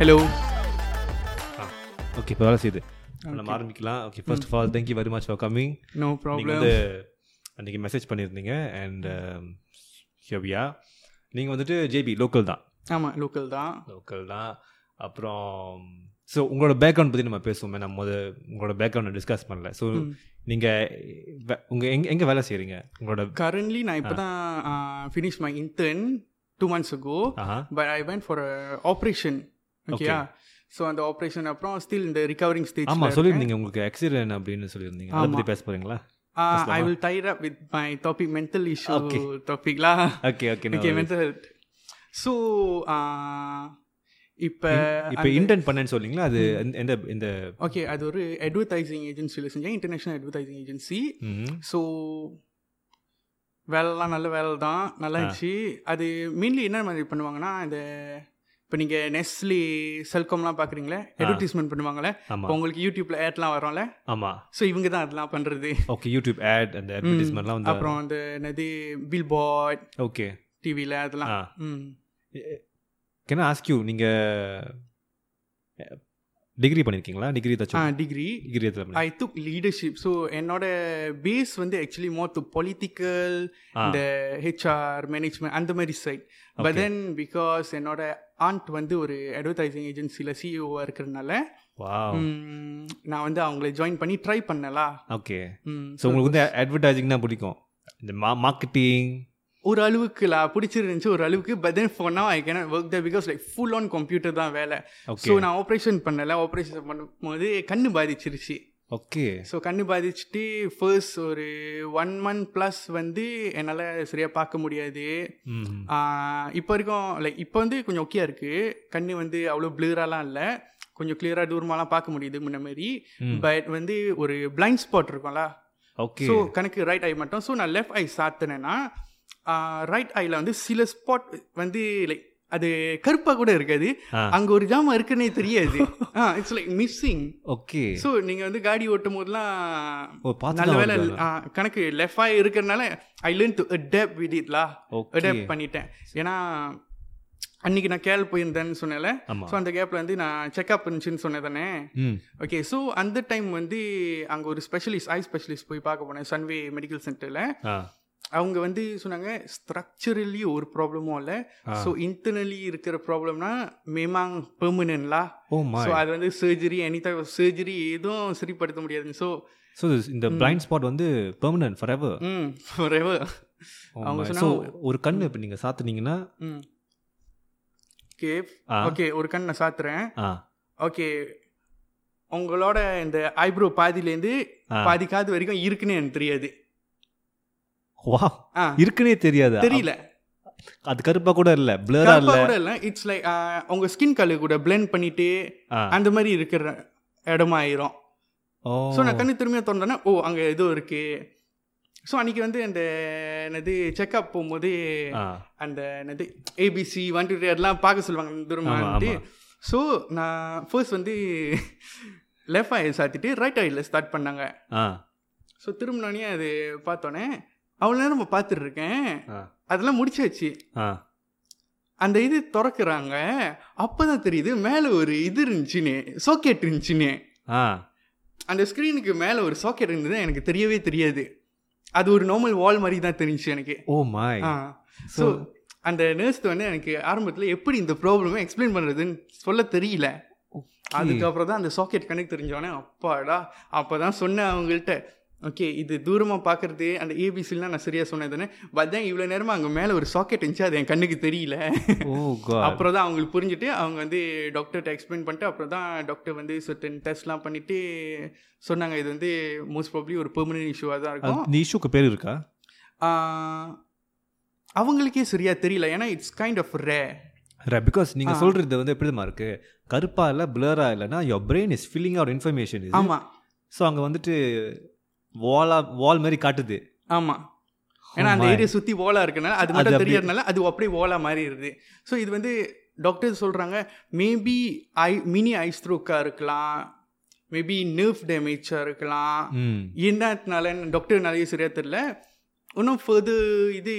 Hello okay இப்போ வேலை செய்யுது நம்ம ஆரம்பிக்கலாம் okay first of all thank you very much for coming no நீங்கள் ப்ராப்ளம் வந்து அன்றைக்கி மெசேஜ் பண்ணியிருந்தீங்க um, அண்ட் ஹெவியா நீங்கள் வந்துட்டு ஜேபி லோக்கல் தான் ஆமாம் லோக்கல் தான் லோக்கல் தான் அப்புறம் ஸோ உங்களோட பேக்ரவுண்ட் பற்றி நம்ம பேசுவோமே நம்ம முத உங்களோட பேக்ரவுண்டை டிஸ்கஸ் பண்ணல ஸோ நீங்கள் உங்கள் எங்கே எங்கே வேலை செய்கிறீங்க உங்களோட கரண்ட்லி நான் இப்போ தான் finish my intern two months ago ஆஹா but I went for operation ஓகேயா ஸோ அந்த ஆப்ரேஷன் அப்புறம் ஸ்டில் இந்த ரிகவரிங் ஸ்டேஜ் ஆமாம் சொல்லியிருந்தீங்க உங்களுக்கு ஆக்சிடென்ட் அப்படின்னு சொல்லியிருந்தீங்க அதை பற்றி பேச போகிறீங்களா I will tie up with my topic mental issue Okay. டாபிக்லா okay okay okay mental health so இப்போ இப்போ இன்டென்ட் பண்ணேன்னு சொன்னீங்களா அது எந்த- எந்த இந்த ஓகே அது ஒரு அட்வர்டைசிங் ஏஜென்சியில் செஞ்சேன் இன்டர்நேஷனல் அட்வர்டைசிங் ஏஜென்சி ம் ஸோ வேலைலாம் நல்ல வேலை தான் நல்லா இருந்துச்சு அது மெயின்லி என்ன மாதிரி பண்ணுவாங்கன்னா இந்த இப்போ நீங்கள் நெஸ்ட்லி செல்காம்லாம் பார்க்குறீங்களே அட்வர்டைஸ்மெண்ட் பண்ணுவாங்களே ஆமா. இப்போ உங்களுக்கு யூடியூப்பில் ஆட்லாம் வரும்ல ஆமாம் ஸோ இவங்க தான் அதெல்லாம் பண்ணுறது ஓகே யூடியூப் ஆட் அந்த அட்வர்டைஸ்மெண்ட்லாம் வந்து அப்புறம் அந்த என்னது பில் பாய் ஓகே டிவியில் அதெல்லாம் ஆ ம் கேன் ஆஸ்க் யூ நீங்கள் டிகிரி பண்ணியிருக்கீங்களா டிகிரி ஆ தச்சு டிகிரி டிகிரி எதில் ஐ took லீடர்ஷிப் ஸோ என்னோட பேஸ் வந்து ஆக்சுவலி மோர் டு பொலிட்டிக்கல் இந்த ஹெச்ஆர் மேனேஜ்மெண்ட் அந்த மாதிரி சைட் பட் தென் பிகாஸ் என்னோட ஆண்ட் வந்து ஒரு அட்வர்டைசிங் ஏஜென்சியில் சிஇஓவாக E இருக்கிறதுனால வா ம், நான் வந்து அவங்கள ஜாயின் பண்ணி ட்ரை பண்ணலா ஓகே ம், ஸோ உங்களுக்கு வந்து அட்வர்டைசிங்னா பிடிக்கும் இந்த மா மார்க்கெட்டிங் ஒரு அளவுக்கு லா பிடிச்சிருந்துச்சு ஒரு அளவுக்கு but then phone I can work the because like full on computer தான் வேலை ஓகே ஸோ நான் ஆப்ரேஷன் பண்ணலை ஆப்ரேஷன் பண்ணும்போது கண்ணு பாதிச்சிருச்சு ஓகே ஸோ கண்ணு பாதிச்சுட்டு ஃபர்ஸ்ட் ஒரு ஒன் மந்த் ப்ளஸ் வந்து என்னால் சரியாக பார்க்க முடியாது ம் ஆஹ் இப்போ வரைக்கும் லைக் இப்போ வந்து கொஞ்சம் ஓகேயா இருக்குது கண்ணு வந்து அவ்வளோ பிளராலாம் இல்லை கொஞ்சம் கிளியராக தூரமாலாம் பார்க்க முடியுது முன்ன மாதிரி பட் வந்து ஒரு பிளைண்ட் ஸ்பாட் இருக்கும்ல ஓகே ஸோ கணக்கு ரைட் ஐ மட்டும் ஸோ நான் லெஃப்ட் ஐ சாத்தினேன்னா ரைட் ஐயில் வந்து சில ஸ்பாட் வந்து லைக் அது கருப்பாக கூட இருக்காது ஆ. அங்கே ஒரு ஜாமம் இருக்குன்னே தெரியாது it's like missing okay so நீங்கள் வந்து காடி ஓட்டும் போதெல்லாம் ஓ பார்த்து நல்ல தான் வேலை வருது. ஆ, கணக்கு லெஃப்டாக இருக்கிறனால I learn to adapt with இட்லா Okay. அடாப்ட் பண்ணிட்டேன் ஏன்னா அன்னைக்கு நான் கேள் போயிருந்தேன்னு சொன்னேன்ல ஆமா ஸோ அந்த கேப்பில் வந்து நான் செக்அப் இருந்துச்சுன்னு சொன்னேதானே ம் ஓகே ஸோ அந்த டைம் வந்து அங்கே ஒரு ஸ்பெஷலிஸ்ட் ஐ ஸ்பெஷலிஸ்ட் போய் பார்க்க போனேன் சன்வே மெடிக்கல் சென்டரில் ஆ அவங்க வந்து சொன்னாங்க ஸ்ட்ரக்சரலி ஒரு ப்ராப்ளமும் இல்லை ஸோ இன்டர்னலி இருக்கிற ப்ராப்ளம்னா மேமாங் பெர்மனன்ட்லா ஓ மை ஸோ அது வந்து சர்ஜரி எனி சர்ஜரி எதுவும் சரிப்படுத்த முடியாது ஸோ ஸோ இந்த பிளைண்ட் ஸ்பாட் வந்து பெர்மனன்ட் ஃபார் எவர் ம் forever. அவங்க ஸோ சொன்னாங்க ஒரு கண்ணு இப்போ நீங்கள் சாத்துனீங்கன்னா ம் ஓகே ஆ. ஓகே ஒரு கண் நான் சாத்துறேன் ஆ ஓகே உங்களோட இந்த ஐப்ரோ பாதியிலேருந்து ஆ. பாதி காது வரைக்கும் இருக்குன்னு எனக்கு தெரியாது வா ஆ இருக்குனே தெரியாது தெரியல அது கருப்பா கூட இல்ல பிளரா கருப்பா இல்ல கூட இல்லை இட்ஸ் லைக் உங்க ஸ்கின் கலர் கூட blend பண்ணிட்டு ஆ. அந்த மாதிரி இருக்கிற இடமா ஆயிரும் ஓ ஸோ நான் கண்ணு திரும்பியும் திறந்தேன்னா ஓ அங்கே ஏதோ இருக்கு ஸோ அன்னைக்கு வந்து அந்த என்னது செக்அப் போகும்போது ஆ அந்த என்னது ஏபிசி ஒன் டூ எல்லாம் பார்க்க சொல்லுவாங்க தூரமாக ஆமா, வந்துட்டு ஆமா. ஸோ நான் ஃபர்ஸ்ட் வந்து லெஃப்ட் ஐ சாத்திட்டு ரைட் ஐயில் ஸ்டார்ட் பண்ணாங்க ஆ ஸோ திரும்பினோடனே அது பார்த்தோன்னே அவ்வளோ நேரம் நம்ம பார்த்துட்டு இருக்கேன் ஆ. அதெல்லாம் முடிச்சாச்சு ஆ அந்த இது திறக்கிறாங்க அப்போ தான் தெரியுது மேலே ஒரு இது இருந்துச்சுன்னு சாக்கெட் இருந்துச்சுன்னு ஆ அந்த ஸ்க்ரீனுக்கு மேலே ஒரு சாக்கெட் இருந்தது எனக்கு தெரியவே தெரியாது அது ஒரு நார்மல் வால் மாதிரி தான் தெரிஞ்சுச்சு எனக்கு ஓ மை ஆ ஸோ அந்த நர்ஸ் வந்து எனக்கு ஆரம்பத்தில் எப்படி இந்த ப்ராப்ளமே எக்ஸ்பிளைன் பண்ணுறதுன்னு சொல்ல தெரியல அதுக்கப்புறம் தான் அந்த சாக்கெட் கனெக்ட் தெரிஞ்சோடனே அப்பாடா அப்போ தான் சொன்னேன் அவங்கள்ட்ட ஓகே இது தூரமாக பார்க்குறது அந்த ஏபிசிலாம் நான் சரியாக சொன்னதுன்னு பட் தான் இவ்வளோ நேரமாக அங்கே மேலே ஒரு சாக்கெட் இருந்துச்சு அது என் கண்ணுக்கு தெரியல ஓ காட் அப்புறம் தான் அவங்களுக்கு புரிஞ்சுட்டு அவங்க வந்து டாக்டர்கிட்ட எக்ஸ்பிளைன் பண்ணிட்டு அப்புறம் தான் டாக்டர் வந்து சர்டன் டெஸ்ட்லாம் பண்ணிட்டு சொன்னாங்க இது வந்து மோஸ்ட் ப்ராப்ளி ஒரு பெர்மனன்ட் இஷ்யூவாக தான் இருக்கும் இந்த இஷ்யூக்கு பேர் இருக்கா ஆஹ், அவங்களுக்கே சரியாக தெரியல ஏன்னா it's kind of rare because நீங்க சொல்றது வந்து எப்படிமா இருக்கு கருப்பா இல்ல பிளரா இல்லனா your brain is filling out information இது ஆமாம் ஸோ அங்க வந்துட்டு வாலா வால் மாதிரி காட்டுது Oh ஆமாம் ஏன்னா அந்த ஏரியா சுற்றி ஓலா இருக்குனால அது அது மட்டும் அப்படியே- தெரியறதுனால அது அப்படியே ஓலா மாதிரி இருக்குது ஸோ இது வந்து டாக்டர் சொல்கிறாங்க மேபி ஐ மினி ஐஸ் த்ரோக்காக இருக்கலாம் மேபி நர்வ் டேமேஜாக இருக்கலாம் ம் என்னத்தினால டாக்டர் நிறைய சரியாக தெரில இன்னும் ஃபர்தர் இது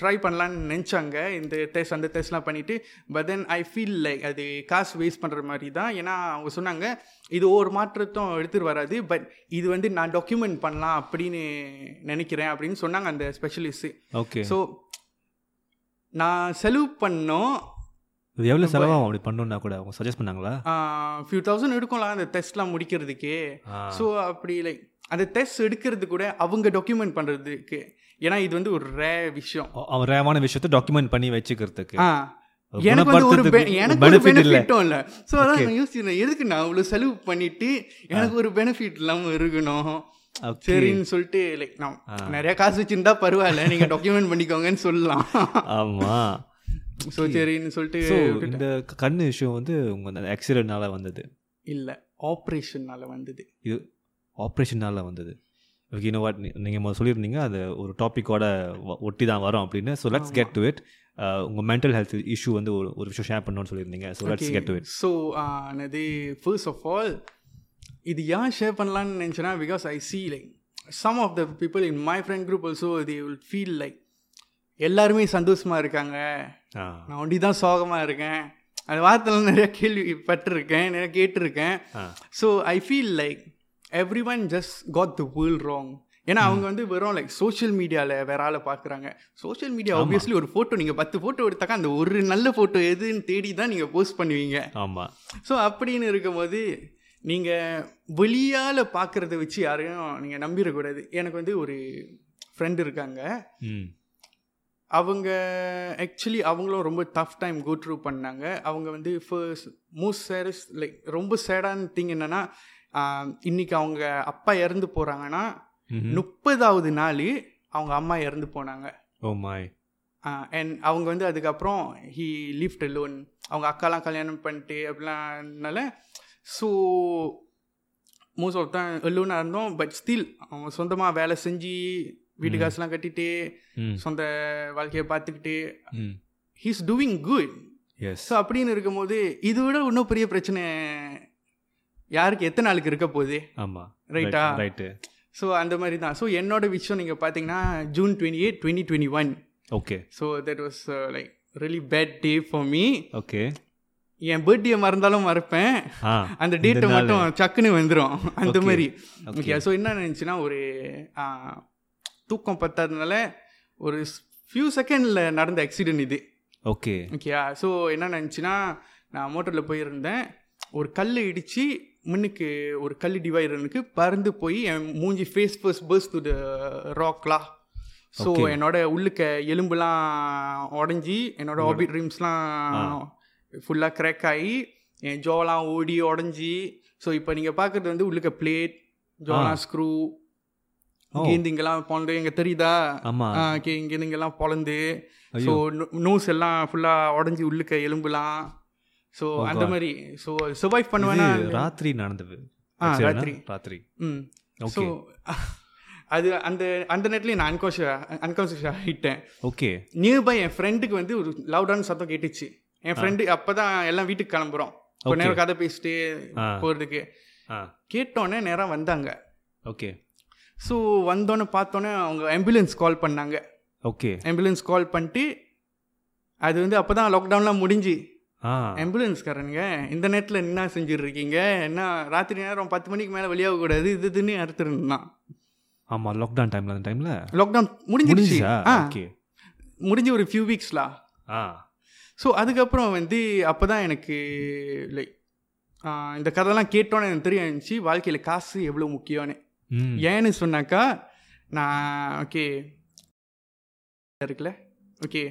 ட்ரை பண்ணலான்னு நினச்சாங்க இந்த டெஸ்ட் அந்த டெஸ்ட்லாம் பண்ணிவிட்டு but then I feel like அது காசு வேஸ்ட் பண்ணுற மாதிரி தான் ஏன்னா அவங்க சொன்னாங்க இது ஒரு மாற்றத்தும் எடுத்துகிட்டு வராது பட் இது வந்து நான் டாக்குமெண்ட் பண்ணலாம் அப்படின்னு நினைக்கிறேன் அப்படின்னு சொன்னாங்க அந்த ஸ்பெஷலிஸ்ட்டு ஓகே ஸோ நான் செலவு பண்ணோம் இது எவ்வளோ செலவாகும் அப்படி பண்ணணும்னா கூட அவங்க சஜஸ்ட் பண்ணாங்களா ஃபியூ தௌசண்ட் எடுக்கும்லாம் அந்த டெஸ்ட்லாம் முடிக்கிறதுக்கே ஸோ அப்படி லைக் அந்த டெஸ்ட் எடுக்கிறது கூட அவங்க டாக்குமெண்ட் பண்ணுறதுக்கு ஏன்னா இது வந்து ஒரு ரே விஷயம் அ- அவன் ரேவான விஷயத்தை டாக்குமெண்ட் பண்ணி வச்சுக்கிறதுக்கு ஆ அது எனக்கு வந்து ஒரு குணப்படுத்துறதுக்கு be- எனக்கு ஒரு benefit இல்ல. பெனிஃபிட்டும் இல்லை ஸோ அதான் நான் யோசிக்கிறேன் எதுக்கு நான் அவ்வளோ செலவு பண்ணிட்டு எனக்கு ஒரு பெனிஃபிட் இல்லாமல் இருக்கணும் Okay. சரின்னு சொல்லிட்டு லைக் நான் நிறைய காசு வச்சிருந்தா பரவாயில்ல நீங்க டாக்குமெண்ட் பண்ணிக்கோங்கன்னு சொல்லலாம் ஆமா ஸோ சரின்னு சொல்லிட்டு ஸோ இந்த க- கண்ணு விஷயம் வந்து உங்க ஆக்சிடென்ட்னால வந்தது இல்லை ஆப்ரேஷன்னால வந்தது இது ஆப்ரேஷனால வந்தது ஓகே இன்னோ வாட் நீங்கள் முதல்ல சொல்லியிருந்தீங்க அது ஒரு டாப்பிக்கோட ஒட்டி தான் வரும் அப்படின்னு so let's get to it உங்கள் மென்டல் ஹெல்த் இஷ்யூ வந்து ஒரு ஒரு விஷயம் ஷேர் பண்ணணும்னு சொல்லியிருந்தீங்க so let's get to it so அது ஃபர்ஸ்ட் ஆஃப் ஆல் இது ஏன் ஷேர் பண்ணலான்னு நினச்சேன்னா because I see like some of the people in my friend group also they will feel like எல்லாருமே சந்தோஷமாக இருக்காங்க நான் ஒண்டி தான் சோகமாக இருக்கேன் அந்த வார்த்தைலாம் நிறைய கேள்விப்பட்டிருக்கேன் நிறைய கேட்டிருக்கேன் ஆ. So I feel like everyone just got the world wrong ஏன்னா அவங்க வந்து வெறும் லைக் சோஷியல் மீடியாவில் வேற ஆளை பார்க்குறாங்க சோஷியல் மீடியா ஆப்வியஸ்லி ஒரு ஃபோட்டோ நீங்கள் பத்து ஃபோட்டோ எடுத்தாக்கா அந்த ஒரு நல்ல ஃபோட்டோ எதுன்னு தேடி தான் நீங்கள் போஸ்ட் பண்ணுவீங்க ஆமாம் ஸோ அப்படின்னு இருக்கும்போது நீங்கள் வெளியால் பார்க்குறத வச்சு யாரையும் நீங்கள் நம்பிடக்கூடாது எனக்கு வந்து ஒரு ஃப்ரெண்டு இருக்காங்க ம் அவங்க ஆக்சுவலி அவங்களும் ரொம்ப டஃப் டைம் கோ த்ரூ பண்ணாங்க அவங்க வந்து ஃபர்ஸ்ட் மோஸ்ட் சேரஸ் லைக் ரொம்ப சேடான திங் என்னென்னா இன்னைக்கு அவங்க அப்பா இறந்து போகிறாங்கன்னா முப்பதாவது நாள் அவங்க அம்மா இறந்து போனாங்க ஓ மாய் அண்ட் அவங்க வந்து அதுக்கப்புறம் ஹி லிஃப்ட் லோன் அவங்க அக்காலாம் கல்யாணம் பண்ணிட்டு அப்படிலாம்னால ஸோ மோஸ்ட் ஆஃப் தான் லோனாக இருந்தோம் பட் ஸ்டில் அவங்க சொந்தமாக வேலை செஞ்சு வீட்டு காசுலாம் கட்டிட்டு ம் சொந்த வாழ்க்கையை பார்த்துக்கிட்டு ம் he's doing good yes so அப்படின்னு இருக்கும்போது இதை விட இன்னும் பெரிய பிரச்சனை யாருக்கு எத்தனை நாளுக்கு இருக்க போகுது ஆமாம் ரைட்டா ரைட்டு ஸோ அந்த மாதிரி தான் ஸோ என்னோட விஷயம் நீங்கள் பார்த்தீங்கன்னா June twenty eight twenty twenty one okay so that was like really bad day for me okay என் பர்த்டே மறந்தாலும் மறப்பேன் ஆ அந்த டேட்டை இந்த நாளு. மட்டும் சக்குன்னு வந்துடும் அந்த Okay. மாதிரி Okay. ஓகே ஸோ என்ன நினச்சுன்னா ஒரு ஆ, தூக்கம் பத்தாததுனால ஒரு ஃபியூ செகண்டில் நடந்த ஆக்சிடென்ட் இது ஓகே ஓகேயா ஸோ என்ன நினச்சின்னா நான் மோட்டரில் போயிருந்தேன் ஒரு கல் இடித்து முன்னுக்கு ஒரு கல் டிவைடனுக்கு பறந்து போய் என் மூஞ்சி ஃபேஸ் ஃபர்ஸ்ட் பர்ஸ் டு த ராக்லா ஸோ Okay. என்னோட உள்ளுக்க எலும்புலாம் உடஞ்சி என்னோட ஆபிட் ட்ரீம்ஸ்லாம் ஃபுல்லாக கிராக் ஆகி என் ஜோலாம் ஓடி உடஞ்சி ஸோ இப்போ நீங்கள் பார்க்குறது வந்து உள்ளுக்க பிளேட் ஜோலாம் ஸ்க்ரூ ஓ இங்கேருந்து இங்கெல்லாம் பொழந்து எங்க தெரியுதா ஆமாம் ஆ, okay, இங்கேருந்து இங்கெல்லாம் பொழந்து ஸோ ஐயோ. நூஸ் எல்லாம் ஃபுல்லாக உடஞ்சி உள்ளுக்க எலும்புலாம் ஸோ Oh அந்த God. மாதிரி ஸோ சர்வைவ் பண்ணுவேன்னா இது ராத்திரி நடந்தது ஆ, Accident ஆ? ராத்திரி. ராத்திரி ம் ஸோ ஓகே அது அந்த அந்த நேரத்துலேயே நான் அன்கான்ஷியஸ் அன்கான்ஷியஸ் ஆகிட்டேன் ஓகே நியர்பை என் ஃப்ரெண்டுக்கு வந்து ஒரு லவுடான சத்தம் கேட்டுச்சு என் ஃப்ரெண்டு அப்போ தான் எல்லாம் வீட்டுக்கு கிளம்புறோம் கொஞ்ச Okay. நேரம் கதை பேசிட்டு ஆ. போகிறதுக்கு ஆ கேட்டோன்னே நேரம் வந்தாங்க ஓகே ஸோ வந்தோன்னே பார்த்தோன்னே அவங்க ஆம்புலன்ஸ் கால் பண்ணாங்க ஓகே ஆம்புலன்ஸ் கால் பண்ணிட்டு அது வந்து அப்போ தான் லாக்டவுன்லாம் முடிஞ்சு ஆ ஆம்புலன்ஸ்காரனுங்க இந்த நேரத்தில் என்ன செஞ்சுருக்கீங்க என்ன ராத்திரி நேரம் பத்து மணிக்கு மேலே வெளியாகக்கூடாது இது இதுன்னு அறுத்துருந்தான் ஆமாம் லாக்டவுன் டைமில் அந்த டைமில் லாக்டவுன் முடிஞ்சிடுச்சு முடிஞ்சுச்சா ஆ ஓகே முடிஞ்சு ஒரு ஃபியூ வீக்ஸ்லாம் ஆ ஸோ அதுக்கப்புறம் வந்து அப்போ தான் எனக்கு லைக் இந்த கதைலாம் கேட்டோன்னே எனக்கு தெரிய இருந்துச்சு வாழ்க்கையில் காசு எவ்வளோ முக்கியம்னு ம் ஏன்னு சொன்னாக்கா நான் ஓகே இருக்குல்ல ஓகே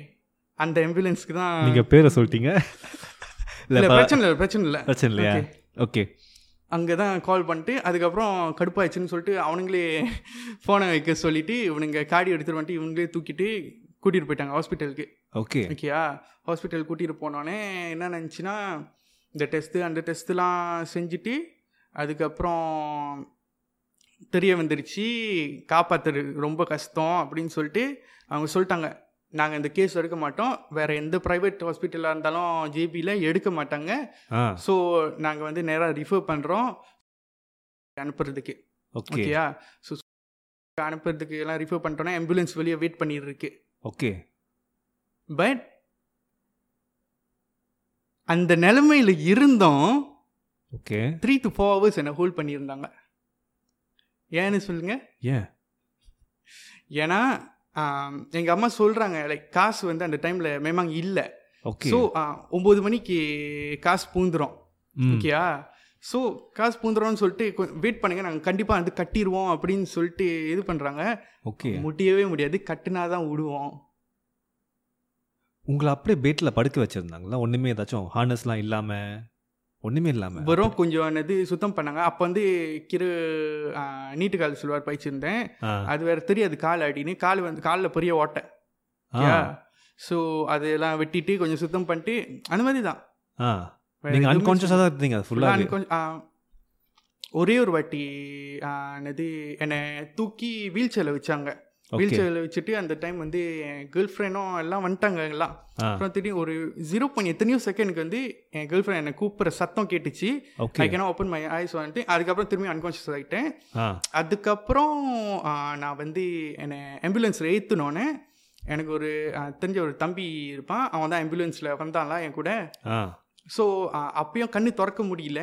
அந்த ஆம்புலன்ஸ்க்கு தான் நீங்கள் பேரை சொல்லிட்டீங்க இல்லை இல்லை ப- பிரச்சனை இல்லை பிரச்சனை இல்லை பிரச்சனை இல்லையா Okay. ஓகே அங்கே தான் கால் பண்ணிட்டு அதுக்கப்புறம் கடுப்பாயிடுச்சுன்னு சொல்லிட்டு அவனுங்களே ஃபோனை வைக்க சொல்லிட்டு இவனுங்க காடி எடுத்துட்டு வந்துட்டு இவனுங்களே தூக்கிட்டு கூட்டிகிட்டு போயிட்டாங்க ஹாஸ்பிட்டலுக்கு ஓகே ஓகேயா ஹாஸ்பிட்டல் கூட்டிகிட்டு போனோடனே என்ன நினச்சின்னா இந்த டெஸ்ட்டு அந்த டெஸ்ட்டுலாம் செஞ்சுட்டு அதுக்கப்புறம் தெரிய வந்துருச்சு காப்பாத்துறது ரொம்ப கஷ்டம் அப்படின்னு சொல்லிட்டு அவங்க சொல்லிட்டாங்க நாங்கள் இந்த கேஸ் எடுக்க மாட்டோம் வேறு எந்த ப்ரைவேட் ஹாஸ்பிட்டலாக இருந்தாலும் ஜேபியில் எடுக்க மாட்டாங்க ஆ ஸோ நாங்கள் வந்து நேராக ரிஃபர் பண்ணுறோம் அனுப்புறதுக்கு ஓகே ஓகேயா ஸோ அனுப்புறதுக்கு எல்லாம் ரிஃபர் பண்ணிட்டோன்னா ஆம்புலன்ஸ் வெளியே வெயிட் பண்ணிட்டு இருக்கு ஓகே பட் அந்த நிலைமையில் இருந்தோம் okay three to four hours என்னை ஹோல்ட் பண்ணியிருந்தாங்க ஏன்னு சொல்லுங்க ஏன் ஏன்னா எங்கள் அம்மா சொல்கிறாங்க லைக் காசு வந்து அந்த டைமில் மேமாங்க இல்லை ஓகே ஸோ ஒம்பது மணிக்கு காசு பூந்துடும் ஓகேயா ஸோ காசு பூந்துடும்னு சொல்லிட்டு வெயிட் பண்ணுங்க நாங்கள் கண்டிப்பாக வந்து கட்டிடுவோம் அப்படின்னு சொல்லிட்டு இது பண்ணுறாங்க ஓகே முடியவே முடியாது கட்டினா தான் விடுவோம் உங்களை அப்படியே பேட்டில் படுக்க வச்சிருந்தாங்களா ஒண்ணுமே ஏதாச்சும் ஹார்னஸ்லாம் இல்லாம ஒண்ணுமே இல்லாம வரும் கொஞ்சம் என்னது சுத்தம் பண்ணாங்க அப்போ வந்து கிரு ஆ, நீட்டு கால் சொல்வார் பயிச்சிருந்தேன் ஆ, அது வேற தெரியாது கால் அடின்னு கால் வந்து காலில் பெரிய ஓட்டை ஆ, ஸோ அதெல்லாம் வெட்டிட்டு கொஞ்சம் சுத்தம் பண்ணிட்டு அந்த மாதிரி தான் ஆ. நீங்க அன்கான்சியஸா தான் இருந்தீங்க ஃபுல்லா நான் கொஞ்சம், ஆ, ஒரே ஒரு வாட்டி ஆ, என்னது என்னை தூக்கி வீல் சேரில் வச்சாங்க வீல் ஓகே சேரில் வச்சுட்டு அந்த டைம் வந்து என் கேர்ள் ஃப்ரெண்டும் எல்லாம் வந்துட்டாங்க எல்லாம் ஆ. அப்புறம் திடீர்னு ஒரு ஜீரோ பாயிண்ட் எத்தனையோ செகண்டுக்கு வந்து என் கேர்ள் ஃப்ரெண்ட் என்னை கூப்பிட்ற சத்தம் கேட்டுச்சு ஓகே ஐ கேனா ஓப்பன் மை ஐஸ் வந்துட்டு அதுக்கப்புறம் திரும்பி அன்கான்ஷியஸ் ஆகிட்டேன் ஆ அதுக்கப்புறம் ஆ, நான் வந்து என்னை ஆம்புலன்ஸில் ஏற்றுனோன்னே எனக்கு ஒரு ஆ, தெரிஞ்ச ஒரு தம்பி இருப்பான் அவன் தான் ஆம்புலன்ஸில் வந்தான்லாம் என் கூட ஆ ஸோ அப்பயும் கண்ணு திறக்க முடியல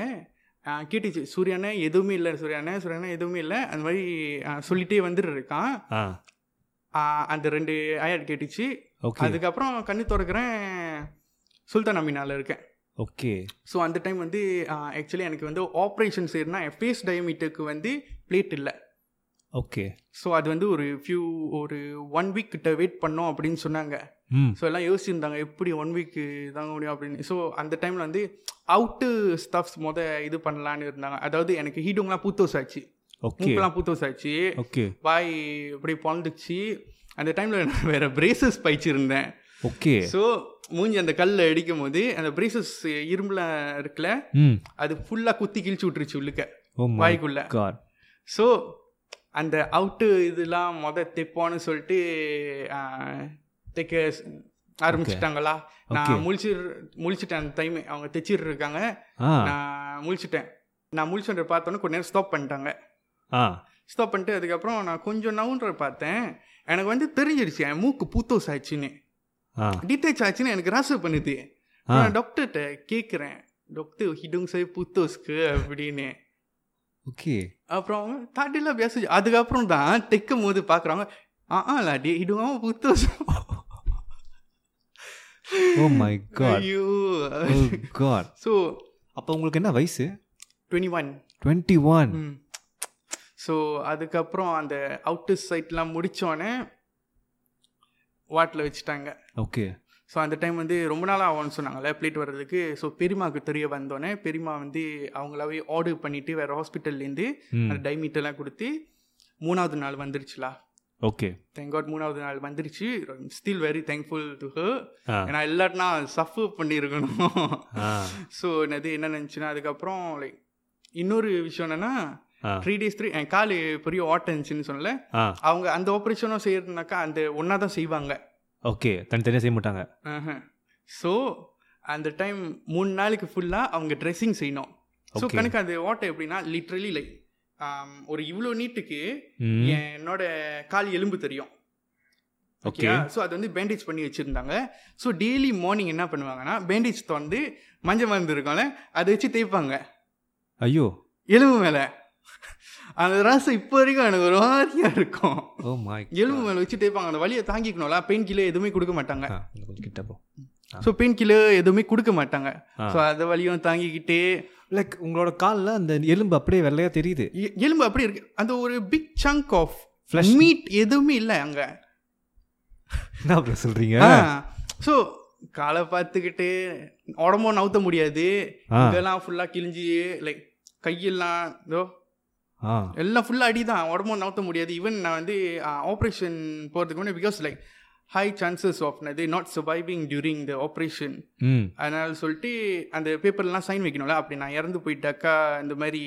ஆ, கேட்டுச்சு சூர்யானே எதுவுமே இல்லை சூர்யானே சூர்யானே எதுவுமே இல்லை அந்த மாதிரி ஆ, சொல்லிட்டே வந்துட்டு இருக்கான் ஆ ஆ, அந்த ரெண்டு ஆயாட் கேட்டுச்சு ஓகே அதுக்கப்புறம் கண்ணு திறக்கிறேன் சுல்தான் அமீனால இருக்கேன் ஓகே ஸோ அந்த டைம் வந்து ஆக்சுவலி எனக்கு வந்து ஆப்ரேஷன் செய்யணும்னா என் ஃபேஸ் டயமீட்டருக்கு வந்து பிளேட் இல்லை ஓகே ஸோ அது வந்து ஒரு ஃபியூ ஒரு ஒன் வீக் கிட்ட வெயிட் பண்ணோம் அப்படின்னு சொன்னாங்க ம் ஸோ எல்லாம் யோசிச்சிருந்தாங்க எப்படி ஒன் வீக்கு தாங்க முடியும் அப்படின்னு ஸோ அந்த டைமில் வந்து அவுட்டு ஸ்டஃப்ஸ் மொத இது பண்ணலான்னு இருந்தாங்க அதாவது எனக்கு ஹீடுங்கெலாம் பூத்தோஸ் ஆச்சு ஓகே மூக்கெல்லாம் பூத்தோஸ் ஆச்சு ஓகே வாய் இப்படி பொழந்துச்சு அந்த டைமில் நான் வேறு பிரேசஸ் பயிச்சிருந்தேன் ஓகே ஸோ மூஞ்சி அந்த கல்லில் அடிக்கும் போது அந்த பிரேசஸ் இரும்பில் இருக்குல்ல ம் அது ஃபுல்லாக குத்தி கிழிச்சு விட்டுருச்சு உள்ளுக்க ஓ மை வாய்க்குள்ள காட் ஸோ அந்த அவுட்டு இதெல்லாம் மொத தைப்போன்னு சொல்லிட்டு ஆ, தைக்க ஸ்- ஆரம்பிச்சிட்டாங்களா நான் முழிச்சு முழிச்சிட்டேன் அந்த டைம் அவங்க தைச்சிட்டு இருக்காங்க ஆ நான் முழிச்சிட்டேன் நான் முழிச்சுன்ற பார்த்தோன்னே கொஞ்ச நேரம் ஸ்டாப் பண்ணிட்டாங்க ஆ ஸ்டாப் பண்ணிட்டு அதுக்கப்புறம் நான் கொஞ்சம் நவுன்ற பார்த்தேன் எனக்கு வந்து தெரிஞ்சிருச்சு என் மூக்கு பூத்தோஸ் ஆச்சுன்னு ஆ டீட்டேச் ஆச்சுன்னு எனக்கு ராசு பண்ணுது ஆ. நான் டாக்டர்கிட்ட கேட்குறேன் டாக்டர் ஹிடுங் சை பூத்தோஸ்க்கு அப்படின்னு ஓகே அப்புறம் அவங்க தாட்டிலாம் பேச அதுக்கப்புறம் தான் தைக்கும் போது பார்க்குறாங்க ஆ ஆ லாடி இடுவாம புத்தோஸ் ஓ மை காட் ஐயோ ஓ காட் ஸோ அப்போ Oh உங்களுக்கு என்ன வயசு twenty one twenty one so அதுக்கப்புறம் அந்த அவுட்டர் சைட்லாம் முடித்தோடனே வாட்டில் வச்சுட்டாங்க ஓகே ஸோ அந்த டைம் வந்து ரொம்ப நாள் ஆகும்னு சொன்னாங்கல்ல பிளேட் வர்றதுக்கு ஸோ பெரியமாவுக்கு தெரிய வந்தோடனே பெரியமா வந்து அவங்களாவே ஆர்டர் பண்ணிவிட்டு வேறு ஹாஸ்பிட்டல்லேருந்து ம் அந்த டைமீட்டெல்லாம் கொடுத்து மூணாவது நாள் வந்துருச்சுலா ஓகே தேங்க் காட் மூணாவது நாள் வந்துருச்சு still very thankful to her ஆ ஏன்னா இல்லாட்டினா சஃபர் பண்ணியிருக்கணும் ஆ ஸோ என்னது என்ன நினச்சுன்னா அதுக்கப்புறம் லைக் இன்னொரு விஷயம் என்னன்னா ஆ. த்ரீ டேஸ் த்ரீ என் கால் பெரிய ஓட்டம் இருந்துச்சுன்னு சொன்னல ஆ அவங்க அந்த ஆப்ரேஷனும் செய்யறதுனாக்கா அந்த ஒன்றா தான் செய்வாங்க ஓகே தனித்தனியாக செய்ய மாட்டாங்க ஸோ அந்த டைம் மூணு நாளைக்கு ஃபுல்லாக அவங்க ட்ரெஸ்ஸிங் செய்யணும் ஸோ Okay. கணக்கு அந்த ஓட்டை எப்படின்னா லிட்ரலி லைக் ஒரு இவ்வளோ நீட்டுக்கு ம் என்னோட கால் எலும்பு தெரியும் ஓகே ஓகே ஸோ அது வந்து பேண்டேஜ் பண்ணி வச்சுருந்தாங்க ஸோ டெய்லி மார்னிங் என்ன பண்ணுவாங்கன்னா பேண்டேஜ் திறந்து மஞ்சள் மருந்து இருக்கும்ல அதை வச்சு தேய்ப்பாங்க ஐயோ எலும்பு மேலே அந்த ராசம் இப்போ வரைக்கும் எனக்கு ஒரு மாதிரியாக இருக்கும் ஓ மை எலும்பு மேலே வச்சு தேய்ப்பாங்க அந்த வலியை தாங்கிக்கணும்ல பெயின் கில்லர் எதுவுமே கொடுக்க மாட்டாங்க Ah. கொஞ்சம் கிட்ட போ ஸோ பெயின் கில்லர் எதுவுமே கொடுக்க மாட்டாங்க ஆ. ஸோ அந்த வலியும் தாங்கிக்கிட்டு லைக் உங்களோட கால்ல அந்த எலும்பு அப்படியே வெள்ளையா தெரியுது எ- எலும்பு அப்படியே இருக்கு அந்த ஒரு big chunk of Flesh. Meat எதுவுமே இல்லை அங்கே என்ன அப்படி சொல்றீங்க ஸோ காலை பார்த்துக்கிட்டு உடம்பும் நவுத்த முடியாது ஆ. இதெல்லாம் ஃபுல்லாக கிழிஞ்சி லைக் கையெல்லாம் இதோ ஆ எல்லாம் ஃபுல்லாக அடி தான் உடம்பும் நவுத்த முடியாது ஈவன் நான் வந்து ஆப்ரேஷன் போகிறதுக்கு முன்னாடி because like high chances of இது not surviving during the operation ம் அதனால சொல்லிட்டு அந்த பேப்பர்லாம் சைன் வைக்கணும்ல அப்படி நான் இறந்து போயிட்டாக்கா இந்த மாதிரி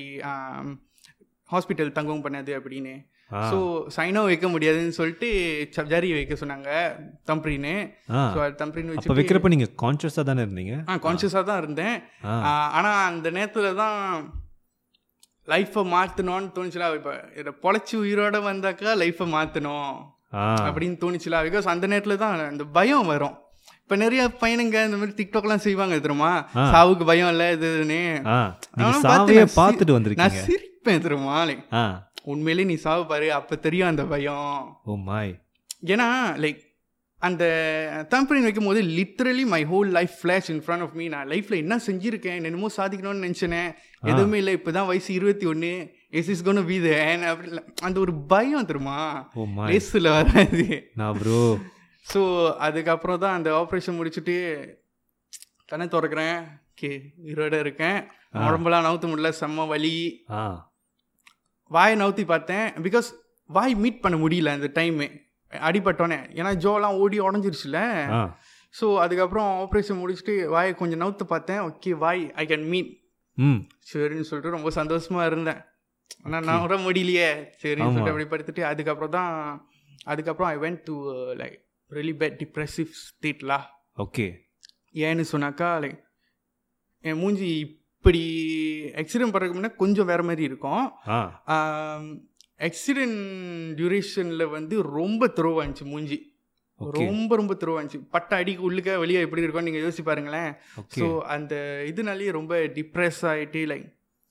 ஹாஸ்பிட்டல் தங்கவும் பண்ணாது அப்படின்னு ஆ ஸோ சைனும் வைக்க முடியாதுன்னு சொல்லிட்டு சப்ஜாரி வைக்க சொன்னாங்க தம்பின்னு ஆ ஸோ அது தம்பின்னு அப்ப வச்சு வைக்கிறப்ப நீங்க கான்ஷியஸா தானே இருந்தீங்க ஆ கான்ஷியஸாக தான் இருந்தேன் ஆ ஆ, ஆனா அந்த நேரத்துல தான் லைஃப்பை மாற்றணும்னு தோணுச்சுலா இப்போ இதை பொழைச்சி உயிரோட வந்தாக்கா லைஃப்பை மாற்றணும் ஆ அப்படின்னு தோணுச்சுலா பிகாஸ் அந்த நேரத்தில் தான் அந்த பயம் வரும் இப்போ நிறைய பையனுங்க இந்த மாதிரி டிக்டாக்லாம் செய்வாங்க தெரியுமா ஆ. சாவுக்கு பயம் இல்லை இதுன்னு ஆ நீங்க நானும் பார்த்து சாவையே நான் சி- பார்த்துட்டு நான் வந்திருக்கீங்க சிரிப்பேன் தெரியுமா லைக் ஆ உண்மையிலே நீ சாவு பாரு அப்போ தெரியும் அந்த பயம் ஓ மாய் ஏன்னா லைக் அந்த தம்பரின் வைக்கும் போது literally my whole life flash in front of me நான் லைஃப்பில் என்ன செஞ்சுருக்கேன் என்னமோ சாதிக்கணும்னு நினச்சினேன் எதுவுமே இல்லை இப்போ தான் வயசு இருபத்தி ஒன்று எஸ் இஸ் கோன் வீது அப்படி இல்ல. அந்த ஒரு பயம் தெரியுமா ஓ மாய் ரேஸில் வராது நான் ப்ரோ ஸோ அதுக்கப்புறம் தான் அந்த ஆப்ரேஷன் முடிச்சுட்டு கண்ணை திறக்கிறேன் ஓகே உயிரோட இருக்கேன் உடம்பெல்லாம் நவுத்த முடியல செம்ம வலி ஆ வாயை நவுத்தி பார்த்தேன் பிகாஸ் வாய் மீட் பண்ண முடியல அந்த டைமு அடிபட்டோன்னே ஏன்னா ஜோலாம் ஓடி உடஞ்சிருச்சுல ஆ ஸோ அதுக்கப்புறம் ஆப்ரேஷன் முடிச்சுட்டு வாயை கொஞ்சம் நவுத்து பார்த்தேன் ஓகே வாய் ஐ கேன் மீட் ம் சரின்னு சொல்லிட்டு ரொம்ப சந்தோஷமா இருந்தேன் ஆனால் நான் விட முடியலையே சரின்னு சொல்லிட்டு அப்படி படுத்துட்டு அதுக்கப்புறம் தான் அதுக்கப்புறம் I went to like uh, really bad depressive ஸ்டேட்லா ஓகே ஏன்னு சொன்னாக்கா லைக் என் மூஞ்சி இப்படி ஆக்சிடென்ட் பண்ணுறதுக்கு முன்னே கொஞ்சம் வேற மாதிரி இருக்கும் ஆ ஆக்சிடென்ட் டியூரேஷனில் வந்து ரொம்ப துருவா இருந்துச்சு மூஞ்சி ஓகே ரொம்ப ரொம்ப துருவா இருந்துச்சு பட்ட அடிக்கு உள்ளுக்க வெளியே எப்படி இருக்கும்னு நீங்கள் யோசிச்சு பாருங்களேன் ஓகே ஸோ அந்த இதனாலேயே ரொம்ப டிப்ரெஸ் ஆகிட்டு லைக்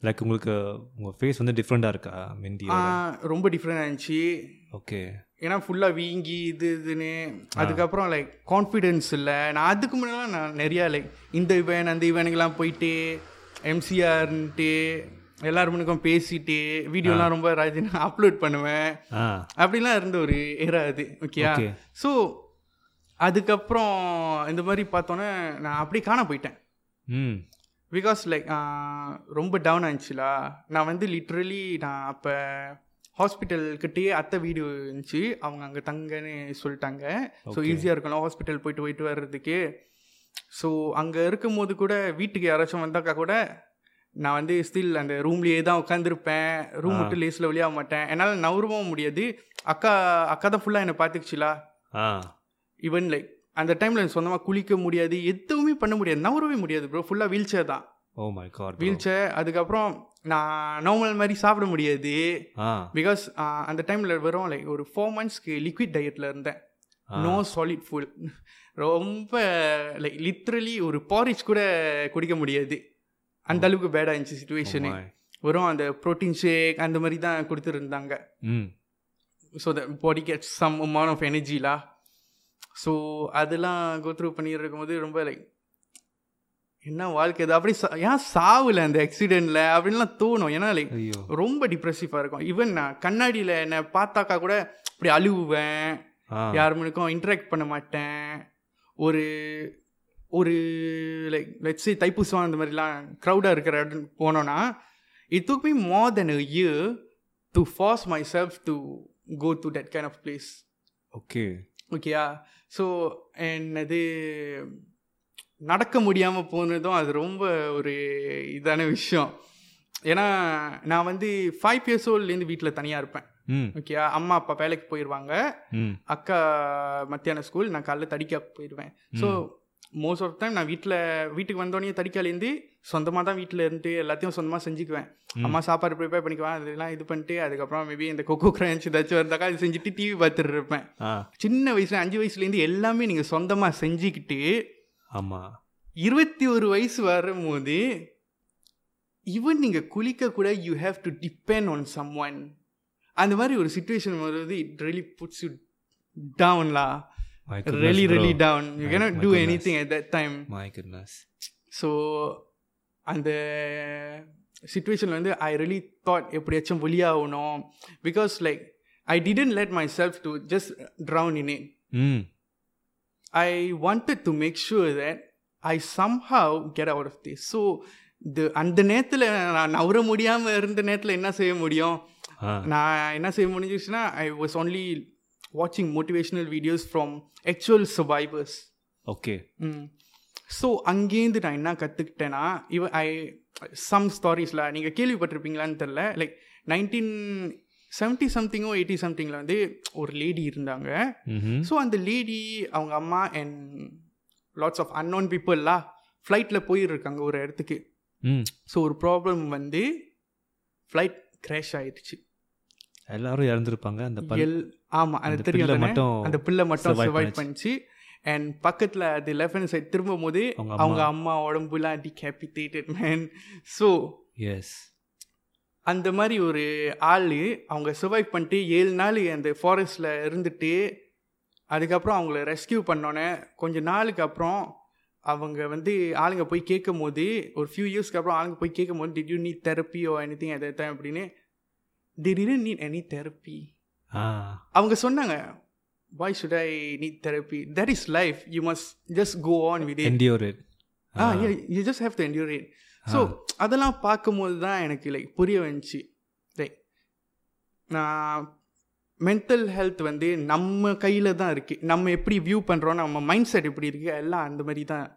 லைக் உங்களுக்கு உங்க ஃபேஸ் வந்து டிஃப்ரெண்டா இருக்கா மெந்தியா ரொம்ப டிஃப்ரெண்ட் ஆயிடுச்சு ஓகே ஏன்னா ஃபுல்லாக வீங்கி இது இதுன்னு அதுக்கப்புறம் லைக் கான்ஃபிடென்ஸ் இல்லை நான் அதுக்கு முன்னாடிலாம் நான் நிறையா லைக் இந்த இவன் அந்த இவனுக்கெல்லாம் போயிட்டு எம்சிஆர்ன்ட்டு எல்லாருமனுக்கும் பேசிட்டு வீடியோலாம் ரொம்ப ராஜினா அப்லோட் பண்ணுவேன் ஆ அப்படிலாம் இருந்த ஒரு ஏரா அது ஓகேயா Okay. ஸோ அதுக்கப்புறம் இந்த மாதிரி பார்த்தோன்னே நான் அப்படி காண போயிட்டேன் ம் பிகாஸ் லைக் ரொம்ப டவுன் ஆயிடுச்சுலா நான் வந்து லிட்ரலி நான் அப்போ ஹாஸ்பிட்டல்கிட்டயே அத்தை வீடு இருந்துச்சு அவங்க அங்கே தங்கன்னு சொல்லிட்டாங்க ஸோ ஈஸியாக இருக்கணும் ஹாஸ்பிட்டல் போயிட்டு போயிட்டு வர்றதுக்கு ஸோ அங்கே இருக்கும்போது கூட வீட்டுக்கு யாராச்சும் வந்தாக்கா கூட நான் வந்து ஸ்டில் அந்த ரூம்லேயே தான் உட்காந்துருப்பேன் ரூம் விட்டு லேஸில் வெளியாக மாட்டேன் என்னால் நவரவும் முடியாது அக்கா அக்கா தான் ஃபுல்லாக என்னை பார்த்துக்குச்சுலா ஆ ஈவன் லைக் அந்த டைமில் சொந்தமாக குளிக்க முடியாது எதுவுமே பண்ண முடியாது நவரவே முடியாது ப்ரோ ஃபுல்லாக வீல் சேர் தான் oh my God wheel chair அதுக்கப்புறம் நான் நார்மல் மாதிரி சாப்பிட முடியாது ஆ oh பிகாஸ் அந்த டைமில் வெறும் லைக் ஒரு ஃபோர் மந்த்ஸ்க்கு லிக்விட் டயட்டில் இருந்தேன் நோ சாலிட் ஃபுல் ரொம்ப லைக் லிட்ரலி ஒரு பாரிஜ் கூட குடிக்க முடியாது அந்த அளவுக்கு பேடாக இருந்துச்சு சுச்சுவேஷனு my. வெறும் அந்த ப்ரோட்டீன் ஷேக் அந்த மாதிரி தான் கொடுத்துருந்தாங்க hmm so the body gets some amount of எனர்ஜிலா ஸோ அதெல்லாம் கோத்ரூ பண்ணிட்டு இருக்கும்போது ரொம்ப லைக் என்ன வாழ்க்கை இது அப்படி சா- ஏன் சாவல அந்த ஆக்சிடெண்ட்ல அப்படின்லாம் தோணும் ஏன்னா லைக் ஐயோ ரொம்ப டிப்ரெசிவாக இருக்கும் ஈவன் நான் கண்ணாடியில் என்னை பார்த்தாக்கா கூட இப்படி அழுவேன் ஆ யாருமனுக்கும் இன்ட்ராக்ட் பண்ண மாட்டேன் ஒரு ஒரு லைக் லெட்ஸி தைப்பூசம் அந்த மாதிரிலாம் க்ரௌடாக இருக்கிற இடம் போனோன்னா it took me more than a year to force myself to go to that kind of place okay ஓகேயா ஸோ என்னது நடக்க முடியாமல் போனதும் அது ரொம்ப ஒரு இதான விஷயம் ஏன்னா நான் வந்து ஃபைவ் இயர்ஸ் ஓல்ட்லேருந்து வீட்டில் தனியாக இருப்பேன் ம் ஓகேயா அம்மா அப்பா வேலைக்கு போயிடுவாங்க ம் அக்கா மத்தியான ஸ்கூல் நான் காலைல தடிக்கா போயிடுவேன் ஸோ மோஸ்ட் ஆஃப் டைம் நான் வீட்டில் வீட்டுக்கு வந்தோடனே தடிக்காலேருந்து சொந்தமாக தான் வீட்டில் இருந்துட்டு எல்லாத்தையும் சொந்தமாக செஞ்சுக்குவேன் அம்மா சாப்பாடு ப்ரிப்பேர் பண்ணிக்குவேன் அதெல்லாம் இது பண்ணிட்டு அதுக்கப்புறம் மேபி இந்த கொக்கோ கிரான்ச் ஏதாச்சும் இருந்தாக்கா அது செஞ்சுட்டு டிவி பார்த்துட்டு இருப்பேன் ஆ சின்ன வயசுல அஞ்சு வயசுலேருந்து எல்லாமே நீங்கள் சொந்தமாக செஞ்சுக்கிட்டு ஆமா இருபத்தி ஒரு வயசு வரும்போது ஈவன் நீங்கள் குளிக்க கூட you have to depend on someone அந்த மாதிரி ஒரு சுச்சுவேஷன் வருவது இட் ரெலி புட்ஸ் யூ டவுன்லா my really really goodness down you My- cannot my to goodness. Anything at that time my goodness so அந்த situation வந்து I really thought எப்படியாச்சும் வெளியாகணும் because like I didn't let myself to just drown in it hmm I wanted to make sure that I somehow get out of this. So இது அந்த நேரத்தில் நான் நவர முடியாமல் இருந்த நேரத்தில் என்ன செய்ய முடியும் ஆ நான் என்ன செய்ய முடிஞ்சிச்சுன்னா ஐ வாஸ் ஒன்லி வாட்சிங் motivational videos from actual survivors okay so அங்கேருந்து நான் என்ன கற்றுக்கிட்டேன்னா இவ ஐ சம் ஸ்டாரிஸில் நீங்கள் கேள்விப்பட்டிருப்பீங்களான்னு தெரில லைக் நைன்டீன் செவன்ட்டி சம்திங்கோ எயிட்டி சம்திங்கில் வந்து ஒரு லேடி இருந்தாங்க ம் ஸோ அந்த லேடி அவங்க அம்மா அண்ட் லாட்ஸ் ஆஃப் அன்னோன் பீப்புளெலாம் ஃப்ளைட்டில் போயிருக்காங்க ஒரு இடத்துக்கு ம் ஸோ ஒரு ப்ராப்ளம் வந்து ஃப்ளைட் கிராஷ் ஆயிடுச்சு எல்லாரும் இறந்துருப்பாங்க அந்த பல் எல் ஆமாம் அந்த அது பிள்ளை தெரியல மட்டும் அந்த பிள்ளை மட்டும் survive சர்வைவ் பண்ணுச்சு. பண்ணிச்சு அண்ட் பக்கத்தில் அது லெஃப்ட் ஹேண்ட் சைட் திரும்பும் போது அவங்க அம்மா. அவங்க அம்மா உடம்புலாம் டிகேபிட்டேட்டட் மேன் ஸோ எஸ் அந்த மாதிரி ஒரு ஆள் அவங்க சர்வைவ் பண்ணிட்டு ஏழு நாள் அந்த ஃபாரஸ்டில் இருந்துட்டு அதுக்கப்புறம் அவங்கள ரெஸ்கியூ பண்ணோன்னே கொஞ்ச நாளுக்கு அப்புறம் அவங்க வந்து ஆளுங்க போய் கேட்கும் போது ஒரு ஃபியூ இயர்ஸ்க்கு அப்புறம் ஆளுங்க போய் கேட்கும் போது டிட் யூ நீட் தெரப்பியோ எனிதிங் அதை தான் அப்படின்னு திடீர்னு நீட் எனி தெரப்பி ஆ அவங்க சொன்னாங்க why should I need therapy that is life you must just go on with it endure ah you just have to endure it so அதெல்லாம் பார்க்கும்போது தான் எனக்கு லைக் புரிய வந்துச்சு லைக் நான் மென்டல் ஹெல்த் வந்து நம்ம கையில் தான் இருக்குது நம்ம எப்படி வியூ பண்ணுறோம் நம்ம மைண்ட் செட் எப்படி இருக்குது எல்லாம் அந்த மாதிரி தான்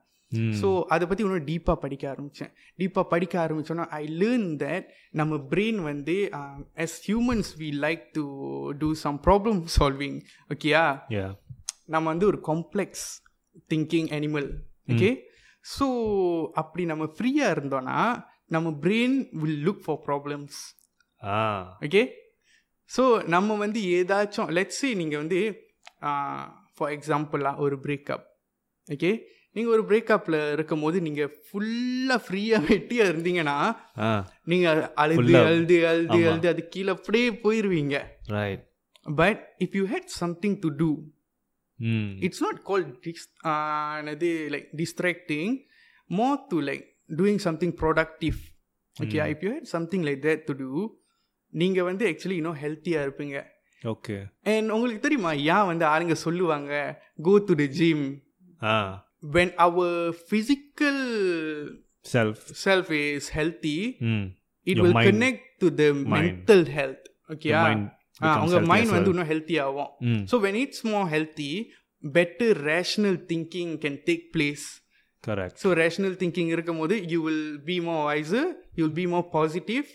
ஸோ அதை பற்றி இன்னும் டீப்பாக படிக்க ஆரம்பித்தேன் டீப்பாக படிக்க ஆரம்பிச்சோன்னா ஐ லேர்ன் தட் நம்ம பிரெயின் வந்து um, as humans we like to do some problem solving ஓகேயா யா நம்ம வந்து ஒரு complex thinking animal okay so அப்படி நம்ம ஃப்ரீயாக இருந்தோன்னா நம்ம brain will look for problems ah okay so நம்ம வந்து ஏதாச்சும் லெட்ஸி நீங்கள் வந்து ஃபார் எக்ஸாம்பிளாக ஒரு பிரேக்கப் ஓகே நீங்கள் ஒரு பிரேக்கப்பில் இருக்கும் போது நீங்கள் ஃபுல்லாக ஃப்ரீயாக வெட்டியாக இருந்தீங்கன்னா ஆ நீங்கள் அழுது Full-ஆ. அழுது அழுது ஆமா. அழுது அது கீழே அப்படியே போயிடுவீங்க right but if you had something to do hmm it's not call this uh, என்னது like distracting more to like doing something productive okay Hmm. If you had something like that to do நீங்கள் வந்து actually இன்னும் ஹெல்த்தியாக இருப்பீங்க okay and உங்களுக்கு தெரியுமா ஏன் வந்து ஆளுங்க சொல்லுவாங்க go to the gym ah when our physical self self is healthy hmm it Your வில் mind. Connect to the mental health okay mind becomes உங்கள் healthy மைண்ட் Ah, வந்து as well. இன்னும் ஹெல்த்தி ஆகும் hmm so when it's more healthy better rational thinking can take place correct so rational thinking இருக்கும் போது you will be more wise you will be more positive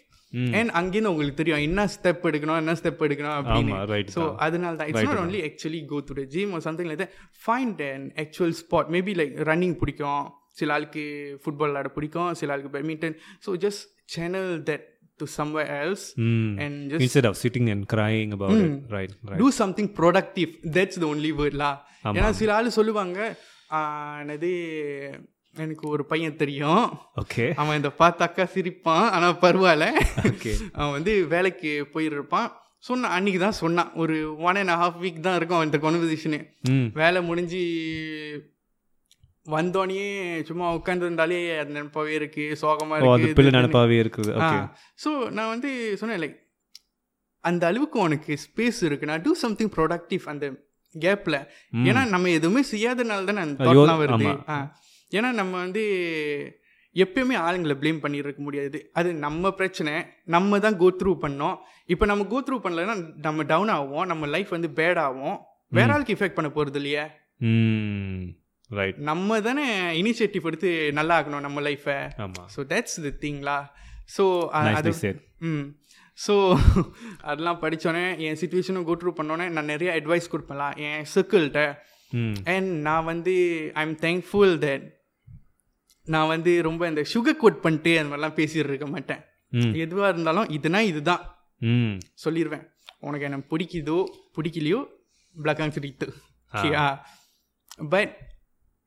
hmm and அங்கேயும் உங்களுக்கு தெரியும் என்ன step எடுக்கணும் என்ன ஸ்டெப் எடுக்கணும் ஆமா அப்படின்னு ரைட் ஸோ அதனால தான் இட்ஸ் Right நாட் தான். Only actually go to the gym or something like find and actual spot maybe like running பிடிக்கும் சில ஆளுக்கு ஃபுட்பால் விளாட பிடிக்கும் சில ஆளுக்கு badminton so just channel that to somewhere else hmm and just instead of sitting and crying about it right right do something productive that's the only வேர்ட்லா ஆமா. ஏன்னா சில ஆள் சொல்லுவாங்க ஆ, என்னது எனக்கு ஒரு பையன் தெரியும் ஓகே அவன் இதை பார்த்தாக்கா சிரிப்பான் ஆனால் பரவாயில்ல ஓகே அவன் வந்து வேலைக்கு போயிருப்பான் சொன்னான் அன்னைக்கு தான் சொன்னான் ஒரு ஒன் அண்ட் ஹாஃப் வீக் தான் இருக்கும் அவன் இந்த கான்வர்சேஷனு ம் வேலை முடிஞ்சு வந்தோடனே சும்மா உட்காந்துருந்தாலே அது நினைப்பாவே இருக்கு சோகமா ஓ Oh, அது இருக்கு பிள்ளை நினப்பாவே இருக்குது ஓகே ஸோ நான் வந்து சொன்னேன் லைக் அந்த அளவுக்கு உனக்கு ஸ்பேஸ் இருக்கு நான் டூ சம்திங் ப்ரொடக்டிவ் அந்த கேப்ல ஏன்னா நம்ம எதுவுமே செய்யாதனால தானே அந்த ஐயோ, தாட்லாம் வருது ஆமா. ஆ. ஏன்னா நம்ம வந்து எப்பயுமே ஆளுங்களை ப்ளேம் பண்ணியிருக்க முடியாது அது நம்ம பிரச்சனை நம்ம தான் கோ த்ரூ பண்ணோம் இப்போ நம்ம கோ த்ரூ பண்ணலைன்னா நம்ம டவுன் ஆகும் நம்ம லைஃப் வந்து பேட் ஆகும் வேற ஆளுக்கு இஃபெக்ட் பண்ண போகிறது இல்லையே ம் ரைட் நம்ம தானே இனிஷியேட்டிவ் எடுத்து நல்லா ஆகணும் நம்ம லைஃப்பை ஆமா ஸோ தட்ஸ் தி திங்லா ஸோ அது நைஸ்லி செட் ம் ஸோ அதெல்லாம் படித்தோன்னே என் சுச்சுவேஷனும் கோ த்ரூ பண்ணோன்னே நான் நிறைய அட்வைஸ் கொடுப்பேன்லாம் என் சர்க்கிள்கிட்ட ம் அண்ட் நான் வந்து ஐ எம் தேங்க்ஃபுல் தட் நான் வந்து ரொம்ப இந்த சுகர் கோட் பண்ணிட்டு அந்த மாதிரிலாம் பேசிட்டு இருக்க மாட்டேன் ம் எதுவாக இருந்தாலும் இதுனா இதுதான் ம் சொல்லிடுவேன் உனக்கு என்ன பிடிக்குதோ பிடிக்கலையோ பிளாக் அண்ட் ஸ்ட்ரீட்டு ஓகேயா but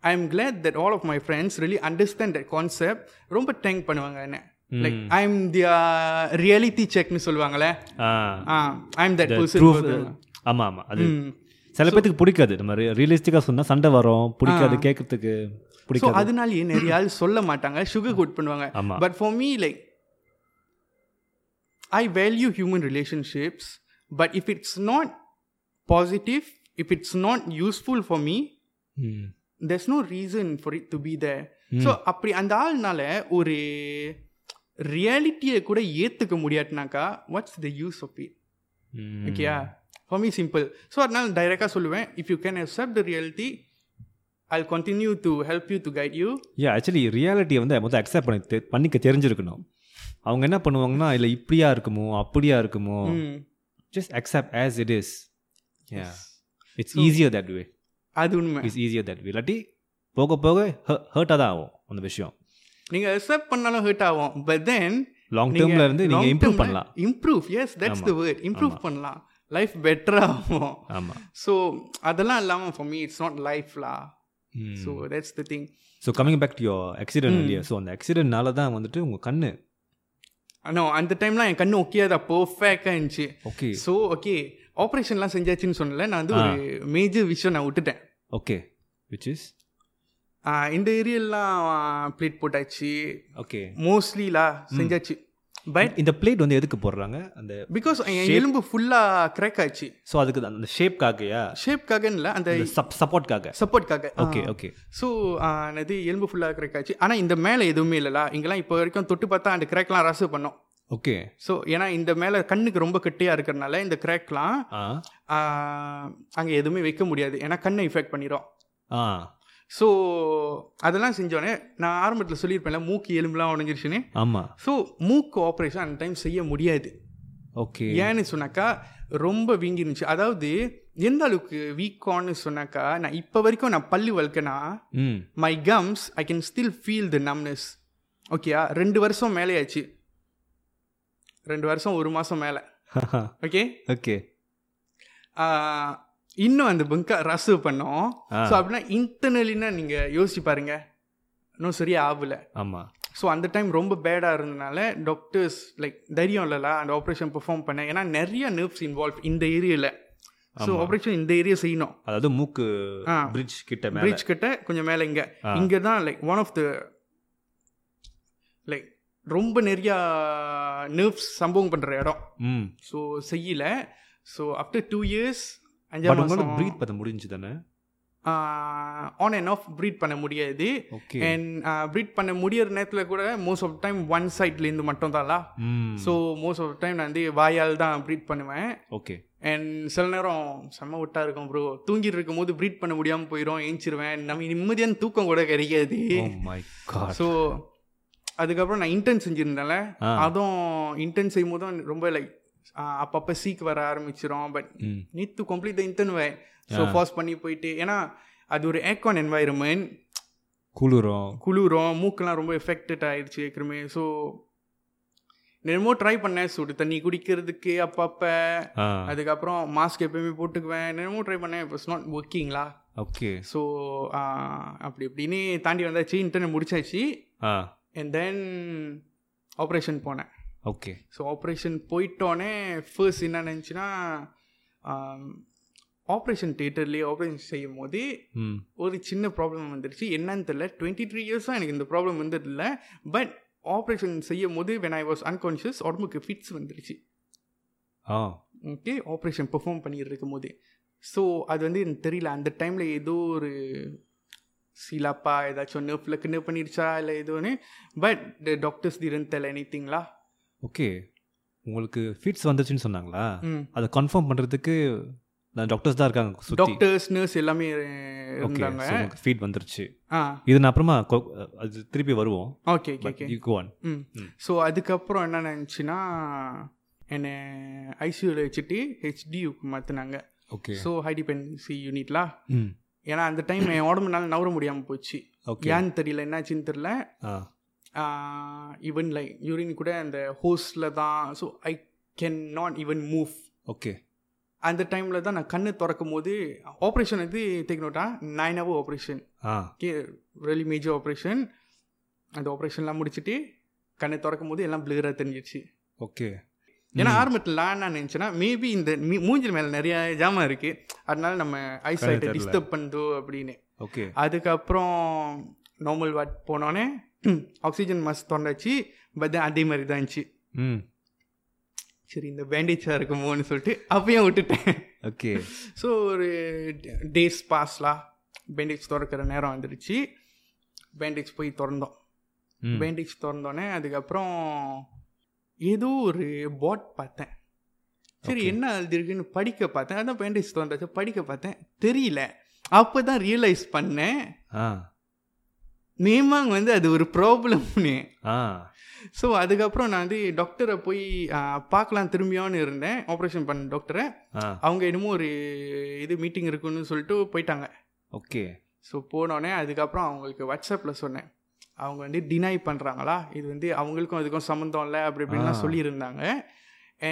I am glad that all of my friends really understand that concept ரொம்ப தேங்க் பண்ணுவாங்க என்ன like I am the reality செக்னு சொல்லுவாங்களே ah I am that proof person ஆமா ஆமா அது சில பேத்துக்கு பிடிக்காது நம்ம ரியலிஸ்டிக்காக சொன்னா சண்டை வரும் பிடிக்காது கேட்கறதுக்கு ஸோ பிடிக்காது அதனாலயே நிறைய ஆள் சொல்ல மாட்டாங்க சுகர் கோட் பண்ணுவாங்க ஆமா. But for me like I value human relationships but if it's not positive if it's not useful for me hmm there's no reason for it to be the Hmm. So அப்படி அந்த ஆள்னால ஒரு ரியாலிட்டியை கூட ஏற்றுக்க முடியாட்டினாக்கா what's the use of it hmm. ஓகேயா for me simple so அதனால டைரெக்டாக சொல்லுவேன் if you can accept the reality I continue to help you to guide you yeah actually ரியாலிட்டியை வந்து மொத்தம் அக்செப்ட் பண்ணி தெ- பண்ணிக்க தெரிஞ்சிருக்கணும் அவங்க என்ன பண்ணுவாங்கன்னா இல்லை இப்படியா இருக்குமோ அப்படியா இருக்குமோ hmm just accept as it is it's easier that way அது உண்மை இட்ஸ் ஈஸியர் தட் வே இல்லாட்டி போக போக ஹர்ட்டாக தான் ஆகும் அந்த விஷயம் நீங்க அக்செப்ட் பண்ணாலும் ஹர்ட் ஆகும் பட் தென் லாங் டேர்மில் இருந்து நீங்கள் இம்ப்ரூவ் பண்ணலாம் improve yes that's the word improve ஆமா. பண்ணலாம் லைஃப் பெட்டராகும் ஆமாம் ஸோ அதெல்லாம் இல்லாமல் ஃபார் மீ இட்ஸ் நாட் லைஃப்லா so Hmm. That's the thing so coming back to your accident இல்லையா ஸோ அந்த ஆக்சிடென்ட்னால தான் வந்துட்டு உங்கள் கண்ணு ஆனால் அந்த டைம்லாம் என் கண்ணு ஓகே அதான் பர்ஃபெக்டாக இருந்துச்சு ஓகே ஸோ ஓகே ஆப்ரேஷன்லாம் செஞ்சாச்சுன்னு சொன்னல நான் வந்து ஒரு மேஜர் விஷயம் நான் விட்டுட்டேன் ஓகே விச் இஸ் ஆ, இந்த ஏரியெல்லாம் ப்ளேட் போட்டாச்சு ஓகே மோஸ்ட்லிலா செஞ்சாச்சு பட் இந்த பிளேட் வந்து எதுக்கு போடுறாங்க அந்த பிகாஸ் என் எலும்பு ஃபுல்லாக கிராக் ஆச்சு ஸோ அதுக்கு அந்த- அந்த ஷேப்காகயா ஷேப்காக இல்லை அந்த சப் சப்போர்ட்காக சப்போர்ட்காக ஓகே ஓகே ஸோ என்னது எலும்பு ஃபுல்லாக கிராக் ஆச்சு ஆனால் இந்த மேலே எதுவுமே இல்லைலா இங்கெல்லாம் இப்போ வரைக்கும் தொட்டு பார்த்தா அந்த கிராக்லாம் ரசு பண்ணோம் ஓகே ஸோ ஏன்னா இந்த மேலே கண்ணுக்கு ரொம்ப கெட்டியாக இருக்கிறனால இந்த கிராக்லாம் ஆ அங்கே எதுவுமே வைக்க முடியாது ஏன்னா கண்ணை இஃபெக்ட் பண்ணிடும் ஆ ஸோ அதெல்லாம் செஞ்சோடனே நான் ஆரம்பத்தில் சொல்லியிருப்பேன்ல மூக்கு எலும்புலாம் உடஞ்சிருச்சுன்னு ஆமாம் ஸோ மூக்கு ஆப்ரேஷன் அந்த டைம் செய்ய முடியாது ஓகே ஏன்னு சொன்னாக்கா ரொம்ப வீங்கி இருந்துச்சு அதாவது எந்த அளவுக்கு வீக்கான்னு சொன்னாக்கா நான் இப்போ வரைக்கும் நான் பல்லு வளர்க்கனா ம் my gums I can still feel the numbness ஓகேயா ரெண்டு வருஷம் மேலேயாச்சு ரெண்டு வருஷம் ஒரு மாதம் மேலே ஓகே ஓகே இன்னும் அந்த பங்கா ரசு பண்ணோம் ஆ. ஸோ அப்படின்னா இன்டர்னலின்னா நீங்கள் யோசிச்சு பாருங்க இன்னும் சரியா ஆகல ஆமாம் ஸோ அந்த டைம் ரொம்ப பேடாக இருந்தனால டாக்டர்ஸ் லைக் தைரியம் இல்லைல அந்த ஆப்ரேஷன் பெர்ஃபார்ம் பண்ண ஏன்னா நிறைய நர்வ்ஸ் இன்வால்வ் இந்த ஏரியாவில் ஸோ ஆப்ரேஷன் இந்த ஏரியா செய்யணும் அதாவது மூக்கு ஆ. பிரிட்ஜ் கிட்ட மேல பிரிட்ஜ் கிட்ட கொஞ்சம் மேலே இங்கே ஆ. இங்கே தான் like one of the like ரொம்ப நிறையா நர்வ்ஸ் சம்பவம் பண்ணுற இடம் ம் ஸோ செய்யல so after two years but அஞ்சாம் உங்களோட மாதம் பிரீத் பண்ண முடிஞ்சு தானே ஆன் அண்ட் ஆஃப் ப்ரீட் பண்ண முடியாது ஓகே அண்ட் ப்ரீட் uh, பண்ண முடியற நேரத்தில் கூட மோஸ்ட் ஆஃப் டைம் ஒன் சைட்லேருந்து மட்டும் தான்லா hmm so most of time நான் வந்து வாயால் தான் ப்ரீட் பண்ணுவேன் ஓகே அண்ட் சில நேரம் செம்ம விட்டா இருக்கும் ப்ரோ தூங்கிட்டு இருக்கும் போது ப்ரீட் பண்ண முடியாமல் போயிடும் ஏஞ்சிருவேன் நம்ம நிம்மதியான தூக்கம் கூட கிடைக்காது ஓ மை காட் ஸோ அதுக்கப்புறம் நான் இன்டர்ன் செஞ்சுருந்தேன்ல ஆ. அதுவும் இன்டர்ன் செய்யும் போதும் ரொம்ப லைக் அப்பப்போ சீக் வர ஆரம்பிச்சிரும் but hmm need to complete the intern way so pass பண்ணி போயிட்டு ஏன்னா அது ஒரு ஏக்கான் என்வாயர்மெண்ட் குளிரும் குளிரும் மூக்கெல்லாம் ரொம்ப எஃபெக்டட் ஆயிடுச்சு ஏற்கனவே ஸோ என்னமோ ட்ரை பண்ணேன் சுடு தண்ணி குடிக்கிறதுக்கு அப்பப்போ ஆ அதுக்கப்புறம் மாஸ்க் எப்பயுமே போட்டுக்குவேன் என்னமோ ட்ரை பண்ணேன் இப்போ இட்ஸ் நாட் ஒர்க்கிங்களா ஓகே ஸோ அப்படி இப்படின்னு தாண்டி வந்தாச்சு இன்டர்நெட் முடிச்சாச்சு ஆ அண்ட் தென் ஆப்ரேஷன் போனேன் ஓகே ஸோ ஆப்ரேஷன் போயிட்டோன்னே ஃபர்ஸ்ட் என்ன நினச்சின்னா ஆப்ரேஷன் தேட்டர்லேயே ஆப்ரேஷன் செய்யும் போது ம் ஒரு சின்ன ப்ராப்ளம் வந்துருச்சு என்னன்னு தெரியல டுவெண்ட்டி த்ரீ இயர்ஸாக எனக்கு இந்த ப்ராப்ளம் வந்ததில்ல பட் ஆப்ரேஷன் செய்யும் போது வென் ஐ வாஸ் அன்கான்ஷியஸ் உடம்புக்கு ஃபிட்ஸ் வந்துருச்சு ஆ ஓகே ஆப்ரேஷன் பெர்ஃபார்ம் பண்ணிட்டு இருக்கும் போது ஸோ அது வந்து எனக்கு தெரியல அந்த டைமில் ஏதோ ஒரு சீலாப்பா ஏதாச்சும் நர்ஃபில் கிண்டர் பண்ணிடுச்சா இல்லை எதுவுன்னு பட் த டாக்டர்ஸ் திடீர்னு தெரியல எனித்திங்களா ஓகே உங்களுக்கு ஃபீட்ஸ் வந்துச்சுன்னு சொன்னாங்களா ம் அதை கன்ஃபார்ம் பண்றதுக்கு நான் டாக்டர்ஸ் தான் இருக்காங்க சுத்தி டாக்டர்ஸ் நர்ஸ் எல்லாமே இரு- ஓகே இருந்தாங்க உங்களுக்கு ஃபீட் வந்துருச்சு ஆ இது நான் அப்புறமா கொ- அது திருப்பி வருவோம் okay okay but okay you go on hmm hmm. So அதுக்கப்புறம் என்ன நினச்சின்னா என்னை ஐசியூவில் வச்சுட்டு ஹெச்டியூக்கு மாற்றினாங்க ஓகே ஸோ ஹை டிபெண்டன்சி யூனிட்லாம் ம் ஏன்னா அந்த டைம் என் உடம்புனால நவர முடியாமல் போச்சு ஓகே ஏன்னு தெரியல என்னாச்சுன்னு தெரியல ஆ ஈவன் லைக் யூரின் கூட அந்த ஹோஸ்டில் தான் so I can not even move okay அந்த டைமில் தான் நான் கண்ணு திறக்கும் போது ஆப்ரேஷன் வந்து தேக்கணுட்டா nine hour operation ah okay really major operation அந்த ஆப்ரேஷன்லாம் முடிச்சுட்டு கண்ணை திறக்கும் போது எல்லாம் பிளராக தெரிஞ்சிச்சு ஓகே ஏன்னா ஆரம்பத்தில் நான் என்ன நினச்சேன்னா மேபி இந்த மீ- மூஞ்சில் மேலே நிறைய ஜாமான் இருக்குது அதனால நம்ம ஐசைட்டை தெரியல. டிஸ்டர்ப் பண்ணுதோ அப்படின்னு ஓகே அதுக்கப்புறம் நார்மல் வாட் போனோடனே ஆக்சிஜன் மாஸ்க் திறந்தாச்சு பட் அதே மாதிரி தான் இருந்துச்சு ம் சரி இந்த பேண்டேஜாக இருக்குமோன்னு சொல்லிட்டு அப்பயும் விட்டுட்டேன் ஓகே ஸோ ஒரு டேஸ் பாஸ்லாம் பேண்டேஜ் திறக்கிற நேரம் வந்துடுச்சு பேண்டேஜ் போய் திறந்தோம் ம் பேண்டேஜ் திறந்தோடனே அதுக்கப்புறம் ஏதோ ஒரு போட் பார்த்தேன் சரி என்ன எழுதிருக்குன்னு படிக்க பார்த்தேன் அதான் பேண்டேஜ் திறந்தாச்சு படிக்க பார்த்தேன் தெரியல அப்போ தான் ரியலைஸ் பண்ணேன் ஆ நேமாங் வந்து அது ஒரு ப்ராப்ளம்னு ஆ ஸோ அதுக்கப்புறம் நான் வந்து டாக்டரை போய் ஆ, பார்க்கலாம் திரும்பியோன்னு இருந்தேன் ஆப்ரேஷன் பண்ண டாக்டரை ஆ அவங்க என்னமோ ஒரு இது மீட்டிங் இருக்குன்னு சொல்லிட்டு போயிட்டாங்க ஓகே ஸோ போனோடனே அதுக்கப்புறம் அவங்களுக்கு வாட்ஸ்அப்பில் சொன்னேன் அவங்க வந்து டினை பண்ணுறாங்களா இது வந்து அவங்களுக்கும் அதுக்கும் சம்மந்தம் இல்லை அப்படி இப்படின்லாம் ஆ. சொல்லியிருந்தாங்க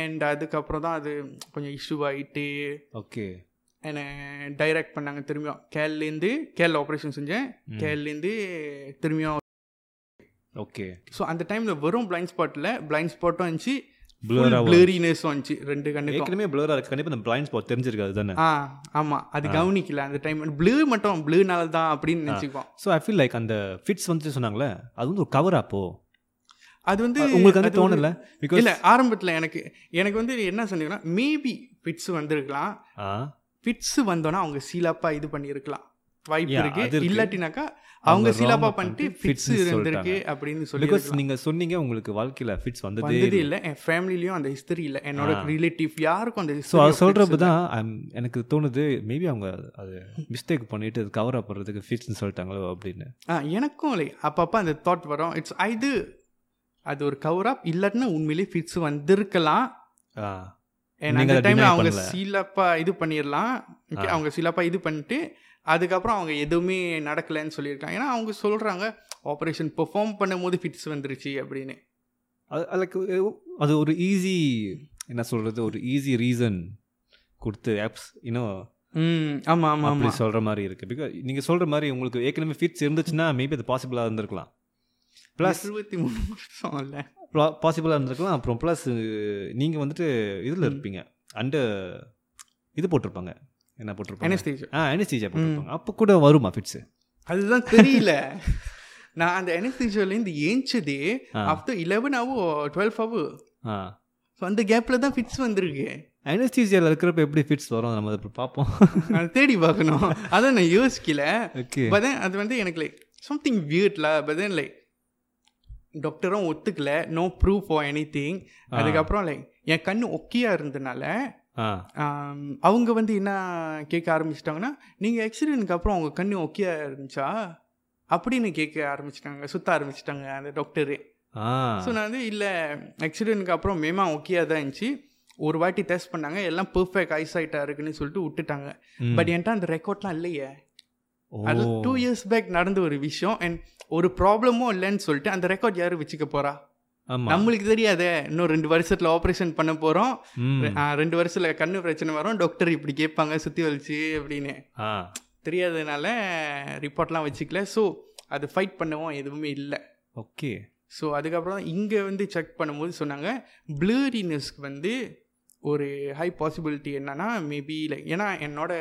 அண்ட் அதுக்கப்புறம் தான் அது கொஞ்சம் இஷ்யூ ஆகிட்டு ஓகே என்னை டைரக்ட் பண்ணாங்க திரும்பியும் கேல்லேருந்து கேல் ஆப்ரேஷன் செஞ்சேன் கேல்லேருந்து திரும்பியும் ஓகே ஸோ அந்த டைமில் வெறும் பிளைண்ட் ஸ்பாட்டில் பிளைண்ட் ஸ்பாட்டும் இருந்துச்சு Blur-ஆ வரும். ப்ளரினஸும் இருந்துச்சு ரெண்டு கண்ணுக்கும் ஏற்கனவே பிளரா இருக்கு கண்டிப்பா இந்த பிளைண்ட் ஸ்பாட் தெரிஞ்சிருக்காது தானே ஆ ஆமாம் அது கவனிக்கல அந்த டைம் ப்ளூ மட்டும் ப்ளூனால தான் அப்படின்னு நினச்சிக்குவோம் ஸோ ஐ ஃபீல் லைக் அந்த ஃபிட்ஸ் வந்து சொன்னாங்களே அது வந்து ஒரு கவர் அப்போ அது வந்து உங்களுக்கு வந்து அது ஒரு- தோணல பிகாஸ் இல்ல ஆரம்பத்துல எனக்கு எனக்கு வந்து என்ன சொன்னீங்கன்னா மேபி பிட்ஸ் வந்திருக்கலாம் பிட்ஸ் வந்தோன்னா அவங்க சீலாப்பா இது பண்ணியிருக்கலாம் வாய்ப்பு Yeah, அது இருக்கு இருக்கு. இல்லாட்டினாக்கா அவங்க அவங்க சீலாப்பா wrong-ஆ பண்ணிட்டு பண்ணிட்டு பிட்ஸ் fits-னு இருந்திருக்கு அப்படின்னு சொல்லி பிகாஸ் நீங்க சொன்னீங்க உங்களுக்கு வாழ்க்கையில ஃபிட்ஸ் வந்ததே வந்தது இல்ல என் ஃபேமிலிலயும் அந்த ஹிஸ்டரி இல்ல என்னோட ரிலேட்டிவ் யாருக்கும் அந்த ஸோ அது history of சொல்கிறப்ப தான் I'm- எனக்கு தோணுது மேபி அவங்க அது மிஸ்டேக் பண்ணிட்டு அது கவர் அப் பண்ணுறதுக்கு ஃபிட்ஸ்னு சொல்லிட்டாங்களோ அப்படின்னு fits- ஆ, எனக்கும் இல்லை அப்பப்ப அந்த தாட் வரும் இட்ஸ் இது அது ஒரு கவர் அப் இல்லாட்டினா உண்மையிலேயே பிட்ஸ் வந்திருக்கலாம் ஆ And நீங்க அந்த அதை டைம்ல deny அவங்க பண்ணல. சீலப்பா இது பண்ணிடலாம் Okay, அவங்க சீலப்பா இது பண்ணிட்டு அதுக்கப்புறம் அவங்க எதுவுமே நடக்கலைன்னு சொல்லியிருக்காங்க ஏன்னா அவங்க சொல்றாங்க ஆப்ரேஷன் பெர்ஃபார்ம் பண்ணும்போது ஃபிட்ஸ் வந்துருச்சு அப்படின்னு அது- அது like, அஹ், அது ஒரு ஈஸி என்ன சொல்கிறது ஒரு ஈஸி ரீசன் கொடுத்து ஆப்ஸ் இன்னும் ம் ஆமா ஆமா ஆமா அப்படி சொல்கிற மாதிரி இருக்குது பிகாஸ் நீங்கள் சொல்கிற மாதிரி உங்களுக்கு ஏற்கனவே ஃபிட்ஸ் இருந்துச்சுன்னா மேபி அது பாசிபிளாக இருந்திருக்கலாம் ப்ளஸ் இருபத்தி மூணு வருஷம் இல்ல பாசிபிளாக இருந்திருக்கலாம் அப்புறம் ப்ளஸ் நீங்கள் வந்துட்டு இதில் இருப்பீங்க அண்டர் இது போட்டிருப்பாங்க என்ன போட்டிருப்பாங்க அனஸ்தீஷா ஆ அனிஸ்டீஜா போட்டிருப்பாங்க அப்போ கூட வருமா ஃபிட்ஸு அதுதான் தெரியல நான் அந்த அனஸ்தீஷாலேருந்து ஏஞ்சதே ஆஃப்டர் இலெவன் ஆவோ டுவெல் ஆவோ ஆ ஸோ அந்த கேப்ல தான் ஃபிட்ஸ் வந்திருக்கு அனஸ்டீசியாவில் இருக்கிறப்ப எப்படி ஃபிட்ஸ் வரும் நம்ம அதை அப்புறம் பார்ப்போம் நான் தேடி பார்க்கணும் அதான் நான் யோசிக்கல ஓகே பட் தென் அது வந்து எனக்கு லைக் சம்திங் வியர்ட்ல பட் தென் லைக் டாக்டரும் ஒத்துக்கல no prove for anything அதுக்கப்புறம் லைக் என் கண்ணு ஒக்கியா இருந்தனால ஆ ஆம், அவங்க வந்து என்ன கேட்க ஆரம்பிச்சிட்டாங்கன்னா நீங்கள் ஆக்சிடென்ட்க்கு அப்புறம் உங்கள் கண்ணு ஒக்கியா இருந்துச்சா அப்படின்னு கேட்க ஆரம்பிச்சிட்டாங்க சுத்த ஆரம்பிச்சிட்டாங்க அந்த டாக்டரு ஆ ஸோ நான் வந்து இல்லை ஆக்சிடென்ட்க்கு அப்புறம் மேமா ஒக்கியா தான் இருந்துச்சு ஒரு வாட்டி டெஸ்ட் பண்ணாங்க எல்லாம் பெர்ஃபெக்ட் ஐசைட்டாக இருக்குன்னு சொல்லிட்டு விட்டுட்டாங்க ம். பட் என்கிட்ட அந்த ரெக்கார்ட்லாம் இல்லையே ஓ அது டூ இயர்ஸ் பேக் நடந்த ஒரு விஷயம் அண்ட் ஒரு ப்ராப்ளமும் இல்லைன்னு சொல்லிட்டு அந்த ரெக்கார்ட் யாரு வச்சுக்க போறா ஆமாம் நம்மளுக்கு தெரியாதே இன்னும் ரெண்டு வருஷத்துல ஆப்ரேஷன் பண்ண போறோம் ம் ஆ, ரெண்டு வருஷத்துல கண்ணு பிரச்சனை வரும் டாக்டர் இப்படி கேட்பாங்க சுத்தி வலிச்சு அப்படின்னு ஆ தெரியாததுனால ரிப்போர்ட்லாம் வச்சுக்கல ஸோ அது ஃபைட் பண்ணவும் எதுவுமே இல்லை ஓகே ஸோ அதுக்கப்புறம் இங்கே வந்து செக் பண்ணும்போது சொன்னாங்க பிளரினஸ்க்கு வந்து ஒரு ஹை பாசிபிலிட்டி என்னன்னா மேபி லைக் ஏன்னா என்னோட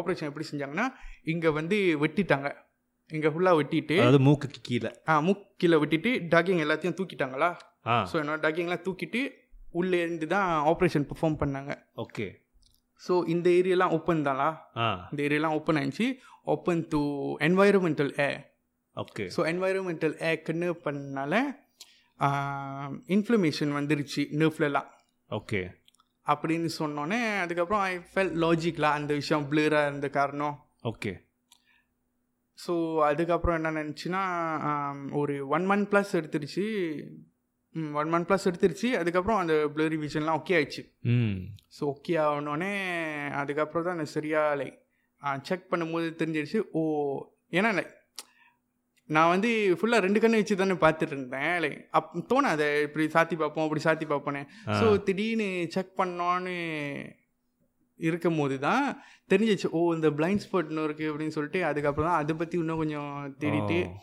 ஆப்ரேஷன் எப்படி செஞ்சாங்கன்னா இங்கே வந்து வெட்டிட்டாங்க இங்கே ஃபுல்லாக வெட்டிட்டு அதாவது மூக்குக்கு கீழே ஆ, மூக்கில விட்டுட்டு டாக்கிங் எல்லாத்தையும் தூக்கிட்டாங்களா ஆ ஸோ என்னோட டாக்கிங்லாம் தூக்கிட்டு உள்ளே இருந்து தான் ஆப்ரேஷன் பெர்ஃபார்ம் பண்ணாங்க ஓகே ஸோ இந்த ஏரியாலாம் ஓப்பன் தானா ஆ இந்த ஏரியாலாம் ஓப்பன் ஆயிடுச்சு open to environmental air okay so environmental ஏக்குன்னு பண்ணனால இன்ஃப்ளமேஷன் வந்துருச்சு நர்ஃப்லலாம் ஓகே அப்படின்னு சொன்னோன்னே அதுக்கப்புறம் ஐ ஃபெல் லாஜிக்கலாக அந்த விஷயம் பிளராக இருந்த காரணம் ஓகே ஸோ அதுக்கப்புறம் என்ன நினச்சின்னா ஒரு ஒன் மந்த் ப்ளஸ் எடுத்துருச்சு ஒன் மந்த் ப்ளஸ் எடுத்துருச்சு அதுக்கப்புறம் அந்த ப்ளரி விஷன்லாம் ஓகே ஆயிடுச்சு ம் ஸோ ஓகே ஆகணுன்னே அதுக்கப்புறம் தான் நான் சரியாக லைக் செக் பண்ணும்போது தெரிஞ்சிருச்சு ஓ ஏன்னா like, நான் வந்து ஃபுல்லாக ரெண்டு கண்ணு வச்சு தானே பார்த்துட்டு இருந்தேன் லைக் அப் தோணாத இப்படி சாத்தி பார்ப்போம் அப்படி சாத்தி பார்ப்போன்னு ஆ. ஸோ திடீர்னு செக் பண்ணோன்னு இருக்கும் போது தான் தெரிஞ்சிச்சு ஓ இந்த பிளைண்ட் ஸ்பாட் இன்னும் இருக்குது அப்படின்னு சொல்லிட்டு அதுக்கப்புறம் தான் அதை பற்றி இன்னும் கொஞ்சம் தேடிட்டு ஓ.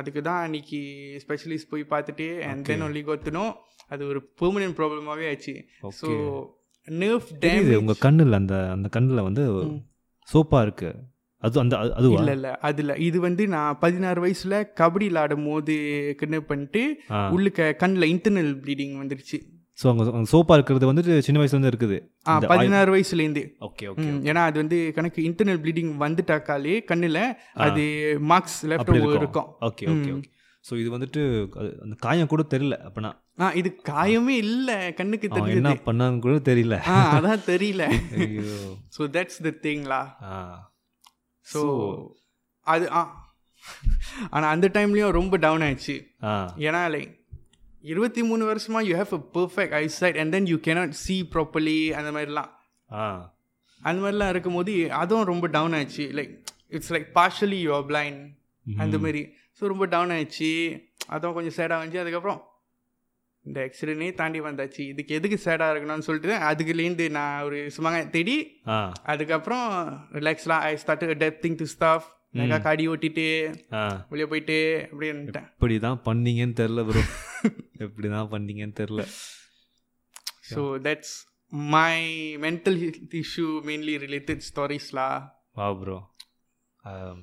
அதுக்கு தான் அன்னைக்கு ஸ்பெஷலிஸ்ட் போய் பார்த்துட்டு அண்ட் தென் ஒன்லி கொத்தணும் அது ஒரு பெர்மனன்ட் ப்ராப்ளமாகவே ஆச்சு ஸோ நர்வ் டேம் தெரியுது உங்க கண்ணுல அந்த அந்த கண்ணுல வந்து சோப்பா இருக்கு அது அந்த அது- அதுவா இல்லை இல்லை அதில் இது வந்து நான் பதினாறு வயசில் கபடியில் ஆடும் போது கிண்ணு பண்ணிட்டு ஆ உள்ளுக்க கண்ணில் இன்டர்னல் ப்ளீடிங் வந்துருச்சு ஸோ அங்க அங்க சோப்பா இருக்கிறது வந்துட்டு சின்ன வயசுல இருந்து இருக்குது ஆ இந்த பதினாறு வயசுலேருந்து ஓகே ஓகே ம், ஏன்னா அது வந்து கணக்கு இன்டர்னல் ப்ளீடிங் வந்துட்டாக்காலே கண்ணில் அது மார்க்ஸ் லெஃப்ட் அப்படி இருக்கும் ஓகே ஓகே ம். ஓகே ஸோ இது வந்துட்டு அது- அந்த காயம் கூட தெரியல அப்படின்னா ஆ இது காயமே இல்லை கண்ணுக்கு அவன் தெரிஞ்சது என்ன பண்ணான்னு கூட தெரியல ஆ அதான் தெரியல ஐயோ ஸோ தட்ஸ் த திங்லா ஆ ஸோ அது ஆ ஆனால் அந்த டைம்லேயும் ரொம்ப டவுன் ஆயிடுச்சு ஆ ஏன்னா லைக் இருபத்தி மூணு வருஷமா you have a perfect eyesight and then you cannot see properly அந்த மாதிரிலாம் ஆ அந்த மாதிரிலாம் இருக்கும்போது அதுவும் ரொம்ப டவுன் ஆயிடுச்சு like it's like partially you are blind அந்த மாதிரி ஸோ ரொம்ப டவுன் ஆயிடுச்சு அதுவும் கொஞ்சம் சேடாக வந்துச்சு அதுக்கப்புறம் இந்த ஆக்சிடென்டே தாண்டி வந்தாச்சு இதுக்கு எதுக்கு சேடாக இருக்கணும்னு சொல்லிட்டு அதுக்குலேருந்து நான் ஒரு சும்மா தேடி ஆ அதுக்கப்புறம் ரிலாக்ஸ்லாம் ஐ ஸ்டார்ட் டெப்திங் டு ஸ்டாஃப் எனக்கு காடி ஓட்டிட்டு ஆ வெளியே போயிட்டு அப்படின்ட்டேன் இப்படி தான் பண்ணீங்கன்னு தெரில ப்ரோ எப்படி தான் பண்ணீங்கன்னு தெரில so that's my mental health issue mainly related ஸ்டோரிஸ்லா வா bro Um,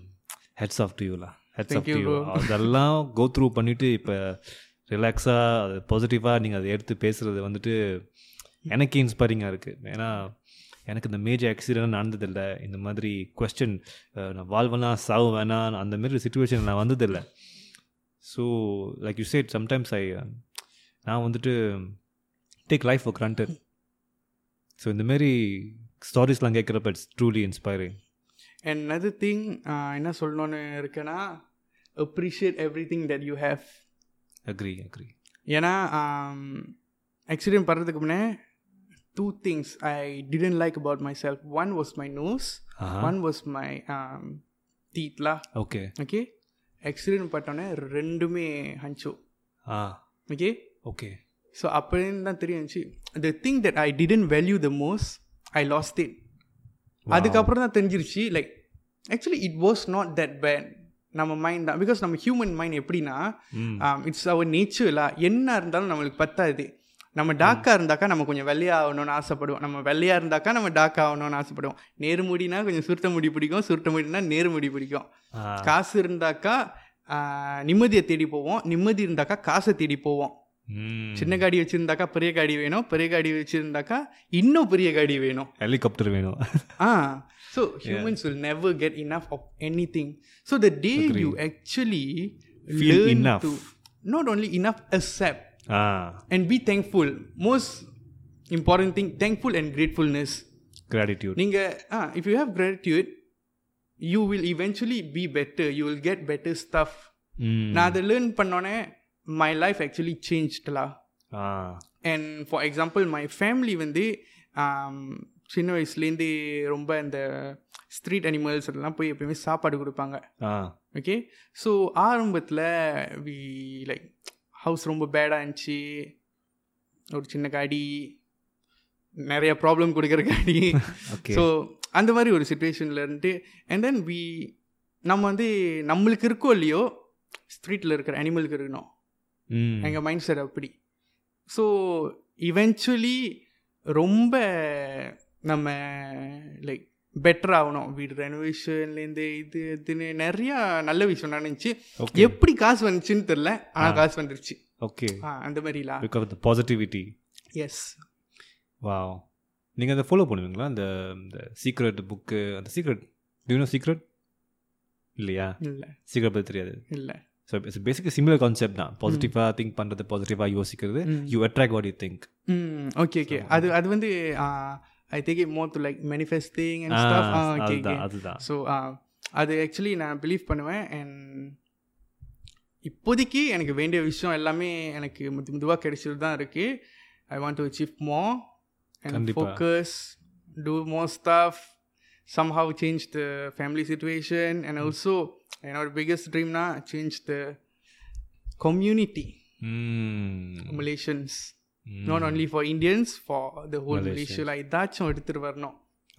hats off to யூலா hats Thank off to you, you bro. அதெல்லாம் கோ த்ரூ பண்ணிவிட்டு இப்போ ரிலாக்ஸாக அது பாசிட்டிவாக நீங்கள் அதை எடுத்து பேசுகிறது வந்துட்டு எனக்கு இன்ஸ்பைரிங்காக இருக்குது ஏன்னா எனக்கு இந்த மேஜர் ஆக்சிடென்ட் நடந்ததில்ல இந்த மாதிரி கொஸ்டின் நான் வாழ்வேனா சாவு வேணா அந்த மாதிரி சுச்சுவேஷன் நான் வந்ததில்லை so like you said sometimes I um, நான் வந்துட்டு take life for granted so இந்தமாரி ஸ்டாரிஸ்லாம் கேட்குறப்ப it's truly inspiring and other thing uh, என்ன சொல்லணும்னு இருக்கேன்னா appreciate everything that you have agree agree ஏன்னா ஆக்சிடென்ட் பண்ணுறதுக்கு முன்னே two things I didn't like about myself one was my nose ஆஹா ஒன் வாஸ் மை டீத்லா okay okay accident பட்டோன்னே ரெண்டுமே ஹஞ்சோ ஆ ஓகே ஓகே ஸோ அப்படின்னு தான் தெரிஞ்சுச்சு the thing that I didn't value the most I lost it அதுக்கப்புறம் தான் தெரிஞ்சிருச்சு like actually it was not that bad நம்ம மைண்ட் தான் பிகாஸ் நம்ம ஹியூமன் மைண்ட் எப்படின்னா ம் இட்ஸ் அவர் நேச்சுரலா என்ன இருந்தாலும் நம்மளுக்கு பத்தாது நம்ம டார்க்காக இருந்தாக்கா நம்ம கொஞ்சம் வெள்ளையா ஆகணும்னு ஆசைப்படுவோம் நம்ம வெள்ளையா இருந்தாக்கா நம்ம டார்க் ஆகணும்னு ஆசைப்படுவோம் நேர்முடினா கொஞ்சம் சுருட்ட முடி பிடிக்கும் சுருட்ட முடினா நேர்முடி பிடிக்கும் ஆ காசு இருந்தாக்கா ஆ, நிம்மதியை தேடி போவோம் நிம்மதி இருந்தாக்கா காசை தேடி போவோம் ம் சின்ன காடி வச்சுருந்தாக்கா பெரிய காடி வேணும் பெரிய காடி வச்சுருந்தாக்கா இன்னும் பெரிய காடி வேணும் ஹெலிகாப்டர் வேணும் ஆ so humans will never get enough of anything so the day you actually Feel enough. Not only enough accept ah and be thankful most important thing thankful and gratefulness gratitude நீங்கள் ஆ if you have gratitude you will eventually be better you will get better stuff ம் நான் அதை learn பண்ணோன்னே my life actually சேஞ்ச்டலா ஆ and for example my family வந்து ஆம், சின்ன வயசுலேருந்து ரொம்ப இந்த ஸ்ட்ரீட் அனிமல்ஸ் எல்லாம் போய் எப்பயுமே சாப்பாடு கொடுப்பாங்க ஆ ஓகே ஸோ ஆரம்பத்தில் வி லைக் ஹவுஸ் ரொம்ப பேடாக இருந்துச்சு ஒரு சின்ன காடி நிறைய ப்ராப்ளம் கொடுக்குற காடி ஓகே ஸோ அந்த மாதிரி ஒரு சுச்சுவேஷனில் இருந்துட்டு அண்ட் தென் வி நம்ம வந்து நம்மளுக்கு இருக்கோ இல்லையோ ஸ்ட்ரீட்டில் இருக்கிற அனிமலுக்கு இருக்கணும் ம் எங்கள் மைண்ட் செட் அப்படி ஸோ இவென்ச்சுவலி ரொம்ப நம்ம லைக் பெட்டர் ஆகணும் வீடு ரெனோவேஷன்லேருந்து இது இதுன்னு நிறையா நல்ல விஷயம் நடந்துச்சு ஓகே எப்படி காசு வந்துச்சுன்னு தெரில ஆனால் காசு வந்துருச்சு ஓகே ஆ அந்த மாதிரிலா because the positivity yes wow நீங்கள் அதை ஃபாலோ பண்ணுவீங்களா அந்த இந்த சீக்ரெட் புக்கு அந்த சீக்ரெட் டியூனோ சீக்ரெட் இல்லையா இல்லை சீக்ரெட் பற்றி தெரியாது இல்லை so it's basic similar concept தான் பாசிட்டிவாக திங்க் பண்ணுறது பாசிட்டிவாக யோசிக்கிறது you attract what you think ம் ஓகே ஓகே அது அது வந்து I think more to like manifesting and stuff okay okay அதுதான் அதுதான் ஸோ uh, அது ஆக்சுவலி நான் பிலீவ் பண்ணுவேன் அண்ட் இப்போதைக்கு எனக்கு வேண்டிய விஷயம் எல்லாமே எனக்கு முது முதுவாக கிடைச்சிட்டு தான் இருக்குது I want to achieve more and கண்டிப்பா. Focus to most of somehow change the family situation and also என்னோட பிக்கஸ்ட் ட்ரீம்னா சேஞ்ச் த கம்யூனிட்டி ம் Malaysians not only for Indians for the whole மலேஷியில் ஏதாச்சும் எடுத்துகிட்டு வரணும்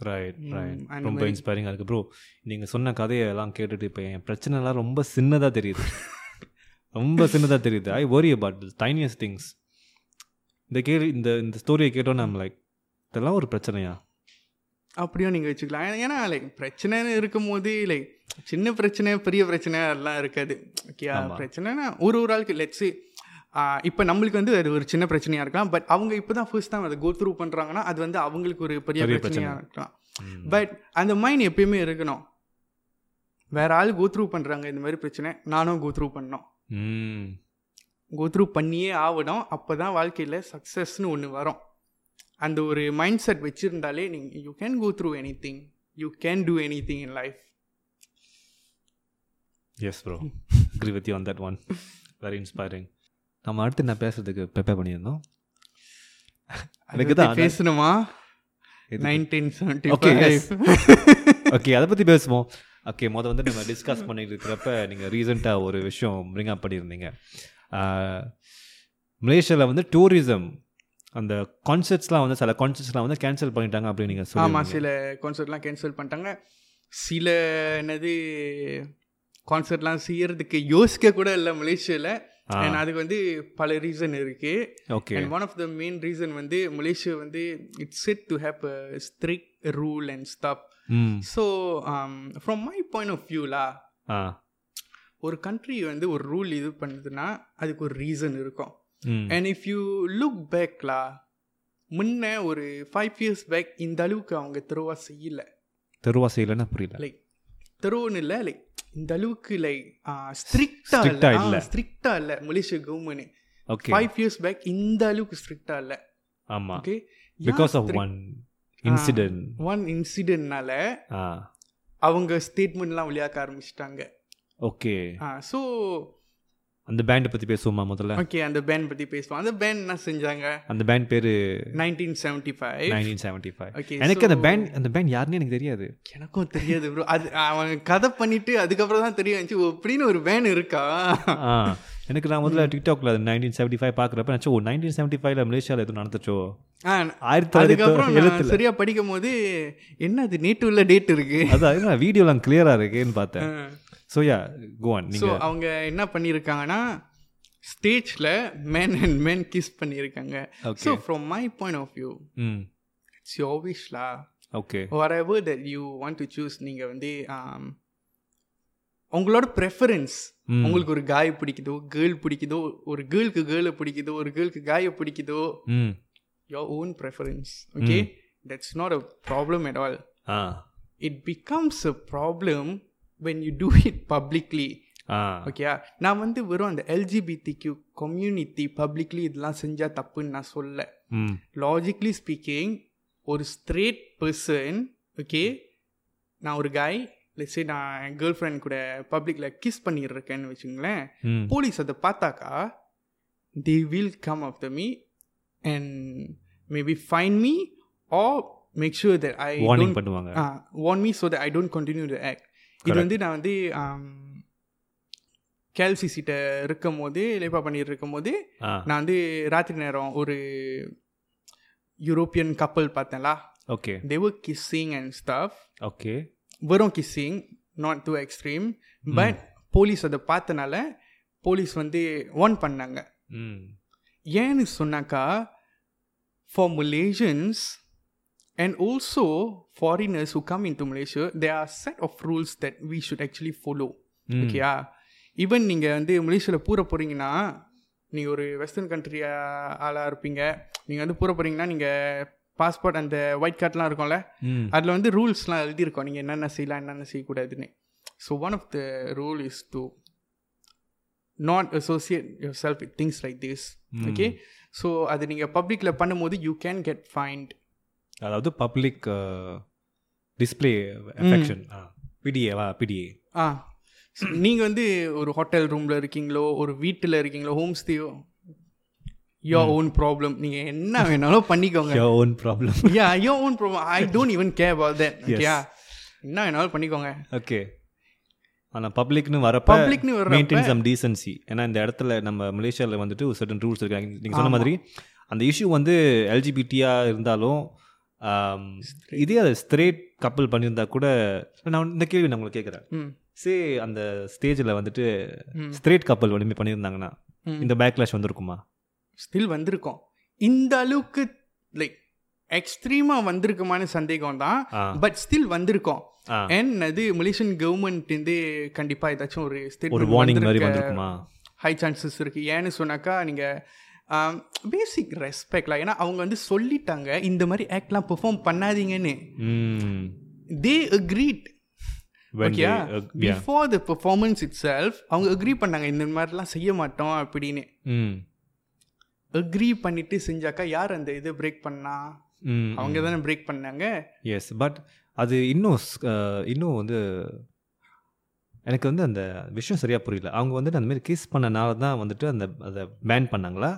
ரைட் ரைட் ம், அந்த ரொம்ப இன்ஸ்பைரிங்காக இருக்குது ப்ரோ நீங்கள் சொன்ன கதையெல்லாம் கேட்டுட்டு இப்போ என் பிரச்சனைலாம் ரொம்ப சின்னதாக தெரியுது ரொம்ப சின்னதாக தெரியுது I worry about the tiniest things இந்த கேள்வி இந்த இந்த ஸ்டோரியை கேட்டோம் நம்ம லைக் இதெல்லாம் ஒரு பிரச்சனையா அப்படியும் நீங்கள் வச்சுக்கலாம் ஏன்னா- ஏன்னா லைக் பிரச்சனைன்னு இருக்கும்போது லைக் சின்ன பிரச்சனை பெரிய பிரச்சனை எல்லாம் இருக்காது ஓகே ஆமா. பிரச்சனைனா ஒரு ஒரு ஆளுக்கு லெட்ஸு இப்போ நம்மளுக்கு வந்து அது ஒரு சின்ன பிரச்சனையாக இருக்கலாம் பட் அவங்க இப்போ தான் ஃபர்ஸ்ட் டைம் அதை கோ த்ரூ பண்ணுறாங்கன்னா அது வந்து அவங்களுக்கு ஒரு பெரிய பெரிய பிரச்சனையாக இருக்கலாம் ம். பட் அந்த மைண்ட் எப்பயுமே இருக்கணும் வேற ஆள் கோ த்ரூ பண்ணுறாங்க இந்த மாதிரி பிரச்சனை நானும் கோ த்ரூ பண்ணோம் ம் கோ த்ரூ பண்ணியே ஆகணும் அப்போ தான் வாழ்க்கையில் சக்ஸஸ்னு ஒன்று வரும் அந்த ஒரு மைண்ட் செட் வச்சுருந்தாலே நீங்கள் you can go through anything you can do anything in life S bro agree with you on that one very inspiring நம்ம அடுத்து நான் பேசுறதுக்கு ப்ரிப்பேர் பண்ணியிருந்தோம் எனக்கு தான் பேசணுமா எதுக்கு? Nineteen seventy Okay, okay yes. Okay அதை பற்றி பேசுவோம் ஓகே மொதல் வந்து நம்ம டிஸ்கஸ் பண்ணிட்டு இருக்கிறப்ப நீங்கள் ரீசெண்டாக ஒரு விஷயம் bring up பண்ணியிருந்தீங்க மலேசியாவில் வந்து டூரிசம் அந்த கான்சர்ட்ஸ்லாம் வந்து சில கான்சர்ட்ஸ்லாம் வந்து கேன்சல் பண்ணிட்டாங்க அப்படின்னு நீங்கள் ஆமாம் சொல்லுவாங்க சில கான்சர்ட்லாம் கேன்சல் பண்ணிட்டாங்க சில என்னது கான்சர்ட்லாம் செய்யறதுக்கு யோசிக்க கூட இல்லை மலேசியாவில் ஆ. and அதுக்கு வந்து பல ரீசன் இருக்குது okay and one of the main reason வந்து மலேசியா வந்து it's set to have strict rule and stop ம் so from my point of வியூலா ஆ ஒரு country வந்து ஒரு ரூல் இது பண்ணுதுன்னா அதுக்கு ஒரு ரீசன் இருக்கும் ம் அண்ட் இஃப் யூ லுக் பேக்லா முன்ன ஒரு ஃபைவ் இயர்ஸ் பேக் இந்த அளவுக்கு அவங்க தெருவா செய்யல தெருவா செய்யலைன்னா புரியல லைக் தெருவுன்னு இல்லை லைக் இந்த அளவுக்கு லைக் ஸ்ட்ரிக்டா Strict ஆ இல்லை இல்ல. ஸ்ட்ரிக்டா இல்லை Malaysia government okay five years back இந்த அளவுக்கு ஸ்ட்ரிக்டா இல்லை ஆமா okay because of one incident one இன்சிடென்ட்னால ஆ அவங்க ஸ்டேட்மெண்ட்லாம் வெளியாக்க ஆரம்பிச்சிட்டாங்க ஓகே ஸோ அந்த பேண்டை பத்தி பேசுவோமா முதல்ல ஓகே அந்த பேன் பற்றி பேசுவோம் அந்த பேன் என்ன செஞ்சாங்க அந்த பேண்ட் பேரு nineteen seventy five nineteen seventy five okay எனக்கு அந்த பேண்ட் அந்த பேண்ட் யாருன்னு எனக்கு தெரியாது எனக்கும் தெரியாது ப்ரோ அது அவங்க கதை பண்ணிட்டு அதுக்கப்புறம் தான் தெரிய வந்துச்சு ஓ, இப்படின்னு ஒரு வேன் இருக்கா ஆ எனக்கு நான் முதல்ல டிக்டாக்ல நைன்டீன் செவன்டி ஃபைவ் பார்க்குறப்ப நினச்சோ நைன்டீன் செவன்டி ஃபைவ்ல மலேசியாவில் எதுவும் நடந்துச்சோ ஆ, ஆயிரத்தி அதுக்கப்புறம் தொள்ளாயிரத்தி நான் எழுத்துல சரியா படிக்கும் போது என்ன அது நேட்டு உள்ள டேட் இருக்கு அதான் வீடியோலாம் கிளியரா இருக்கேன்னு பார்த்தேன் ஸோ யா கோவான் ஸோ நீங்க அவங்க என்ன பண்ணியிருக்காங்கன்னா ஸ்டேஜில் மேன் அண்ட் மேன் கிஸ் பண்ணியிருக்காங்க okay so from my point of view ம் இட்ஸ் யோர் விஷலா okay whatever that you want to choose நீங்கள் வந்து um, உங்களோட ப்ரெஃபரன்ஸ் ம். உங்களுக்கு ஒரு காய் பிடிக்குதோ கேர்ள் பிடிக்குதோ ஒரு கேர்ளுக்கு கேர்ளை பிடிக்குதோ ஒரு கேர்ளுக்கு காயை பிடிக்குதோ ம் your own preference okay that's not a problem at all ah it becomes a problem when you do it publicly ஆ ஓகேயா நான் வந்து வெறும் அந்த எல்ஜிபிடிக்கு கம்யூனிட்டி பப்ளிக்லி இதெல்லாம் செஞ்சால் தப்புன்னு நான் சொல்ல ம் லாஜிக்லி ஸ்பீக்கிங் ஒரு ஸ்ட்ரேட் பர்சன் ஓகே நான் ஒரு காய் லெட்ஸே நான் என் கேர்ள் ஃப்ரெண்ட் கூட பப்ளிக்கில் கிஸ் பண்ணியிருக்கேன்னு வச்சுங்களேன் ம் போலீஸ் அதை பார்த்தாக்கா they will come off the me and maybe fine me or make sure that I warning பண்ணுவாங்க warn me so that I don't continue the act இது வந்து நான் வந்து கேல்சி சீட்டை இருக்கும் போது லேபா பண்ணிட்டு இருக்கும் போது ஆ நான் வந்து ராத்திரி நேரம் ஒரு யூரோப்பியன் கப்பல் பார்த்தேன்ல okay they were kissing and stuff okay வெறும் kissing not too extreme but police அதை பார்த்தனால போலீஸ் வந்து வார்ன் பண்ணாங்க ம் ஏன்னு சொன்னாக்கா for Malaysians and also foreigners who come in to Malaysia they are set of rules that we should actually follow ம் ஓகேயா ஈவன் நீங்கள் வந்து மலேசியாவில் பூர போகிறீங்கன்னா நீங்கள் ஒரு வெஸ்டர்ன் கண்ட்ரி ஆளாக இருப்பீங்க நீங்கள் வந்து பூர போகிறீங்கன்னா நீங்கள் பாஸ்போர்ட் அந்த ஒயிட் கார்ட்லாம் இருக்கும்ல ம் அதில் வந்து ரூல்ஸ்லாம் எழுதியிருக்கோம் நீங்கள் என்னென்ன செய்யலாம் என்னென்ன செய்யக்கூடாதுன்னு so one of the rule is to not associate yourself with things like this Mm. Okay so அது நீங்கள் பப்ளிக்கில் பண்ணும்போது யூ கேன் கெட் ஃபைண்ட் அதாவது பப்ளிக் டிஸ்ப்ளே அஃபெக்ஷன் பிடிஏவா பிடிஏ ஆ நீங்கள் வந்து ஒரு ஹோட்டல் ரூமில் இருக்கீங்களோ ஒரு வீட்டில் இருக்கீங்களோ ஹோம் ஸ்டேயோ யோ ஓன் ப்ராப்ளம் நீங்கள் என்ன வேணாலும் பண்ணிக்கோங்க your own problem yeah your own problem I don't even care about that Yes. Uh, ஓகேயா என்ன வேணாலும் பண்ணிக்கோங்க ஓகே ஆனா பப்ளிக்னு வரப்ப பப்ளிக்னு வர்றப்ப- மெயின்டைன் சம் டீசென்சி ஏன்னா இந்த இடத்துல நம்ம மலேசியாவில் வந்துட்டு ஒரு சர்டன் ரூல்ஸ் இருக்காங்க நீங்க சொன்ன மாதிரி அந்த இஷ்யூ வந்து எல்ஜிபிடியா இருந்தாலும் ஆம், இதே அது ஸ்ட்ரேட் கப்பல் பண்ணியிருந்தா கூட நான் இந்த கேள்வி நான் உங்களுக்கு கேட்குறேன் ம் சே அந்த ஸ்டேஜில் வந்துட்டு ம். ஸ்ட்ரேட் கப்பல் ஒன்றுமே பண்ணியிருந்தாங்கன்னா ம். இந்த பேக்லாஷ் வந்திருக்குமா ஸ்டில் வந்திருக்கோம் இந்த அளவுக்கு லைக் எக்ஸ்ட்ரீமாக வந்திருக்குமான்னு சந்தேகம் தான் ஆ பட் ஸ்டில் வந்திருக்கோம் ஆ அண்ட் அது மலேசியன் கவர்மெண்ட் வந்து கண்டிப்பாக ஏதாச்சும் ஒரு ஒரு வார்னிங் மாதிரி வந்திருக்குமா ஹை சான்சஸ் இருக்குது ஏன்னு சொன்னாக்கா நீங்கள் பேசிக் ரெஸ்பெக்ட்லாம் ஏன்னா அவங்க வந்து சொல்லிட்டாங்க இந்த மாதிரி ஆக்ட்லாம் பெர்ஃபார்ம் பண்ணாதீங்கன்னு ம் they agreed When okay they, uh, yeah. Before the performance itself அவங்க அக்ரி பண்ணாங்க இந்த மாதிரிலாம் செய்ய மாட்டோம் அப்படின்னு ம் அக்ரி பண்ணிட்டு செஞ்சாக்கா யார் அந்த இதை பிரேக் பண்ணா ம் அவங்க தானே பிரேக் பண்ணாங்க எஸ் பட் அது இன்னும் ஸ்- அஹ், இன்னும் வந்து எனக்கு வந்து அந்த விஷயம் சரியா புரியல அவங்க வந்துட்டு அந்த மாதிரி கிஸ் பண்ணனால தான் வந்துட்டு அந்த அதை பேன் பண்ணாங்களா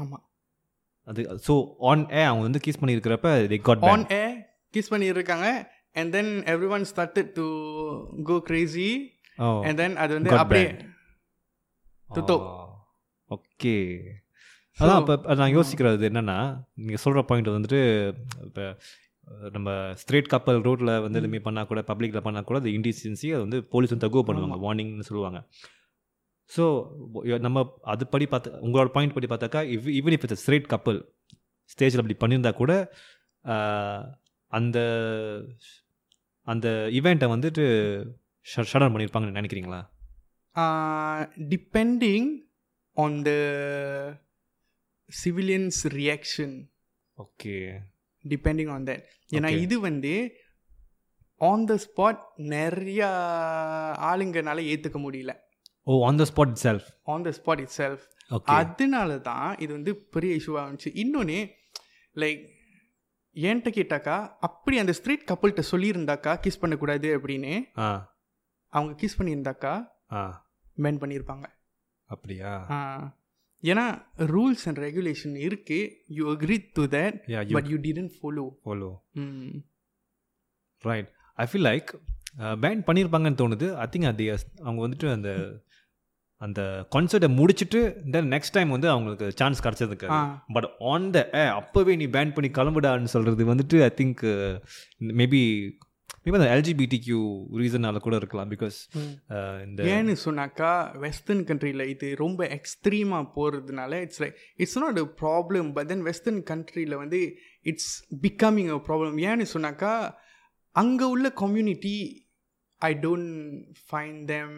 ஆமாம் அது ஸோ ஆன் ஏ அவங்க வந்து கிஸ் பண்ணியிருக்கிறப்ப they got an ban A kiss பண்ணியிருக்காங்க and then everyone started to go crazy oh and then அது வந்து Got அப்படியே to- to. ஓகே Ah, அதான் இப்போ நான் யோசிக்கிறது என்னன்னா நீங்கள் சொல்கிற பாயிண்ட் வந்துட்டு இப்போ நம்ம ஸ்ட்ரேட் கப்பல் ரோட்டில் வந்து எதுவுமே பண்ணால் கூட பப்ளிக்கில் பண்ணால் கூட அது இன்டிசென்சி அது வந்து போலீஸ் வந்து தகுவ பண்ணுவாங்க வார்னிங்னு சொல்லுவாங்க ஸோ நம்ம அதுபடி பார்த்து உங்களோட பாயிண்ட் படி பார்த்தாக்கா இவ் even if it's straight couple ஸ்டேஜில் அப்படி பண்ணியிருந்தா கூட அந்த அந்த இவெண்ட்டை வந்துட்டு ஷடன் பண்ணியிருப்பாங்கன்னு நினைக்கிறீங்களா Uh, depending on the civilians reaction okay depending on that ஏன்னா இது வந்து ஆன் த ஸ்பாட் நிறையா ஆளுங்கனால ஏற்றுக்க முடியல oh on the spot itself on the spot itself அதனால தான் இது வந்து பெரிய இஷ்யூவாக இருந்துச்சு இன்னொன்று லைக் ஏன்ட்ட கேட்டாக்கா அப்படி அந்த ஸ்ட்ரீட் கப்பல்கிட்ட சொல்லியிருந்தாக்கா கிஸ் பண்ணக்கூடாது அப்படின்னு ஆ அவங்க கிஸ் பண்ணியிருந்தாக்கா ஆ பேன் பண்ணியிருப்பாங்க அப்படியா ஏன்னா ரூல்ஸ் அண்ட் ரெகுலேஷன் இருக்கு you agree to that yeah you but you didn't follow follow right I feel like ban பண்ணியிருப்பாங்கன்னு uh, தோணுது ஐ திங்க் அது அவங்க வந்துட்டு அந்த அந்த கான்சர்ட்டை முடிச்சுட்டு தென் நெக்ஸ்ட் டைம் வந்து அவங்களுக்கு சான்ஸ் கிடச்சதுக்கு பட் ஆன் த அப்போவே நீ பேன் பண்ணி கிளம்புடான்னு சொல்கிறது வந்துட்டு ஐ திங்க் மேபி மேபி அந்த எல்ஜிபிடி கியூ ரீசனால் கூட இருக்கலாம் பிகாஸ் இந்த ஏன்னு சொன்னாக்கா வெஸ்டர்ன் கண்ட்ரியில் இது ரொம்ப எக்ஸ்ட்ரீமாக போகிறதுனால it's like it's not a problem but then western கண்ட்ரியில் வந்து இட்ஸ் பிகமிங் அ ப்ராப்ளம் ஏன்னு சொன்னாக்கா அங்கே உள்ள community I don't find them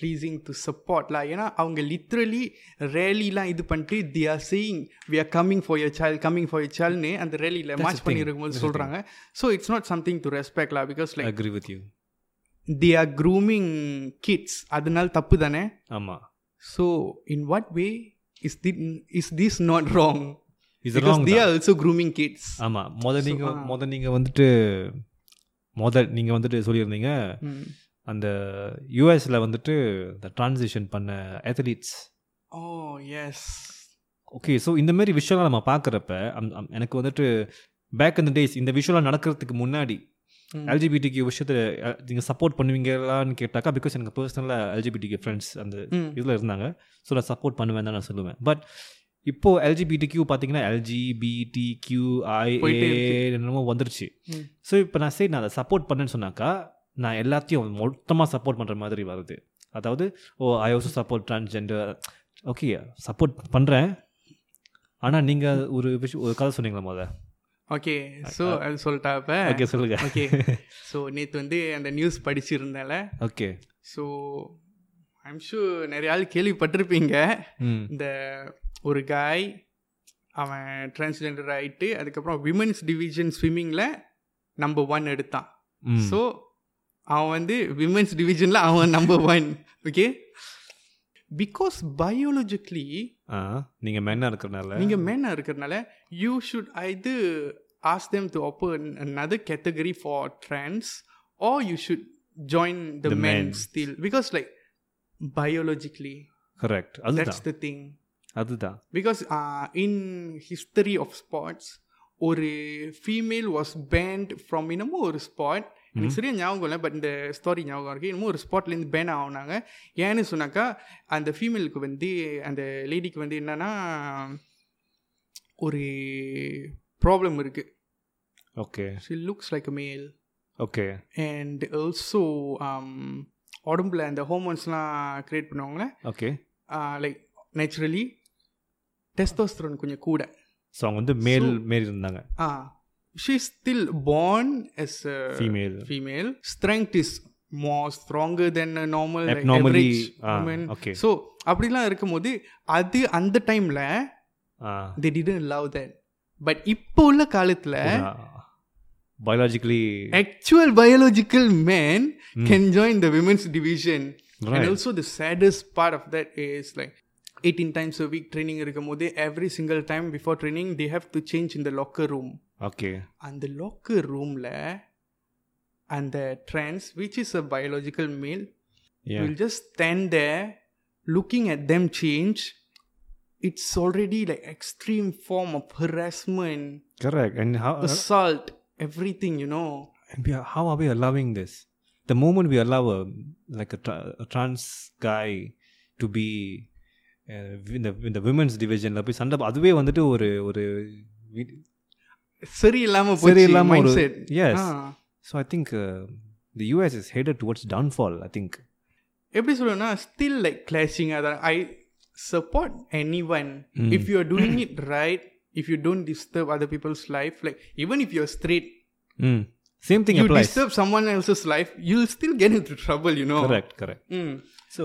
pleasing to சப்போர்ட்லாம் ஏன்னா அவங்க லிட்ரலி ரேலிலாம் இது பண்ணிட்டு they are saying we are coming for your child coming for your சைல்ட்னு அந்த ரேலியில் மேட்ச் பண்ணியிருக்கும்போது சொல்கிறாங்க so it's not something to ரெஸ்பெக்ட்லாம் because like agree with you they are grooming kids அதனால தப்பு தானே ஆமாம் so in what way is the is this not wrong is wrong they are also grooming kids ஆமாம் முத நீங்கள் முத நீங்கள் வந்துட்டு முத நீங்கள் வந்துட்டு சொல்லியிருந்தீங்க Hmm. அந்த யூஎஸில் வந்துட்டு இந்த டிரான்சிஷன் பண்ண athletes oh yes okay so இந்த மாதிரி விஷயம்லாம் நம்ம பார்க்குறப்ப எனக்கு வந்துட்டு பேக் இந்த டேஸ் இந்த விஷயம்லாம் நடக்கிறதுக்கு முன்னாடி Hmm. எல்ஜிபிடிக்கு விஷயத்தை நீங்கள் சப்போர்ட் பண்ணுவீங்களான்னு கேட்டாக்கா பிகாஸ் எனக்கு பர்சனலாக எல்ஜிபிடிக்கு ஃப்ரெண்ட்ஸ் அந்த Hmm. இதில் இருந்தாங்க ஸோ நான் சப்போர்ட் பண்ணுவேன் தான் நான் சொல்லுவேன் பட் இப்போது எல்ஜிபிடி கியூ பார்த்தீங்கன்னா எல்ஜிபிடி என்னமோ வந்துருச்சு Hmm. ஸோ இப்போ நான் சரி நான் அதை சப்போர்ட் பண்ணேன்னு சொன்னாக்கா நான் எல்லாத்தையும் மொத்தமாக சப்போர்ட் பண்ணுற மாதிரி வருது அதாவது oh I also support transgender okay support பண்ணுறேன் ஆனால் நீங்கள் ஒரு விஷயம் ஒரு கதை சொன்னீங்களா முத ஓகே ஸோ அது சொல்லிட்டா இப்போ ஓகே சொல்லுங்க ஓகே ஸோ நேற்று வந்து அந்த நியூஸ் படிச்சிருந்தேன்ல ஓகே ஸோ ஐம் ஷூர் நிறைய ஆள் கேள்விப்பட்டிருப்பீங்க ம் இந்த ஒரு காய் அவன் டிரான்ஸ்ஜெண்டர் ஆகிட்டு அதுக்கப்புறம் விமென்ஸ் டிவிஷன் ஸ்விம்மிங்கில் நம்பர் ஒன் எடுத்தான் ம். ஸோ அவன் வந்து விமென்ஸ் டிவிஷனில் அவன் number one okay because biologically ஆ நீங்கள் மென்னாக இருக்கிறனால நீங்கள் மேனாக இருக்கிறதுனால யூ ஷுட் இது ask them to Oppo another category for trans or you should join the The men men. Still because like biologically correct that's அதுதான் த திங் அதுதான் because in history of sports ஒரு female was banned from இன்னமும் ஒரு spot எனக்கு சரியா ஞாபகம் இல்லை but இந்த ஸ்டோரி ஞாபகம் இருக்குது இன்னமும் ஒரு ஸ்பாட்லேருந்து பேன் ஆகுனாங்க ஏன்னு சொன்னாக்கா அந்த ஃபீமேலுக்கு வந்து அந்த லேடிக்கு வந்து என்னன்னா ஒரு ப்ராப்ளம் இருக்குது okay she looks like male okay and also um, உடம்புல அந்த ஹோமோன்ஸ்லாம் க்ரியேட் பண்ணுவாங்களே ஓகே லைக் நேச்சுரலி டெஸ்டோஸ்டரோன் கொஞ்சம் கூட ஸோ அவங்க வந்து மேல் மாரி இருந்தாங்க ஆ she still born as female female strength is more stronger than normal Abnormally, ah, okay. So அப்படிலாம் இருக்கும்போது அது அந்த டைமில் ஆ they didn't love that but இப்போ உள்ள காலத்தில் biologically actual biological man Hmm. Can join the women's division and also the saddest part of that is like eighteen times week training இருக்கும் போது every single time before training they have to change இந்த locker room okay அந்த locker ரூமில் அந்த trans which is a biological male will just stand there looking at them change it's already like extreme form of harassment correct and how assault everything you know And we are, how are we allowing this? The moment we allow a like a, tra- a trans guy to be ah இந்த இந்த women's டிவிஷனில் போய் சண்டை அதுவே வந்துட்டு ஒரு ஒரு சரி இல்லாம சரி போச்சு இல்லாமல் ஒரு mindset. Yes ah. So I think the US is headed towards downfall I think எப்படி சொல்லுவேன்னா ஸ்டில் லைக் கிளாஷிங் அதான் I support anyone if you are doing it right if you don't disturb other people's life like even if you are straight hmm same thing you applies disturb someone else's life you still get in trouble you know correct correct Hmm. So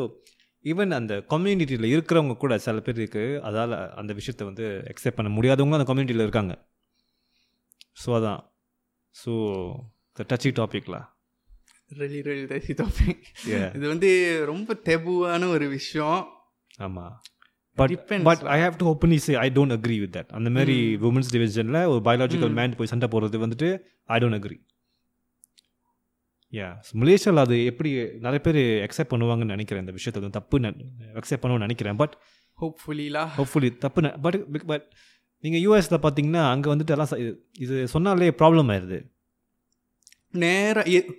even அந்த கம்யூனிட்டியில் இருக்கிறவங்க கூட சில பேருக்கு அதால் அந்த விஷயத்தை வந்து அக்செப்ட் பண்ண முடியாதவங்க அந்த கம்யூனிட்டியில் இருக்காங்க ஸோ அதான் ஸோ த டச்சி டாபிக்லா ரெலி ரெலி தசி டாபிக் இது வந்து ரொம்ப தெபுவான ஒரு விஷயம் ஆமாம் but Depends. But I have to openly say I don't agree with that அந்த மாதிரி உமன்ஸ் டிவிஷனில் ஒரு பயாலஜிக்கல் மேன் போய் சண்டை போடுறது வந்துட்டு ஐ டோன்ட் அக்ரி யா மலேசியாவில் அது எப்படி நிறைய பேர் அக்செப்ட் பண்ணுவாங்கன்னு நினைக்கிறேன் இந்த விஷயத்தை வந்து தப்பு அக்செப்ட் பண்ணுவோம்னு நினைக்கிறேன் பட் ஹோப்ஃபுல்லா ஹோப்ஃபுல்லி தப்பு பட் பட் நீங்கள் யூஎஸில் பார்த்தீங்கன்னா அங்கே வந்துட்டு எல்லாம் ச- இது- இது சொன்னாலே ப்ராப்ளம் ஆயிடுது நேரா எ-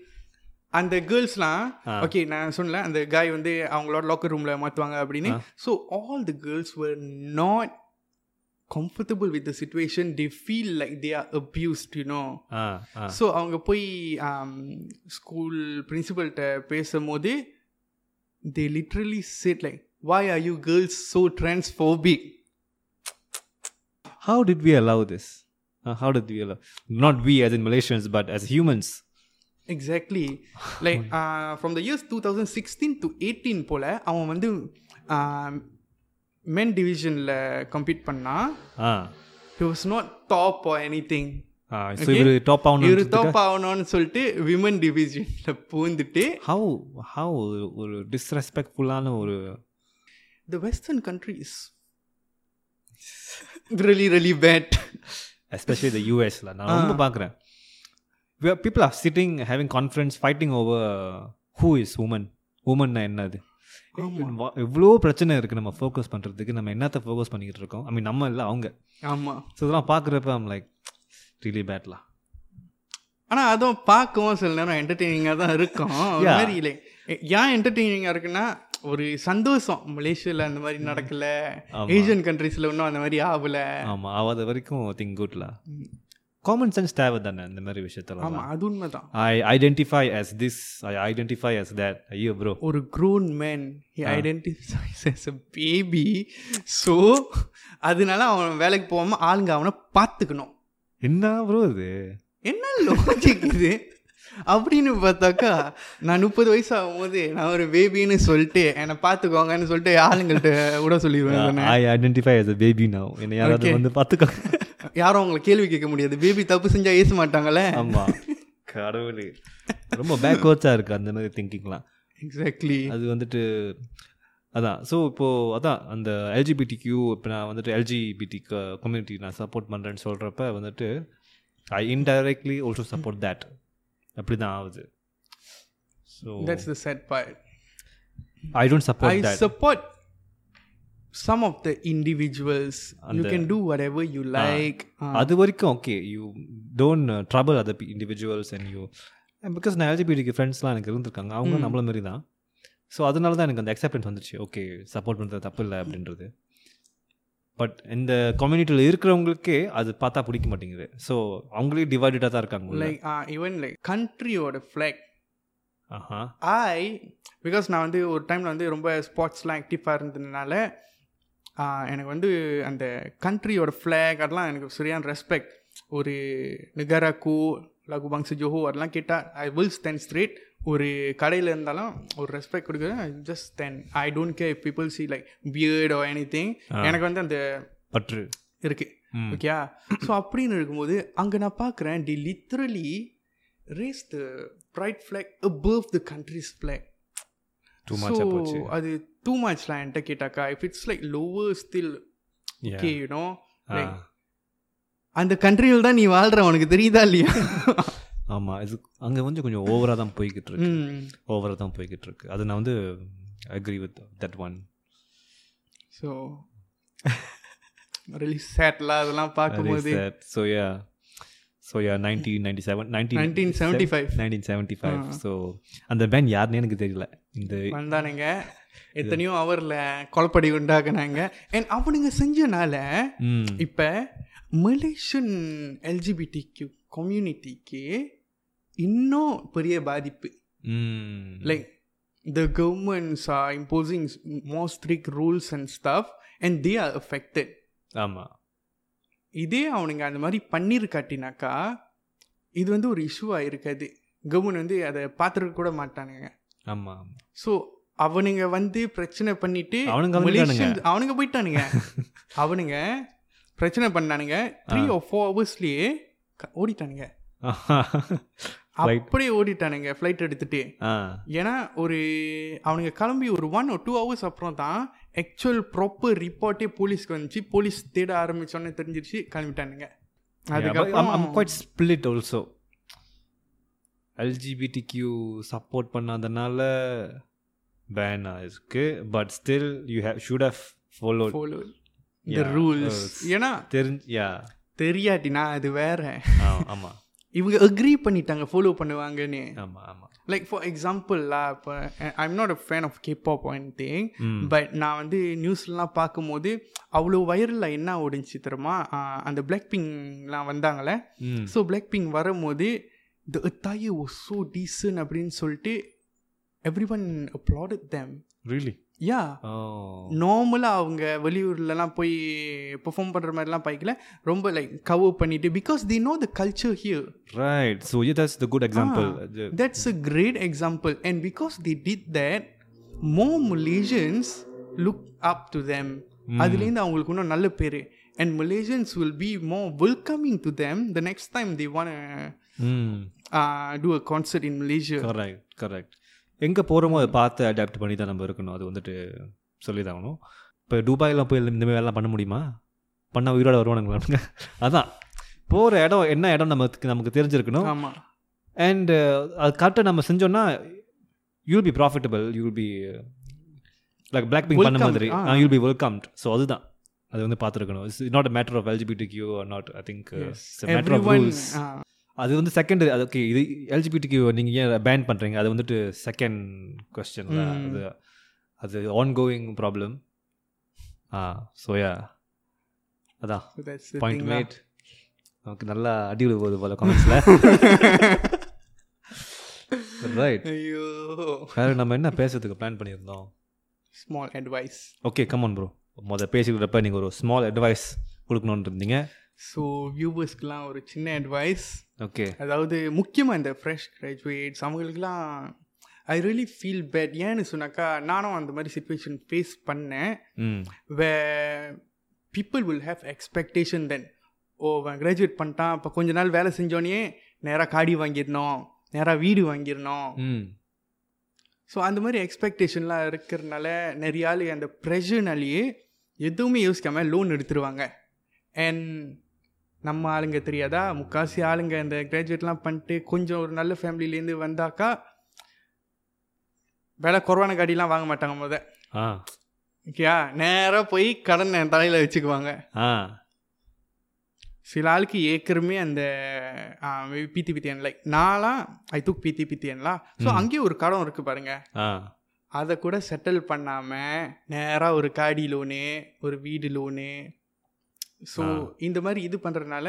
அந்த கேர்ள்ஸ்லாம் ஆ. ஓகே நான் சொன்னல அந்த காய் வந்து அவங்களோட லாக்கர் ரூம்ல மாத்துவாங்க அப்படின்னு ஆ. So all the girls were not comfortable with the situation they feel like they are abused you know ah ah so அவங்க போய் um, ஸ்கூல் பிரின்சிபல்கிட்ட பேசும்போது they literally said like why are you girls so transphobic how did we allow this how did we allow not we as in malaysians but as humans exactly like from the years two thousand sixteen to eighteen போல் அவன் வந்து um, men டிவிஷனில் complete பண்ணான் ஆ he was not top or anything so இவர் top இவர் ஆகணும் top ஆகணும்னு சொல்லிட்டு விமன் டிவிஷனில் பூந்துட்டு ஹவு ஹவு ஒரு டிஸ்ரெஸ்பெக்ட்ஃபுல்லான ஒரு the western countries really really bad especially the யூஎஸில் நான் ரொம்ப பார்க்குறேன் people are sitting having conference fighting over who is woman உமன்னா என்னது எவ்வளோ பிரச்சனை இருக்குது நம்ம ஃபோக்கஸ் பண்ணுறதுக்கு நம்ம என்னத்தை ஃபோக்கஸ் பண்ணிக்கிட்டு இருக்கோம் ஐ மீன் நம்ம இல்லை அவங்க ஆமாம் ஸோ இதெல்லாம் பார்க்குறப்ப ஐம் லைக் ரியலி பேட்லா ஆனால் அதுவும் பார்க்கவும் சில நேரம் என்டர்டெய்னிங்காக தான் இருக்கும் ஒரு Yeah. மாதிரி இல்லை எ- ஏன் என்டர்டெய்னிங்காக இருக்குன்னா ஒரு சந்தோஷம் மலேசியாவில் அந்த மாதிரி நடக்கல ஆமா. ஏஷியன் கண்ட்ரீஸில் இன்னும் அந்த மாதிரி ஆகல ஆமாம் ஆகாத வரைக்கும் திங்க் குட்லா காமன் சென்ஸ் தேவை தானே இந்த மாதிரி விஷயத்தெல்லாம் ஆமாம் அது உண்மைதான் I identify as this I identify as that ஐயோ ப்ரோ ஒரு grown man he identifies as a baby so அதனால அவன் வேலைக்கு போகாமல் ஆளுங்க அவனை பார்த்துக்கணும் என்ன ப்ரோ இது என்ன லாஜிக் இது அப்படின்னு பார்த்தாக்கா நான் முப்பது வயசு ஆகும்போது நான் ஒரு பேபின்னு சொல்லிட்டு என்னை பார்த்துக்கோங்கன்னு சொல்லிட்டு ஆளுங்கள்ட்ட விட சொல்லிடுவேன் தானே. I identify as a baby now என்னை யாராவது Okay. வந்து பார்த்துக்கோங்க யாரும் அவங்களை கேள்வி கேட்க முடியாது பேபி தப்பு செஞ்சா ஏச மாட்டாங்கல்ல ஆமாம் கடவுளே ரொம்ப பேக்வர்ட்ஸாக இருக்குது அந்த மாதிரி திங்கிங்லாம் எக்ஸாக்ட்லி அது வந்துட்டு அதான் ஸோ இப்போது அதான் அந்த எல்ஜிபிடி கியூ இப்போ நான் வந்துட்டு எல்ஜிபிடி கம்யூனிட்டி நான் சப்போர்ட் பண்ணுறேன்னு சொல்கிறப்ப வந்துட்டு I indirectly also support that அப்படி தான் ஆகுது so that's the sad part I don't I support that support some of the individuals you அந்த- can do whatever you like அது வரைக்கும் okay you don't trouble other individuals and you because நான் எல்ஜிபிடிக்கு ஃப்ரெண்ட்ஸ்லாம் எனக்கு இருந்திருக்காங்க அவங்க நம்மள மாதிரி தான் ஸோ அதனால தான் எனக்கு அந்த அக்செப்டன்ஸ் வந்துச்சு ஓகே சப்போர்ட் பண்ணுறது தப்பு இல்லை அப்படின்றது பட் இந்த கம்யூனிட்டியில் இருக்கிறவங்களுக்கே அது பார்த்தா பிடிக்க மாட்டேங்குது ஸோ அவங்களே டிவைடடாக தான் இருக்காங்க உள்ள. லைக் ஈவன் லைக் கண்ட்ரியோட ஃப்ளாக் ஆஹா ஐ பிகாஸ் நான் வந்து ஒரு டைமில் வந்து ரொம்ப ஸ்போர்ட்ஸ்லாம் ஆக்டிவாக இருந்ததுனால ஆ, எனக்கு வந்து அந்த கண்ட்ரியோட ஃப்ளாக் அதெல்லாம் எனக்கு சரியான ரெஸ்பெக்ட் ஒரு நிகராக்கு லகுபாங்ஸு ஜோஹோ அதெல்லாம் கேட்டால் ஐ வில் ஸ்டேண்ட் ஸ்ட்ரேட் ஒரு கடையில் இருந்தாலும் ஒரு ரெஸ்பெக்ட் கொடுக்குறேன் just stand I don't care people see like beard O any எனக்கு வந்து அந்த பற்று இருக்குது ம். ஓகே ஸோ அப்படின்னு இருக்கும்போது அங்கே நான் பார்க்குறேன் they literally raise the pride flag above the country's flag too So, much போச்சு அது டூ மச்லாம் என்கிட்ட கேட்டாக்கா if it's like lower still Yeah. K you know ஆ. அந்த கண்ட்ரியில் தான் நீ வாழ்ற உனக்கு தெரியுதா இல்லையா ஆமா இது அங்க வந்து கொஞ்சம் ஓவரா தான் போய்கிட்டு இருக்கு ம் ஓவரா தான் போய்கிட்டு இருக்கு அது நான் வந்து agree with that one so release சேட்லாம் அதெல்லாம் பார்க்கும்போது so yeah so nineteen ninety seven nineteen 1975 nineteen seventy five Ah. So அந்த பேண்ட் யாருன்னே எனக்கு தெரியல இந்த வந்தானுங்க எத்தனையோ அவர்ல கொலப்படி உண்டாக்குனாங்க அண்ட் அவனுங்க செஞ்சனால ம் இப்ப மலேசியன் எல்ஜிபிடி கியூ கம்யூனிட்டிக்கு இன்னும் பெரிய பாதிப்பு ம் Mm. like the governments are imposing s- more strict rules and stuff and they are affected ஆமாம் இதே அவனுங்க அந்த மாதிரி பண்ணிரு காட்டினாக்கா இது வந்து ஒரு இஷ்யூவாக இருக்காது கவர்மெண்ட் வந்து அதை பார்த்துருக்க கூட மாட்டானுங்க ஆமாம் ஸோ அவனுங்க வந்து பிரச்சனை பண்ணிட்டு அவனுங்க வந்துட்டானுங்க. Malaysians- அவனுங்க போயிட்டானுங்க அவனுங்க பிரச்சனை பண்ணானுங்க த்ரீ or ஃபோர் ஹவர்ஸ்லேயே ஓடிட்டானுங்க Flight. அப்படியே ஓடிட்டானுங்க ஃப்ளைட் எடுத்துட்டு ஆ ஏன்னா ஒரு அவனுங்க கிளம்பி ஒரு ஒன் ஒரு டூ ஹவர்ஸ் அப்புறம் தான் ஆக்சுவல் ப்ராப்பர் ரிப்போர்ட்டே போலீஸ்க்கு வந்துச்சு போலீஸ் தேட ஆரம்பிச்சோன்னே தெரிஞ்சிருச்சு கிளம்பிட்டானுங்க அதுக்கப்புறம் quite split also LGBT Q support பண்ணாதனால பேன் இருக்கு but still you have should have follow follow the Yeah, rules ஏன்னா தெரிஞ்சு யா தெரியாட்டினா அது வேற ஆமா இவங்க அக்ரி பண்ணிட்டாங்க ஃபாலோ பண்ணுவாங்கன்னு ஆமா ஆமா லைக் ஃபார் எக்ஸாம்பிள்லா இப்போ I'm not a fan of K pop and thing ம் பட் நான் வந்து நியூஸ்லாம் பார்க்கும்போது அவ்வளோ வைரலில் என்ன ஓடிச்சு தெரியுமா ஆஹ் அந்த பிளாக் பிங்க்லாம் வந்தாங்களே ம் ஸோ பிளாக் பிங்க் வரும்போது the Thai oh so decent அப்படின்னு சொல்லிட்டு everyone applauded them really yeah oh நார்மலாக அவங்க வெளியூர்லலாம் போய் பெர்ஃபார்ம் பண்ணுற மாதிரிலாம் பைக்கில் ரொம்ப லைக் கவர் பண்ணிட்டு because they know the culture here right so yeah that's the good example Ah. That's a great example and because they did that more Malaysians look up to them அதுலேருந்து அவங்களுக்கு இன்னும் நல்ல பேர் and Malaysians will be more welcoming to them the next time they want hmm do a concert in Malaysia correct correct எங்கே போகிறோமோ அதை பார்த்து adapt பண்ணி தான் நம்ம இருக்கணும் அது வந்துட்டு சொல்லிதாகணும் இப்போ துபாயில் போய் இந்த மாதிரி வேலைலாம் பண்ண முடியுமா பண்ணால் உயிரோட வருவானுங்களா அதான் போகிற இடம் என்ன இடம் நமக்கு நமக்கு தெரிஞ்சிருக்கணும் ஆமா அண்ட் அது கரெக்டாக நம்ம செஞ்சோம்னா you'll be profitable you'll be like black pink பண்ண Welcomed, மாதிரி Ah, ah. You'll be welcomed so அதுதான் அது வந்து பார்த்துருக்கணும் it's not a matter of LGBT Q or not I think matter of everyone rules அது வந்து செகண்ட் அது okay இது எல்ஜிபிடிக்கு நீங்கள் ஏன் பேன் பண்ணுறீங்க அது வந்துட்டு செகண்ட் கொஸ்டின் ம். அது அது ஆன் கோயிங் ப்ராப்ளம் ஆ சோயா அதான் பாயிண்ட் மேட் நமக்கு நல்லா அடி விழு போகுது போல காமெண்ட்ஸில் ரைட் ஐயோ வேற நம்ம என்ன பேசுறதுக்கு பிளான் பண்ணியிருந்தோம் small advice okay come on bro மொதல் பேசிக்கிறப்ப நீங்கள் ஒரு ஸ்மால் அட்வைஸ் கொடுக்கணும்னு இருந்தீங்க ஸோ வியூவர்ஸ்க்குலாம் ஒரு சின்ன அட்வைஸ் ஓகே அதாவது முக்கியமாக இந்த ஃப்ரெஷ் கிராஜுவேட்ஸ் அவங்களுக்குலாம் ஐ ரியலி ஃபீல் பேட் ஏன்னு சொன்னாக்கா நானும் அந்த மாதிரி சுச்சுவேஷன் ஃபேஸ் பண்ணேன் ம் way people will have expectation then oh அவன் கிராஜுவேட் பண்ணிட்டான் இப்போ கொஞ்ச நாள் வேலை செஞ்சோடனே நேராக காடி வாங்கிடணும் நேராக வீடு வாங்கிடணும் ம் ஸோ அந்த மாதிரி எக்ஸ்பெக்டேஷன்லாம் இருக்கிறனால நிறைய ஆள் அந்த ப்ரெஷர்னாலேயே எதுவுமே யோசிக்காம லோன் எடுத்துருவாங்க அண்ட் நம்ம ஆளுங்க தெரியாதா முக்காசி ஆளுங்க இந்த கிராஜுவேட்லாம் பண்ணிட்டு கொஞ்சம் ஒரு நல்ல ஃபேமிலிலேருந்து வந்தாக்கா விலை குறைவான காடிலாம் வாங்க மாட்டாங்க முத ஆ ஓகேயா நேராக போய் கடன் தலையில் வச்சுக்குவாங்க ஆ சில ஆளுக்கு ஏக்கருமே அந்த பித்தி பித்தியன் லைக் நான்லாம் ஐ தூக் பித்தி பித்தியன்லாம் ஸோ அங்கேயே ஒரு கடன் இருக்குது பாருங்க ஆ அதை கூட செட்டில் பண்ணாமல் நேராக ஒரு காடி லோனு ஒரு வீடு லோனு ஸோ ஆ. இந்த மாதிரி இது பண்ணுறதுனால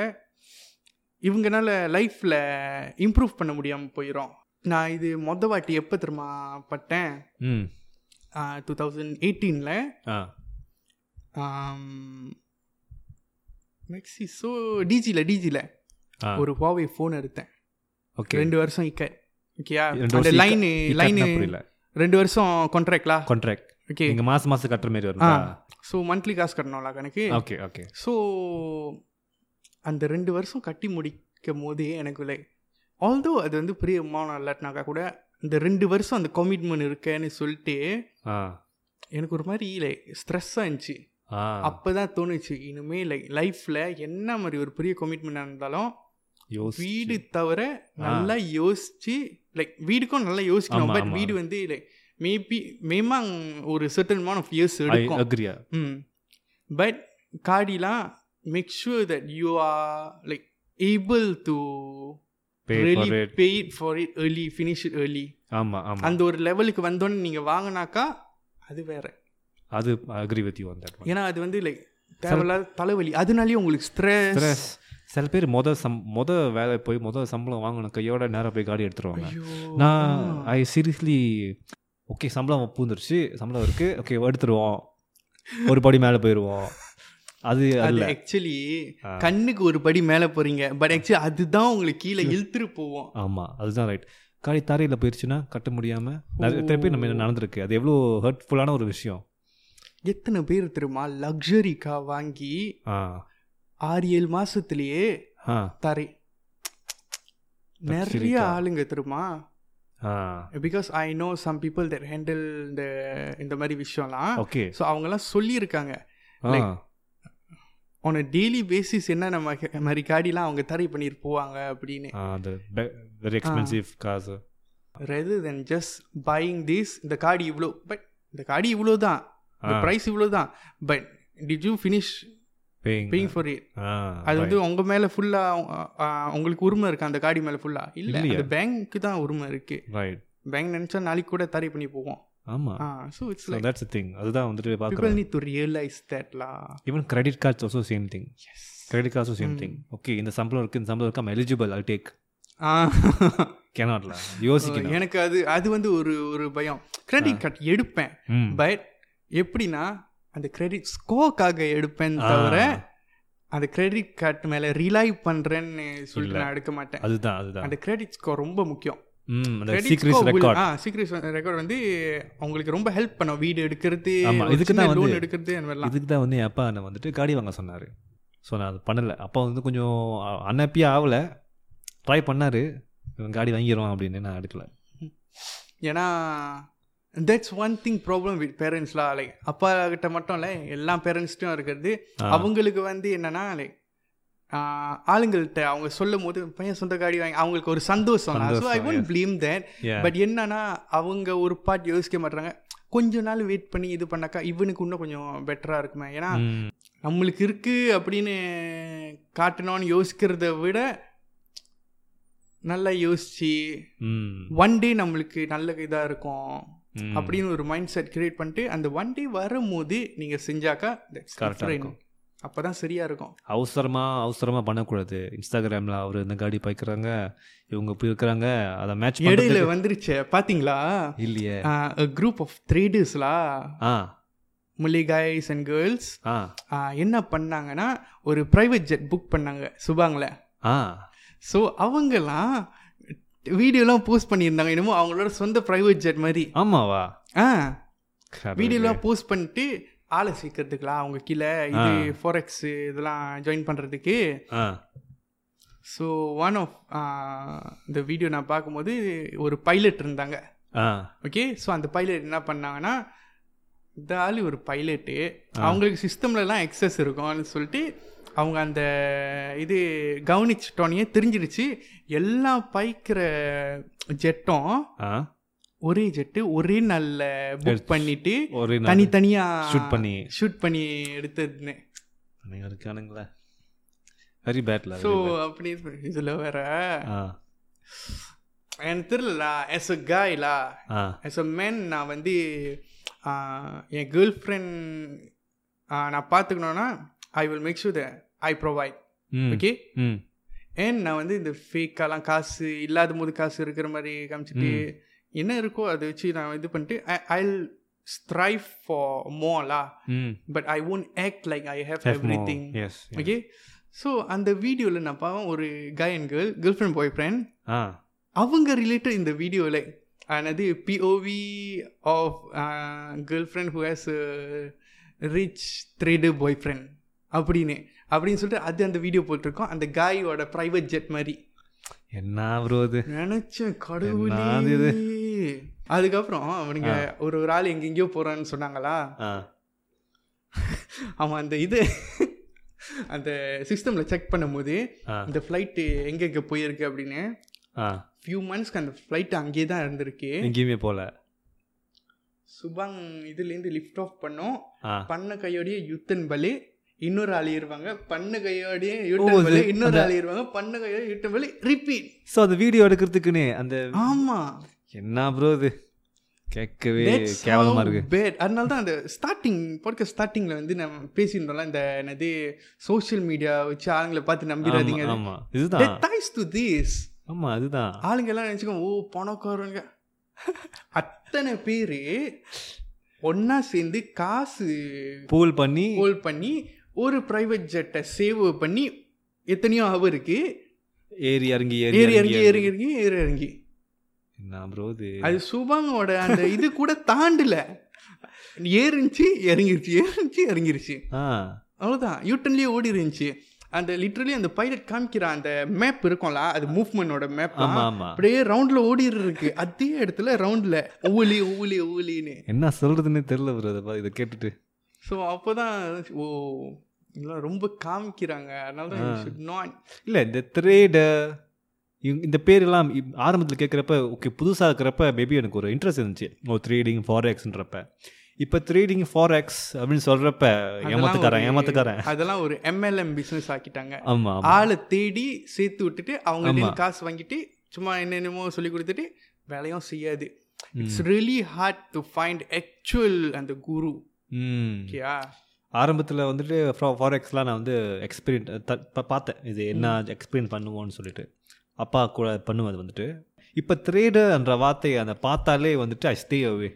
இவங்கனால லைஃப்பில் இம்ப்ரூவ் பண்ண முடியாமல் போயிடும் நான் இது மொத வாட்டி எப்போ திரும்ப பட்டேன் ம் டூ தௌசண்ட் எயிட்டீனில் ஆ மெக்ஸி ஸோ டிஜியில் டிஜியில் ஆ ஒரு ஹுவாவே ஃபோன் எடுத்தேன் ஓகே ரெண்டு வருஷம் இக்க ஓகேயா ரெண்டு அந்த வருஷம் லைனு லைனு லைன் புரியல ரெண்டு வருஷம் கான்ட்ராக்ட்லா கான்ட்ராக்ட் ஓகே நீங்க மாசம் மாசம் கட்டுற மாதிரி ஆ வருமா ஸோ மந்த்லி காசு கட்டணும்ல கணக்கு ஓகே ஓகே ஸோ அந்த ரெண்டு வருஷம் கட்டி முடிக்கும் போதே எனக்கு லைக் ஆல்தோ அது வந்து பெரிய அம்மாவும் இல்லாட்டினாக்கா கூட இந்த ரெண்டு வருஷம் அந்த கமிட்மெண்ட் இருக்கேன்னு சொல்லிட்டு ஆ எனக்கு ஒரு மாதிரி லைக் ஸ்ட்ரெஸ்ஸாக இருந்துச்சு ஆ அப்போ தான் தோணுச்சு இனிமே லைக் லைஃப்பில் என்ன மாதிரி ஒரு பெரிய கமிட்மெண்ட்டாக இருந்தாலும் யோசி வீடு தவிர நல்லா யோசிச்சு லைக் வீடுக்கும் நல்லா யோசிக்கணும் ஆமா, பட் ஆமா. வீடு வீடு வந்து லைக் மேபி மேமாங் ஒரு certain amount ஆஃப் இயர்ஸ் ஐ எடுக்கும் அக்ரியா பட் காடிலாம் make sure that you are like able to Pay for really it. pay it for it early finish it early ஆமா ஆமா அந்த ஒரு லெவலுக்கு வந்தோன்னு நீங்க வாங்கினாக்கா அது வேற அது அக்ரி வித் யூ அந்த ஏன்னா அது வந்து லைக் தேவையில்லாத தலைவலி அதனாலயே உங்களுக்கு ஸ்ட்ரெஸ் ஸ்ட்ரெஸ் சில பேர் மொத சம் மொத வேலை போய் மொத சம்பளம் வாங்கணும் கையோட நேரா போய் காடி எடுத்துருவாங்க நான் ஐ சீரியஸ்லி ஓகே சம்பளம் பூந்துருச்சு சம்பளம் இருக்கு ஓகே எடுத்துருவோம் ஒரு படி மேலே போயிடுவோம் அது அது அல்ல ஆக்சுவலி ஆ. கண்ணுக்கு ஒரு படி மேல போறீங்க பட் ஆக்சுவலி அதுதான் உங்களுக்கு கீழே இழுத்துட்டு போவோம் ஆமாம் அதுதான் ரைட் காடி தரையில் போயிடுச்சுன்னா கட்ட முடியாமல் நிறைய பேர் நம்ம என்ன நடந்திருக்கு அது எவ்வளோ ஹர்ட்ஃபுல்லான ஒரு விஷயம் எத்தனை பேர் தெரியுமா luxury car வாங்கி ஆ ஆறு ஏழு மாசத்திலேயே ஆ தரை நிறைய ஆளுங்க தெரியுமா ஆ because I know some people that handle இந்த இந்த மாதிரி விஷயம்லாம் ஓகே ஸோ அவங்கெல்லாம் சொல்லியிருக்காங்க ஆ on a daily basis என்ன நம்ம ஹெ- மாதிரி காடிலாம் அவங்க தரை பண்ணிட்டு போவாங்க அப்படின்னு ஆ, அந்த வெரி ah. எக்ஸ்பென்சிவ் காசு rather then just buying this இந்த காடி இவ்வளோ பட் இந்த காடி இவ்வளோ தான் இந்த ஆ. ப்ரைஸ் இவ்வளோ தான் but did you finish paying paying for it ஆ அது வந்து உங்க மேல ஃபுல்லா உங்களுக்கு உரிமை இருக்கு அந்த காடி மேல ஃபுல்லா இல்ல இல்லையா? அந்த பேங்க்கு தான் உரிமை இருக்கு ரைட் பேங்க் நினைச்சா நாளைக்கு கூட தரை பண்ணி போவோம் ஆமாம் so it's so like that's thing அதுதான் வந்துட்டு பார்க்குறேன் பீப்புள் நீட் டு ரியலைஸ் தட்லா even credit cards also same thing credit கார்ட்ஸும் சேம் Hmm. திங் ஓகே இந்த சம்பளம் இருக்கு இந்த சம்பளம் இருக்கு ஐம் எலிஜிபிள் ஐ டேக் கேனாட்ல யோசிக்கணும் எனக்கு அது அது வந்து ஒரு ஒரு பயம் கிரெடிட் கார்டு எடுப்பேன் ம். பட் எப்படின்னா அந்த கிரெடிட் ஸ்கோக்காக எடுப்பேன் தவிர ஆ. அந்த கிரெடிட் கார்டு மேல ரிலை பண்றேன்னு சொல்லிட்டு நான் எடுக்க மாட்டேன் அதுதான் அதுதான் அந்த கிரெடிட் ஸ்கோர் ரொம்ப முக்கியம் ம் அந்த Credit secret score will- record ஆ சீக்ரெட் ரெக்கார்ட் வந்து அவங்களுக்கு ரொம்ப ஹெல்ப் பண்ணும் வீடு எடுக்கிறது ஆமா, இதுக்கு தான் லோன் வந்து- எடுக்கிறது அந்த மாதிரிலாம் இதுக்கு தான் வந்து என் அப்பா என்னை வந்துட்டு காடி வாங்க சொன்னார் ஸோ நான் அது பண்ணலை அப்பா வந்து கொஞ்சம் அன்ஹாப்பியாக ஆகலை ட்ரை பண்ணார் காடி வாங்கிடுவான் அப்படின்னு நான் எடுக்கல ஏன்னா that's one thing problem with பேரண்ட்ஸ்லாம் லைக் அப்பா கிட்ட மட்டும் இல்லை எல்லா பேரண்ட்ஸ்ட்டும் இருக்கிறது ஆ. அவங்களுக்கு வந்து என்னன்னா லைக் ஆளுங்கள்கிட்ட அவங்க சொல்லும் போது பையன் சொந்த காடி வாங்கி அவங்களுக்கு ஒரு சந்தோஷம் ஸோ ஐ சந்தோஷம், won't blame that Yeah. But என்னன்னா அவங்க ஒரு பார்ட் யோசிக்க மாட்டாங்க கொஞ்ச நாள் வெயிட் பண்ணி இது பண்ணாக்கா இவனுக்கு இன்னும் கொஞ்சம் பெட்டராக இருக்குமே ஏன்னா ம். நம்மளுக்கு இருக்கு அப்படின்னு காட்டணும்னு யோசிக்கிறத விட நல்லா யோசிச்சு ம். ஒன் டே நம்மளுக்கு நல்ல இதாக இருக்கும் ம். அப்படின்னு ஒரு மைண்ட் செட் கிரியேட் பண்ணிட்டு அந்த ஒன் டே வரும்போது நீங்கள் செஞ்சாக்கா Correct ஆ கரெக்டாக அப்போ தான் சரியாக இருக்கும் அவசரமாக அவசரமாக பண்ணக்கூடாது இன்ஸ்டாகிராமில் அவர் இந்த காடி பாய்க்கிறாங்க இவங்க போய் இருக்கிறாங்க அதை மேட்ச் இடையில வந்துருச்சு பார்த்தீங்களா இல்லையே குரூப் ஆஃப் ட்ரேடர்ஸ்லா ஆ முல்லை கைஸ் அண்ட் கேர்ள்ஸ் ஆ என்ன பண்ணாங்கன்னா ஒரு ப்ரைவேட் ஜெட் புக் பண்ணாங்க சுபாங்கள ஆ ஸோ அவங்கெல்லாம் வீடியோலாம் போஸ்ட் பண்ணியிருந்தாங்க என்னமோ அவங்களோட சொந்த ப்ரைவேட் ஜெட் மாதிரி ஆமாவா ஆ கடவுளே. வீடியோலாம் போஸ்ட் பண்ணிட்டு ஆளை சீக்கிறதுக்குலாம் அவங்க கீழே இது ஃபோரெக்ஸ் இதெல்லாம் ஜாயின் பண்ணுறதுக்கு ஆ ஸோ ஒன் ஆஃப் இந்த வீடியோ நான் பார்க்கும்போது ஒரு பைலட் இருந்தாங்க ஆ ஓகே ஸோ அந்த பைலட் என்ன பண்ணாங்கன்னா இந்த ஆள் ஒரு பைலட்டு அவங்களுக்கு சிஸ்டம்லலாம் எக்ஸஸ் இருக்கும்னு சொல்லிட்டு அவங்க அந்த இது கவனிச்சிட்டோன்னே தெரிஞ்சிருச்சு எல்லா பைக்கிற ஜெட்டும் ஆ ஒரே ஜெட்டு ஒரே நல்ல புக் பண்ணிட்டு ஒரே நாள் தனித்தனியா ஷூட் பண்ணி ஷூட் பண்ணி எடுத்ததுன்னு நீங்க இருக்கானுங்களா வெரி பேட்ல ஸோ அப்படி இதில் வேற ஆ எனக்கு தெரியலலா எஸ் அ காய்லா ஆ ஆஸ் அ மேன் நான் வந்து ஆ, என் கேர்ள் ஃப்ரெண்ட் நான் பார்த்துக்கணுன்னா I will make sure the I provide ம் ஓகே ம் ஏன் நான் வந்து இந்த ஃபேக்காலாம் காசு இல்லாத போது காசு இருக்கிற மாதிரி காமிச்சிட்டு என்ன இருக்கோ அதை வச்சு நான் இது பண்ணிட்டு ஐ ஸ்ட்ரைவ் ஃபார் மோலா ம் but I won't act like I have everything yes okay so அந்த வீடியோவில் நான் பார்ப்பேன் ஒரு guy and girl girlfriend boyfriend ஆ அவங்க ரிலேட்டட் இந்த வீடியோவில் அதாவது POV of girlfriend who has rich த்ரேடு boyfriend அப்படின்னு அப்படின்னு சொல்லிட்டு அது அந்த வீடியோ போட்டிருக்கோம் அந்த காயோட ப்ரைவேட் ஜெட் மாதிரி என்ன ப்ரோ இது நினச்சேன் என்னது இது? கடவுளே அதுக்கப்புறம் அவனுங்க ஒரு ஒரு ஆள் எங்கெங்கேயோ போகிறான்னு சொன்னாங்களா ஆ அவன் அந்த இது அந்த சிஸ்டமில் செக் பண்ணும்போது ஆ. இந்த ஃப்ளைட்டு எங்கெங்கே போயிருக்கு அப்படின்னு ஆ ஃபியூ மந்த்ஸ்க்கு அந்த ஃப்ளைட் அங்கேயே தான் இருந்திருக்கு எங்கேயுமே போல சுபாங் இதுலேருந்து லிஃப்ட் ஆஃப் பண்ணோம் ஆ பண்ண கையோடய யுத்தன் பலி இன்னொரு ஆளி இருப்பாங்க பண்ணு கையோடயே யூடியூப் மேல இன்னொரு ஆளி இருப்பாங்க பண்ணு கையோட யூடியூப் மேல ரிப்பீட் ஸோ அந்த வீடியோ எடுக்கிறதுக்குன்னு அந்த ஆமா என்ன ப்ரோ இது கேட்கவே கேவலமாக இருக்கு பேட் அதனால தான் அந்த ஸ்டார்டிங் பாட்காஸ்ட் ஸ்டார்டிங்கில் வந்து நம்ம பேசியிருந்தோம்ல இந்த என்னது சோஷியல் மீடியா வச்சு ஆளுங்களை பார்த்து நம்பிடாதீங்க ஆமா, ஆமா இதுதான் தேங்க்ஸ் டு தீஸ் ஆமா அதுதான் ஆளுங்க எல்லாம் நினச்சிக்கோ ஓ பணக்காரங்க அத்தனை பேர் ஒண்ணா சேர்ந்து காசு பூல் பண்ணி கோல் பண்ணி ஒரு பிரைவேட் ஜெட்டை சேவ் பண்ணி எத்தனையோ அவருக்கு ஏறி இறங்கி ஏறி இறங்கி ஏறி இறங்கி ஏறி இறங்கி என்ன ப்ரோ இது அது சுபாங்கோட அந்த இது கூட தாண்டல ஏறிச்சு இறங்கிருச்சு ஏறிச்சு இறங்கிருச்சு ஆ அவ்வளோதான் யூட்டன்லேயே ஓடி இருந்துச்சு அந்த லிட்ரலி அந்த பைலட் காமிக்கிற அந்த மேப் இருக்கும்ல அது மூவ்மெண்டோட மேப் ஆமா ஆமா அப்படியே ரவுண்ட்ல ஓடிட்டு இருக்கு அதே இடத்துல ரவுண்ட்ல ஊலி ஊலி ஊலின்னு என்ன சொல்றதுன்னே தெரியல ப்ரோ அதை பா- இதை கேட்டுட்டு ஸோ அப்போதான் ஓ இதெல்லாம் ரொம்ப காமிக்கிறாங்க அதனால தான் should not இல்ல இந்த த்ரேடு இந்த பேரெல்லாம் இப்- ஆரம்பத்துல கேட்குறப்ப ஓகே புதுசா இருக்கிறப்ப மேபி எனக்கு ஒரு இன்ட்ரெஸ்ட் இருந்துச்சு ஓ த்ரேடிங் ஃபாரெக்ஸ்ன்றப்ப இப்போ த்ரேடிங் ஃபாரெக்ஸ் அப்படின்னு சொல்றப்ப ஏமாத்துக்காரன் அதெல்லாம் ஒரு- ஏமாத்துக்காரன் அதெல்லாம் ஒரு எம்எல்எம் பிசினஸ் ஆக்கிட்டாங்க ஆமா ஆமா ஆளை தேடி சேர்த்து விட்டுட்டு அவங்க ஆமா. காசு வாங்கிட்டு சும்மா என்னென்னமோ சொல்லி கொடுத்துட்டு வேலையும் செய்யாது ம். It's really hard to find actual அந்த குரு ம் ஓகேயா ஆரம்பத்தில் வந்துட்டு ஃபாரெக்ஸ்லாம் நான் வந்து எக்ஸ்பீரியன்ஸ் பார்த்தேன் இது என்ன எக்ஸ்பீரியன்ஸ் பண்ணுவோன்னு சொல்லிட்டு அப்பா கூட பண்ணுவேன் அது வந்துட்டு இப்போ ட்ரேடுன்ற வார்த்தையை அந்த பார்த்தாலே வந்துட்டு ஐ ஸ்டே அவே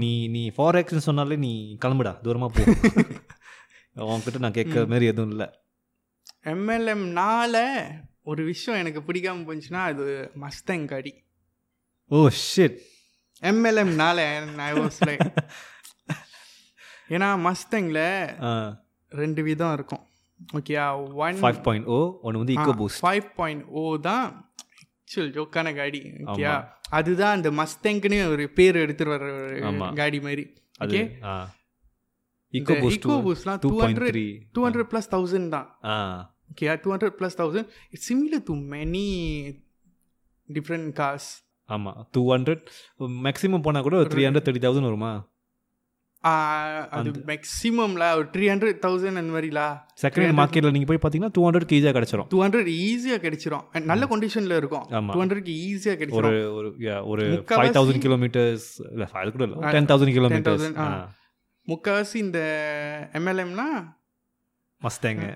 நீ நீ ஃபாரெக்ஸ்னு சொன்னாலே நீ கிளம்புடா தூரமாக போ அவன்கிட்ட நான் கேட்குற மாதிரி எதுவும் இல்லை எம்எல்எம்னால ஒரு விஷயம் எனக்கு பிடிக்காம போச்சுன்னா அது மஸ்தங் கடி ஓ ஷிட் எம்எல்எம்னால நான் was like- ஏன்னா மஸ்தங்கில் ரெண்டு விதம் இருக்கும் ஓகேயா ஒன் ஃபைவ் பாயிண்ட் ஓ ஒன்று oh, வந்து இக்கோ பூஸ்ட் ஃபைவ் பாயிண்ட் ஓ oh தான் ஆக்சுவல் ஜோக்கான காடி ஓகேயா அதுதான் அந்த மஸ்தேங்க்னு ஒரு பேர் எடுத்துட்டு வர ஒரு ஆமா. காடி மாதிரி அது ஓகே ஆ இக்கோ பூஸ்ட் இக்கோ பூஸ்ட்லாம் two two point hundred three two hundred plus thousand தான் ஆ ஓகேயா two hundred plus thousand it's similar to many different cars ஆமாம் டூ ஹண்ட்ரட் மேக்ஸிமம் போனால் கூட த்ரீ ஹண்ட்ரட் தேர்ட்டி தௌசண்ட் வருமா அது மேக்ஸிமம்ல ஒரு த்ரீ ஹண்ட்ரட் தௌசண்ட் அந்த மாதிரிலா செகண்ட் ஹேண்ட் மார்க்கெட்டில் நீங்கள் போய் பார்த்தீங்கன்னா டூ ஹண்ட்ரட் கேஜாக கிடச்சிரும் டூ ஹண்ட்ரட் ஈஸியாக கிடைச்சிரும் And நல்ல கண்டிஷனில் இருக்கும் ஆமா. டூ ஹண்ட்ரட்க்கு ஈஸியாக ஒரு கிடைச்சிரும் ஒரு yeah, ஒரு முக்காவாசி- ஃபைவ் தௌசண்ட் கிலோமீட்டர்ஸ் இல்லை ஃபைவ் கூட இல்லை டென் தௌசண்ட் கிலோமீட்டர்ஸ் 10,000, ஆ. முக்கால்வாசி இந்த எம்எல்எம்னா மஸ்தேங்க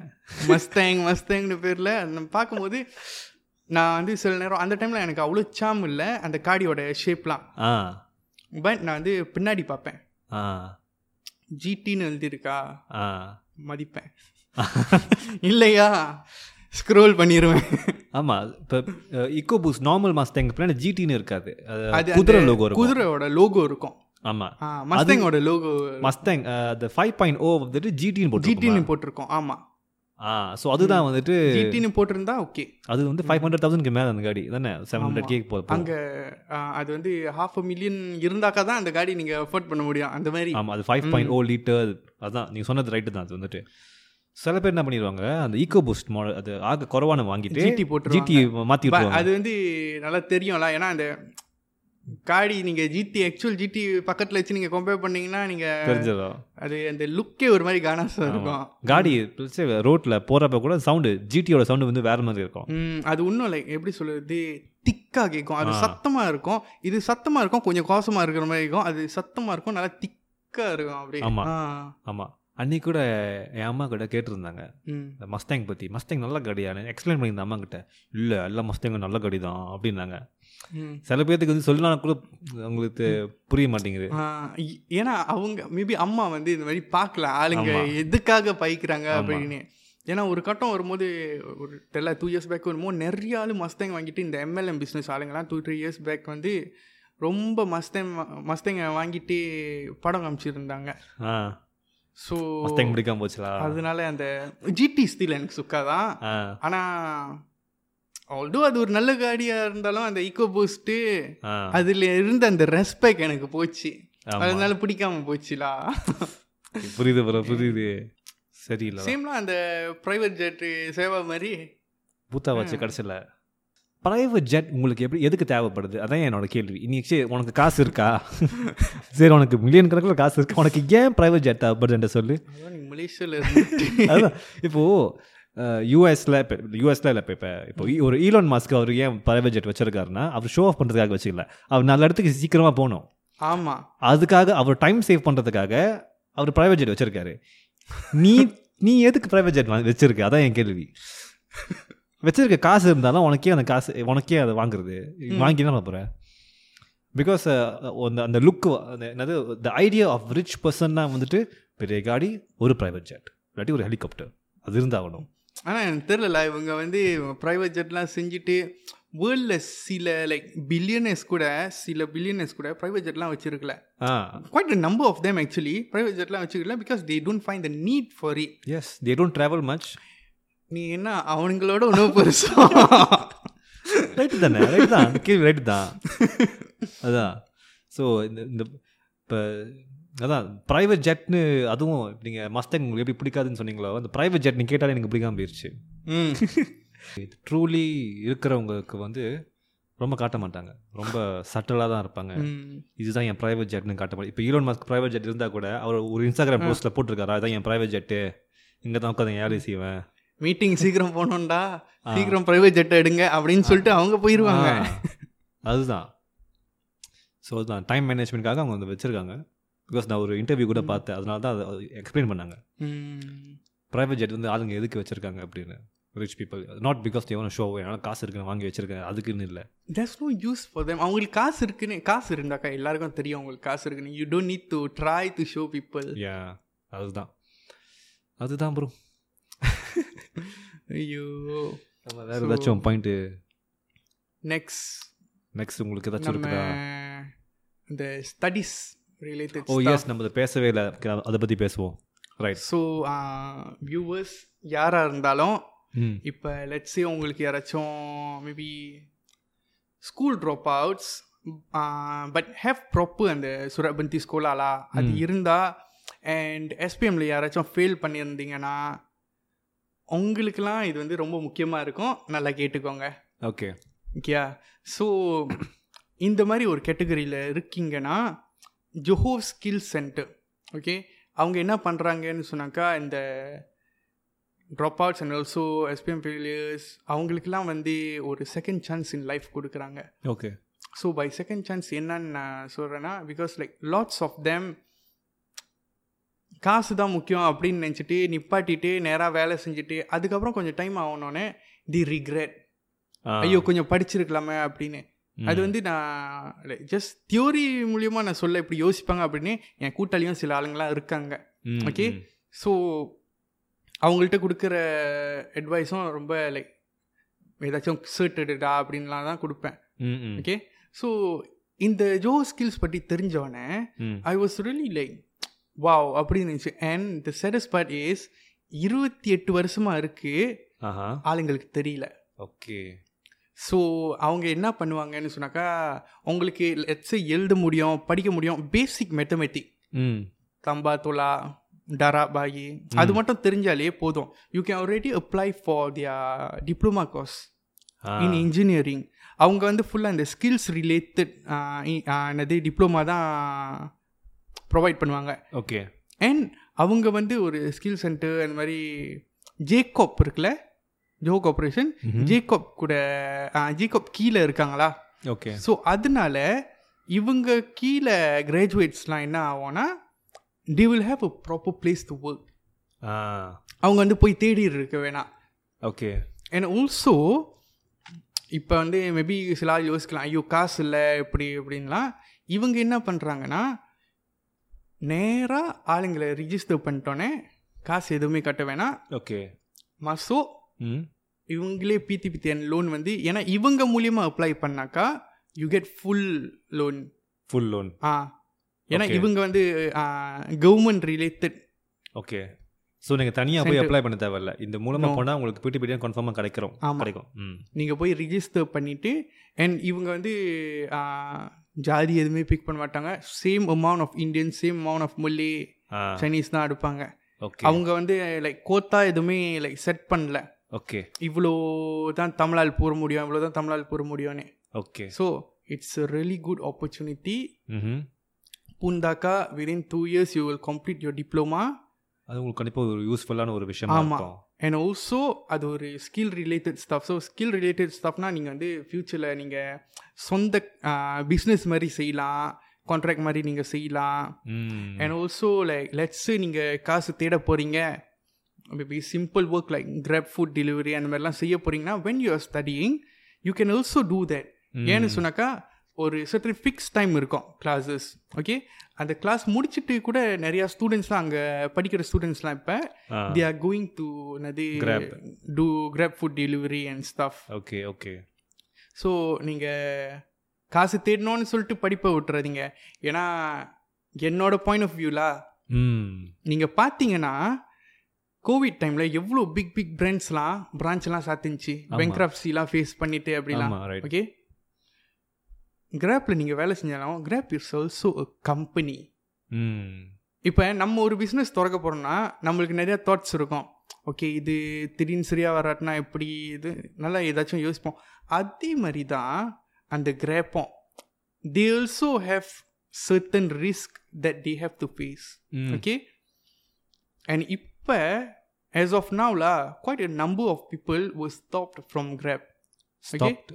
மஸ்தேங் மஸ்தேங்னு பேரில் அந்த பார்க்கும்போது நான் வந்து சில நேரம் அந்த டைமில் எனக்கு அவ்வளோ சாம் இல்லை அந்த காடியோட ஷேப்லாம் ஆ பட் நான் வந்து பின்னாடி பார்ப்பேன் ஆ ஜிடின்னு எழுதியிருக்கா ஆ மதிப்பேன் இல்லையா ஸ்க்ரோல் பண்ணிடுவேன் ஆமாம் இப்போ இக்கோ பூஸ் நார்மல் மஸ்தேங்க பிளான் ஜிடின்னு இருக்காது அது அது குதிரை லோகோ இருக்கும் குதிரையோட லோகோ இருக்கும் ஆமாம் ஆ, மஸ்தேங்கோட லோகோ மஸ்தேங் அந்த ஃபைவ் பாயிண்ட் ஓ oh வந்துட்டு ஜிடின்னு போட்டு ஜிடின்னு போட்டிருக்கோம் ஆமாம் ஆ ஸோ அதுதான் வந்துட்டு ஜிடின்னு போட்டிருந்தா ஓகே அது வந்து ஃபைவ் ஹண்ட்ரட் தௌசண்ட்க்கு மேலே அந்த காடி தானே செவன் ஹண்ட்ரட் கேக் போகும் அங்கே அது வந்து ஹாஃப் a மில்லியன் இருந்தாக்கா தான் அந்த காடி நீங்கள் அஃபோர்ட் பண்ண முடியும் அந்த மாதிரி ஆமாம் அது ஃபைவ் பாயிண்ட் ஓ லிட்டர் அதான் நீங்கள் சொன்னது ரைட்டு தான் அது வந்துட்டு சில பேர் என்ன பண்ணிடுவாங்க அந்த ஈகோ பூஸ்ட் மாடல் அது ஆக குறவான வாங்கிட்டு ஜிடி போட்டுருவாங்க ஜிடி மாற்றி ப- விட்டுருவாங்க அது வந்து நல்லா தெரியும்ல ஏன்னா அந்த காடி நீங்க ஜிடி ஆக்சுவல் ஜிடி பக்கத்துல வச்சு நீங்க கம்பேர் பண்ணீங்கன்னா நீங்க தெரிஞ்சிடும் அது அந்த லுக்கே ஒரு மாதிரி கானாசா இருக்கும் காடி ரோட்டில் போகிறப்ப கூட சவுண்டு ஜிடியோட சவுண்டு வந்து வேற மாதிரி இருக்கும் ம், அது ஒன்றும் இல்லை எப்படி சொல்றது திக்கா கேட்கும் அது சத்தமா இருக்கும் இது சத்தமா இருக்கும் கொஞ்சம் கோசமா இருக்கிற மாதிரி இருக்கும் அது சத்தமா இருக்கும் நல்லா திக்கா இருக்கும் அப்படியே ஆமா. ஆ, ஆமாம் அன்னைக்கு கூட என் அம்மா கிட்ட கேட்டிருந்தாங்க ம். இந்த மஸ்தேங் பற்றி மஸ்தேங் நல்ல கடியானு எக்ஸ்பிளைன் பண்ணியிருந்தேன் அம்மா கிட்ட இல்லை எல்லா மஸ்தேங்கும் நல்ல கடி தான் அப்படின்னாங்க ம். சில பேர்த்துக்கு வந்து சொல்லினா கூட அவங்களுக்கு புரிய மாட்டேங்குது ஆ, இ- ஏன்னா அவங்க மேபி அம்மா வந்து இந்த மாதிரி பார்க்கலாம் ஆளுங்க ஆமா. எதுக்காக பைக்கிறாங்க ஆமா. அப்படின்னு ஏன்னா ஒரு கட்டம் வரும்போது ஒரு தெல்ல டூ இயர்ஸ் பேக் வரும்போது நிறைய ஆளு மஸ்தேங் வாங்கிட்டு இந்த எம்எல்எம் பிஸ்னஸ் ஆளுங்கலாம் டூ த்ரீ இயர்ஸ் பேக் வந்து ரொம்ப மஸ்தேங் மஸ்தேங்க வாங்கிட்டு படம் காமிச்சிருந்தாங்க ஆ ஸோ மஸ்தேங் பிடிக்காம போச்சுலா அதனால அந்த ஜிடி ஸ்டில் எனக்கு சுக்கா தான் ஆ ஆனால் ஆல்டோ அது ஒரு நல்ல காடியாக இருந்தாலும் அந்த ஈகோ பூஸ்ட்டு ஆ அதில் இருந்த அந்த ரெஸ்பெக்ட் எனக்கு போச்சு ஆமா. அதனால பிடிக்காம போச்சுலா புரியுது ப்ரோ புரியுது சரியில்ல சேம்லாம் அந்த பிரைவேட் ஜெட் சேவா மாதிரி பூத்தா வச்சு கடைசியில் ப்ரைவேட் ஜெட் உங்களுக்கு எப்படி எதுக்கு தேவைப்படுது அதான் என்னோட கேள்வி இன்னைக்கு சரி, உனக்கு காசு இருக்கா சரி உனக்கு மில்லியன் கணக்கில் காசு இருக்கு உனக்கு ஏன் ப்ரைவேட் ஜெட் தேவைப்படுதுன்ற சொல்லு அதான் நீ மலேசியால இருந்துட்டு அதுதான் இப்போது யூஎஸில் இப்போ யூஎஸில் இல்லை இப்போ இப்போ இப்போ ஈ- ஒரு ஈலான் மாஸ்க் அவர் ஏன் ப்ரைவேட் ஜெட் வச்சிருக்காருன்னா அவர் ஷோ ஆஃப் பண்ணுறதுக்காக வச்சுக்கல அவர் நல்ல இடத்துக்கு சீக்கிரமாக போகணும் ஆமா அதுக்காக அவர் டைம் சேவ் பண்ணுறதுக்காக அவர் ப்ரைவேட் ஜெட் வச்சிருக்காரு நீ நீ எதுக்கு ப்ரைவேட் ஜெட் வச்சிருக்க அதான் என் கேள்வி வச்சிருக்க காசு இருந்தாலும் உனக்கே அந்த காசு உனக்கே அதை வாங்குறது வாங்கி தான் போகிற பிகாஸ் அந்த அந்த லுக்கு என்னது த ஐடியா ஆஃப் ரிச் பர்சன்னா வந்துட்டு பெரிய காடி ஒரு ப்ரைவேட் ஜெட் இல்லாட்டி ஒரு ஹெலிகாப்டர் அது இருந்தாகணும் ஆனால் எனக்கு தெரிலல இவங்க வந்து ப்ரைவேட் ஜெட்லாம் செஞ்சுட்டு வேர்ல்டில் சில லைக் பில்லியனர்ஸ் கூட சில பில்லியனர்ஸ் கூட ப்ரைவேட் ஜெட்லாம் வச்சிருக்கல ஆ quite a number of them actually private ஜெட்லாம் வச்சுக்கல because they don't find the need for it as they don't travel much நீ என்ன அவனுங்களோட உணவு பெருசா ரைட்டு தானே ரைட் தான் கேள்வி ரைட்டு தான் அதான் ஸோ இந்த இந்த இப்போ அதான் ப்ரைவேட் ஜெட்னு அதுவும் நீங்கள் மஸ்டேக் உங்களுக்கு எப்படி பிடிக்காதுன்னு சொன்னீங்களோ அந்த ப்ரைவேட் ஜெட்னு கேட்டாலே எனக்கு பிடிக்காம போயிடுச்சு ம் ட்ரூலி இருக்கிறவங்களுக்கு வந்து ரொம்ப காட்ட மாட்டாங்க ரொம்ப சட்டலாக தான் இருப்பாங்க ம். இதுதான் என் ப்ரைவேட் ஜெட்னு காட்ட மாட்டேன் இப்போ ஈலோன் மாஸ்க் ப்ரைவேட் ஜெட் இருந்தால் கூட அவர் ஒரு இன்ஸ்டாகிராம் போஸ்ட்டில் போட்டிருக்காரா இதான் என் ப்ரைவேட் ஜெட்டு இங்கே தான் உட்காந்து யாரை செய்வேன் மீட்டிங் சீக்கிரம் போகணும்டா சீக்கிரம் ப்ரைவேட் ஜெட் எடுங்க அப்படின்னு சொல்லிட்டு அவங்க போயிருவாங்க ஆ, அதுதான் ஸோ அதுதான் டைம் மேனேஜ்மெண்ட்காக அவங்க வந்து வச்சுருக்காங்க பிகாஸ் நான் ஒரு இன்டர்வியூ கூட பார்த்தேன் அதனால தான் அதை எக்ஸ்பிளைன் பண்ணாங்க ம். ப்ரைவேட் ஜெட் வந்து ஆளுங்க எதுக்கு வச்சுருக்காங்க அப்படின்னு rich people not because they wanna show என்னால் காசு இருக்குன்னு வாங்கி வச்சிருக்கேன் அதுக்குன்னு இல்லை there's no use for them அவங்களுக்கு காசு இருக்குன்னு காசு இருந்தாக்கா எல்லாருக்கும் தெரியும் அவங்களுக்கு காசு இருக்குன்னு you don't need to try to show people yeah அதுதான் அதுதான் ப்ரோ ஐயோ வேறு ஏதாச்சும் பாயிண்ட்டு நெக்ஸ்ட் நெக்ஸ்ட் உங்களுக்கு ஏதாச்சும் நம்ம இருக்குதா இந்த studies related oh yes Oh, நம்ம அதை பேசவே இல்லை அதை பற்றி பேசுவோம் ரைட் ஸோ வியூவர்ஸ் யாராக uh, இருந்தாலும் ம் இப்போ லெட்ஸே உங்களுக்கு யாராச்சும் maybe school dropouts but have ப்ராப்பு அந்த சுரபந்தி ஸ்கூலாலா அது இருந்தால் அண்ட் எஸ்பிஎம்ல யாராச்சும் ஃபெயில் பண்ணியிருந்தீங்கன்னா உங்களுக்கெல்லாம் இது வந்து ரொம்ப முக்கியமாக இருக்கும் நல்லா கேட்டுக்கோங்க ஓகே ஓகேயா ஸோ இந்த மாதிரி ஒரு கேட்டகரியில் இருக்கீங்கன்னா ஜொஹோ ஸ்கில் சென்டர் ஓகே அவங்க என்ன பண்ணுறாங்கன்னு சொன்னாக்கா இந்த dropouts and also SPM failures அவங்களுக்கெல்லாம் வந்து ஒரு செகண்ட் சான்ஸ் இன் லைஃப் கொடுக்குறாங்க okay so by second chance என்னன்னு நான் சொல்கிறேன்னா because like lots of them காசு தான் முக்கியம் அப்படின்னு நினச்சிட்டு நிப்பாட்டிட்டு நேராக வேலை செஞ்சுட்டு அதுக்கப்புறம் கொஞ்சம் டைம் ஆகணுன்னே தி regret ஐயோ கொஞ்சம் படிச்சிருக்கலாமே அப்படின்னு அது வந்து நான் ஜஸ்ட் தியோரி மூலியமாக நான் சொல்ல இப்படி யோசிப்பாங்க அப்படின்னு என் கூட்டாளியும் சில ஆளுங்களாம் இருக்காங்க okay? ஸோ அவங்கள்ட்ட கொடுக்குற அட்வைஸும் ரொம்ப லைக் ஏதாச்சும் சர்ட்டடா அப்படின்லாம் தான் கொடுப்பேன் ம் ம் ஓகே ஸோ இந்த ஜோ ஸ்கில்ஸ் பற்றி தெரிஞ்சோடனே ம் I was really like wow அப்படின்னு இருந்துச்சு and the saddest part is இருபத்தி எட்டு வருஷமாக இருக்குது ஆஹா ஆளுங்களுக்கு தெரியல ஓகே ஸோ அவங்க என்ன பண்ணுவாங்கன்னு சொன்னாக்கா உங்களுக்கு லெட்ஸு எழுத முடியும் படிக்க முடியும் பேசிக் மேத்தமெட்டிக் ம் தம்பா துலா டரா பாயி அது மட்டும் தெரிஞ்சாலே போதும் you can already apply for the diploma course ஆ. இன் இன்ஜினியரிங் அவங்க வந்து ஃபுல்லாக இந்த ஸ்கில்ஸ் ரிலேட்டட் என்னது டிப்ளமா தான் ப்ரொவைட் பண்ணுவாங்க ஓகே அண்ட் அவங்க வந்து ஒரு ஸ்கில் சென்டர் அந்த மாதிரி ஜேகாப் இருக்குல்ல ஜோ கார்பரேஷன் ஜேகாப் கூட ஜேகாப் கீழே இருக்காங்களா ஓகே ஸோ அதனால இவங்க கீழே கிராஜுவேட்ஸ்லாம் என்ன ஆகும்னா they will have a proper place to work ஆ அவங்க வந்து போய் தேடி இருக்க வேணாம் ஓகே அண்ட் ஆல்சோ இப்போ வந்து மேபி சில ஆள் யோசிக்கலாம் ஐயோ காசு இல்லை இப்படி இப்படின்லாம் இவங்க என்ன பண்ணுறாங்கன்னா நேராக ஆளுங்களை ரிஜிஸ்டர் பண்ணிட்டோன்னே காசு எதுவுமே கட்ட வேணாம் ஓகே மசோ ம் இவங்களே பிடி பிடிஎன் லோன் வந்து ஏன்னா இவங்க மூலியமாக அப்ளை பண்ணாக்கா you get full loan full loan ஆ ஏன்னா Okay. இவங்க வந்து கவர்மெண்ட் ரிலேட்டட் ஓகே ஸோ நீங்கள் தனியாக போய் அப்ளை பண்ண தேவையில்ல இந்த மூலமாக போனால் உங்களுக்கு பிடி பிடியாக கன்ஃபார்மாக கிடைக்கிறோம் ஆமா. கிடைக்கும் ம் நீங்கள் போய் ரிஜிஸ்டர் பண்ணிவிட்டு அண்ட் இவங்க வந்து ஆ, ஜாதி எதுவுமே பிக் பண்ண மாட்டாங்க same amount of Indian same amount of மொழி ஆ சைனீஸ் தான் எடுப்பாங்க ஓகே அவங்க வந்து லைக் கோத்தா எதுவுமே லைக் செட் பண்ணல ஓகே இவ்வளோ தான் தமிழால் போற முடியும் இவ்வளோ தான் தமிழால் போற முடியும்னு okay so it's a really good opportunity ம் பூந்தாக்கா within two years you will complete your diploma அது உங்களுக்கு கண்டிப்பாக ஒரு யூஸ்ஃபுல்லான ஒரு விஷயமா ஆமா. இருக்கும் அண்ட் ஆல்சோ அது ஒரு skill related stuff so skill related ஸ்டாஃப்னால் நீங்கள் வந்து ஃப்யூச்சரில் நீங்கள் சொந்த பிஸ்னஸ் மாதிரி செய்யலாம் கான்ட்ராக்ட் மாதிரி நீங்கள் செய்யலாம் ம் அண்ட் ஆல்சோ லைக் லெட்ஸு நீங்கள் காசு தேட போகிறீங்க maybe simple work like Grab food delivery அந்த மாதிரிலாம் செய்ய போகிறீங்கன்னா when you are studying you can also do that ஏன்னு சொன்னாக்கா ஒரு சர்டன் ஃபிக்ஸ் டைம் இருக்கும் கிளாஸஸ் ஓகே அந்த கிளாஸ் முடிச்சிட்டு கூட நிறையா ஸ்டூடெண்ட்ஸ்லாம் அங்கே படிக்கிற ஸ்டூடெண்ட்ஸ்லாம் இப்போ ஆ தே ஆர் கோயிங் டு என்னது Ah. Grab. Do Grab food delivery and stuff okay okay so நீங்கள் காசு தேடணும்னு சொல்லிட்டு படிப்பை விட்டுறாதீங்க ஏன்னா என்னோட பாயிண்ட் ஆஃப் வியூலா ம் நீங்கள் பார்த்தீங்கன்னா கோவிட் டைமில் எவ்வளோ பிக் பிக் பிராண்ட்ஸ்லாம் பிரான்ச்லாம் சாத்திச்சு ஆமா. பெங்க்ராப்சிலாம் ஃபேஸ் பண்ணிட்டு அப்படிலாம் ஆமாம் ரைட் ஓகே கிராப்பில் நீங்கள் வேலை செஞ்சாலும் கிராப் இஸ் ஆல்சோ கம்பெனி ம் இப்போ நம்ம ஒரு பிஸ்னஸ் திறக்க போகிறோம்னா நம்மளுக்கு நிறையா தாட்ஸ் இருக்கும் ஓகே இது திடீர்னு சரியாக வராட்டினா எப்படி இது நல்லா ஏதாச்சும் யோசிப்போம் அதே மாதிரி தான் அந்த கிரேப்போம் they also have certain risk that they have to face ம் ஓகே அண்ட் இப்போ as ஆஃப் நாவ்லா quite a number of people was stopped ஃப்ரம் grab okay ஸ்டாப்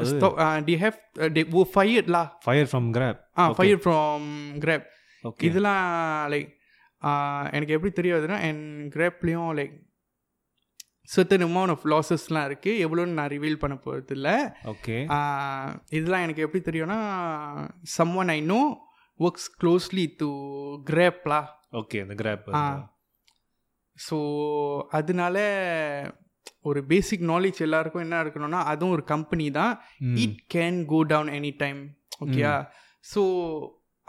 அது stop uh, they have uh, they were fired lah fire from Grab ah Okay. fired from grab okay இதெல்லாம் like எனக்கு எப்படி தெரியாதுன்னா என் கிரேப்லேயும் like certain amount of லாஸஸ்லாம் இருக்குது எவ்வளோன்னு நான் ரிவீல் பண்ண போகிறதில்ல ஓகே இதெல்லாம் எனக்கு எப்படி தெரியும்னா someone I know works closely to கிரேப்லா ஓகே இந்த கிராப் ஆ. ஸோ அதனால ஒரு பேசிக் நாலேஜ் எல்லாருக்கும் என்ன இருக்கணும்னா அதுவும் ஒரு கம்பெனி தான் it Hmm. Can go down any time ஓகேயா ஸோ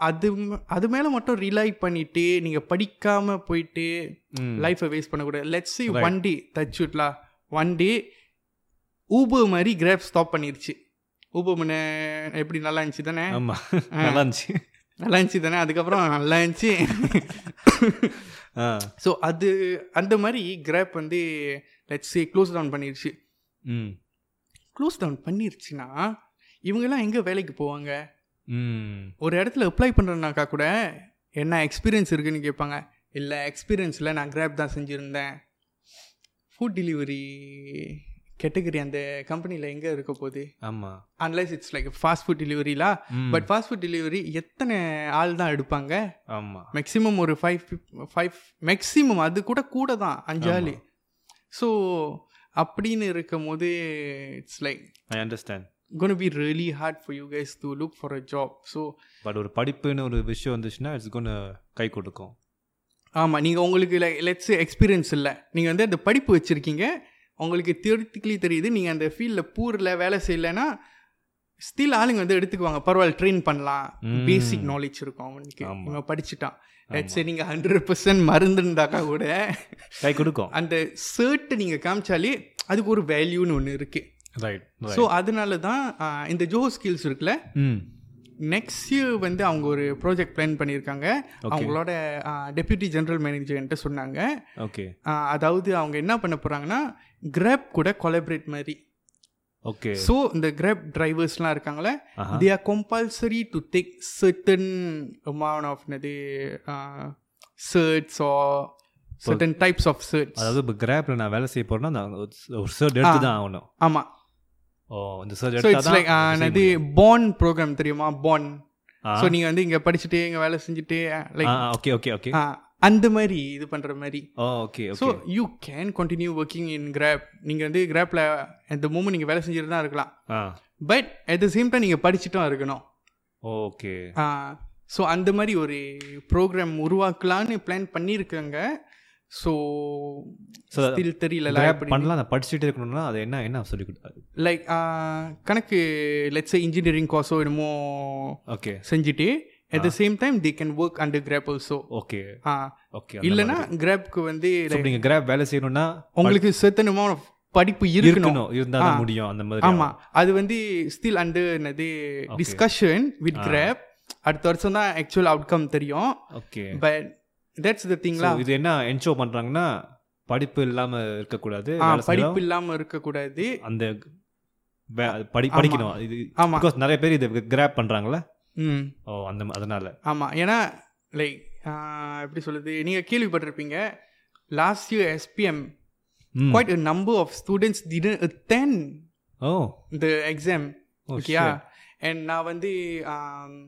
அது ம- அது மேலே மட்டும் ரிலை பண்ணிட்டு நீங்கள் படிக்காமல் போயிட்டு லைஃப்பை வேஸ்ட் பண்ணக்கூடாது let's see Hmm. Right. One day தச்சுட்லா ஒன் டே ஊபர் மாதிரி கிராப் ஸ்டாப் பண்ணிருச்சு ஊபர் முன்ன எப்படி நல்லா இருந்துச்சு தானே ஆமா நல்லா இருந்துச்சு நல்லா இருந்துச்சு தானே அதுக்கப்புறம் நல்லா இருந்துச்சு ஆ ஸோ அது அந்த மாதிரி கிராப் வந்து லெட்ஸ் சி க்ளோஸ் டவுன் பண்ணிருச்சு ம் க்ளோஸ் டவுன் பண்ணிருச்சுன்னா இவங்கெல்லாம் எங்கே வேலைக்கு போவாங்க ம் ஒரு இடத்துல அப்ளை பண்ணுறேனாக்கா கூட என்ன எக்ஸ்பீரியன்ஸ் இருக்குன்னு கேட்பாங்க இல்லை எக்ஸ்பீரியன்ஸில் நான் கிராப் தான் செஞ்சுருந்தேன் ஃபுட் டெலிவரி கேட்டகரி அந்த கம்பெனியில் எங்கே இருக்க போகுது ஆமா unless it's like fast food டெலிவரிலா ம். பட் ஃபாஸ்ட் ஃபுட் டெலிவரி எத்தனை ஆள் தான் எடுப்பாங்க ஆமா மேக்ஸிமம் ஒரு ஃபைவ் ஃபைவ் மேக்ஸிமம் அது கூட கூட தான் அஞ்சு ஆள் ஸோ அப்படின்னு இருக்கும் போது it's like I understand gonna be really hard for you guys to look for a job so but ஒரு படிப்புன்னு ஒரு விஷயம் வந்துச்சுன்னா இட்ஸ் கொண்டு கை கொடுக்கும் ஆமாம் நீங்கள் உங்களுக்கு லெட்ஸ் எக்ஸ்பீரியன்ஸ் இல்லை நீங்கள் வந்து அந்த படிப்பு வச்சுருக்கீங்க உங்களுக்கு தியரிட்டிக்கலி தெரியுது நீங்கள் அந்த ஃபீல்டில் பூரில் வேலை செய்யலைன்னா ஸ்டில் ஆளுங்க வந்து எடுத்துக்குவாங்க பரவாயில்ல ட்ரெயின் பண்ணலாம் ம். பேசிக் நாலேஜ் இருக்கும் அவனுக்கு ஆமா. இவன் படிச்சுட்டான் லெட்ஸ் நீங்கள் ஹண்ட்ரட் பர்சன்ட் மறந்துருந்தாக்கா கூட கை கொடுக்கும் அந்த சர்ட்டு நீங்கள் காமிச்சாலே அதுக்கு ஒரு வேல்யூன்னு ஒன்று இருக்குது ரைட் ஸோ அதனால தான் ஆ, இந்த ஜோஹோ ஸ்கில்ஸ் இருக்குல்ல ம் நெக்ஸ்ட் இயர் வந்து அவங்க ஒரு ப்ராஜெக்ட் பிளான் பண்ணியிருக்காங்க அவங்களோட டெப்யூட்டி ஜெனரல் மேனேஜர்கிட்ட சொன்னாங்க ஓகே ஆஹ் அதாவது அவங்க என்ன பண்ண போகிறாங்கன்னா கிராப் கூட கொலபரேட் மாதிரி ஓகே ஸோ இந்த கிராப் டிரைவர்ஸ்லாம் இருக்காங்களே ஆஹா. They are compulsory to take certain amount of என்னது certs certain types of certs அதாவது இப்போ கிராப்ல நான் வேலை செய்ய போறேன்னா நான் ஒரு- ஒரு சர்ட் எடுத்து தான் ஆகணும் ஆமாம் ஓ இந்த சர்ட் ஸோ எடுத்தா இட்ஸ் தான் லைக் என்னது பான் ப்ரோக்ராம் தெரியுமா பான் ஆ. ஸோ நீங்கள் வந்து இங்கே படிச்சுட்டு இங்கே வேலை செஞ்சுட்டு லைக் ஓகே ஓகே ஓகே அந்த மாதிரி இது பண்ணுற மாதிரி oh okay so okay you can continue working in Grab நீங்கள் வந்து கிராப்பில் at the moment நீங்கள் வேலை செஞ்சுட்டு தான் இருக்கலாம் ah but at the same time நீங்கள் படிச்சுட்டும் இருக்கணும் ஓகே ஸோ அந்த மாதிரி ஒரு ப்ரோக்ராம் உருவாக்கலான்னு பிளான் பண்ணியிருக்காங்க ஸோ So, ஸ்டில் தெரியல கிராப் பண்ணலாம் நான் படிச்சுட்டு இருக்கணும்னா அது என்ன என்ன சொல்லி கொடு லைக் கணக்கு லெட்ஸ் இன்ஜினியரிங் கோர்ஸோ என்னமோ ஓகே செஞ்சுட்டு at the same time they can work under Grab also okay okay இல்லைன்னா கிராப்க்கு வந்து like, நீங்க கிராப் வேலை செய்யணும்னா உங்களுக்கு சத்தனமான படிப்பு இருக்கணும் இருக்கணும் இருந்தா தான் முடியும் அந்த மாதிரி ஆமா அது வந்து ஸ்டில் அண்டர் என்னது டிஸ்கஷன் வித் கிராப் அடுத்த வருஷம் தான் ஆக்சுவல் அவுட்கம் தெரியும் ஓகே பட் தட்ஸ் த திங்லா இது என்ன என்ஷோ பண்றாங்கன்னா படிப்பு இல்லாம இருக்கக்கூடாது ஆ, வேலை செய்யலாம். படிப்பு இல்லாம இருக்கக்கூடாது அந்த வே- அது படி ஆமா. படிக்கணும் இது ஆமா because நிறைய பேர் இதை கிராப் பண்றாங்கல்ல ம் ஓ அந்த ம- அதனால ஆமா ஏன்னா லைக் எப்படி சொல்லுது நீங்க கேள்விப்பட்டிருப்பீங்க லாஸ்ட் இயர் எஸ்பிஎம் ம். Quite a number of students didn't attend O the exam Oh, ஓகேயா அண்ட் நான் வந்து ஆம்,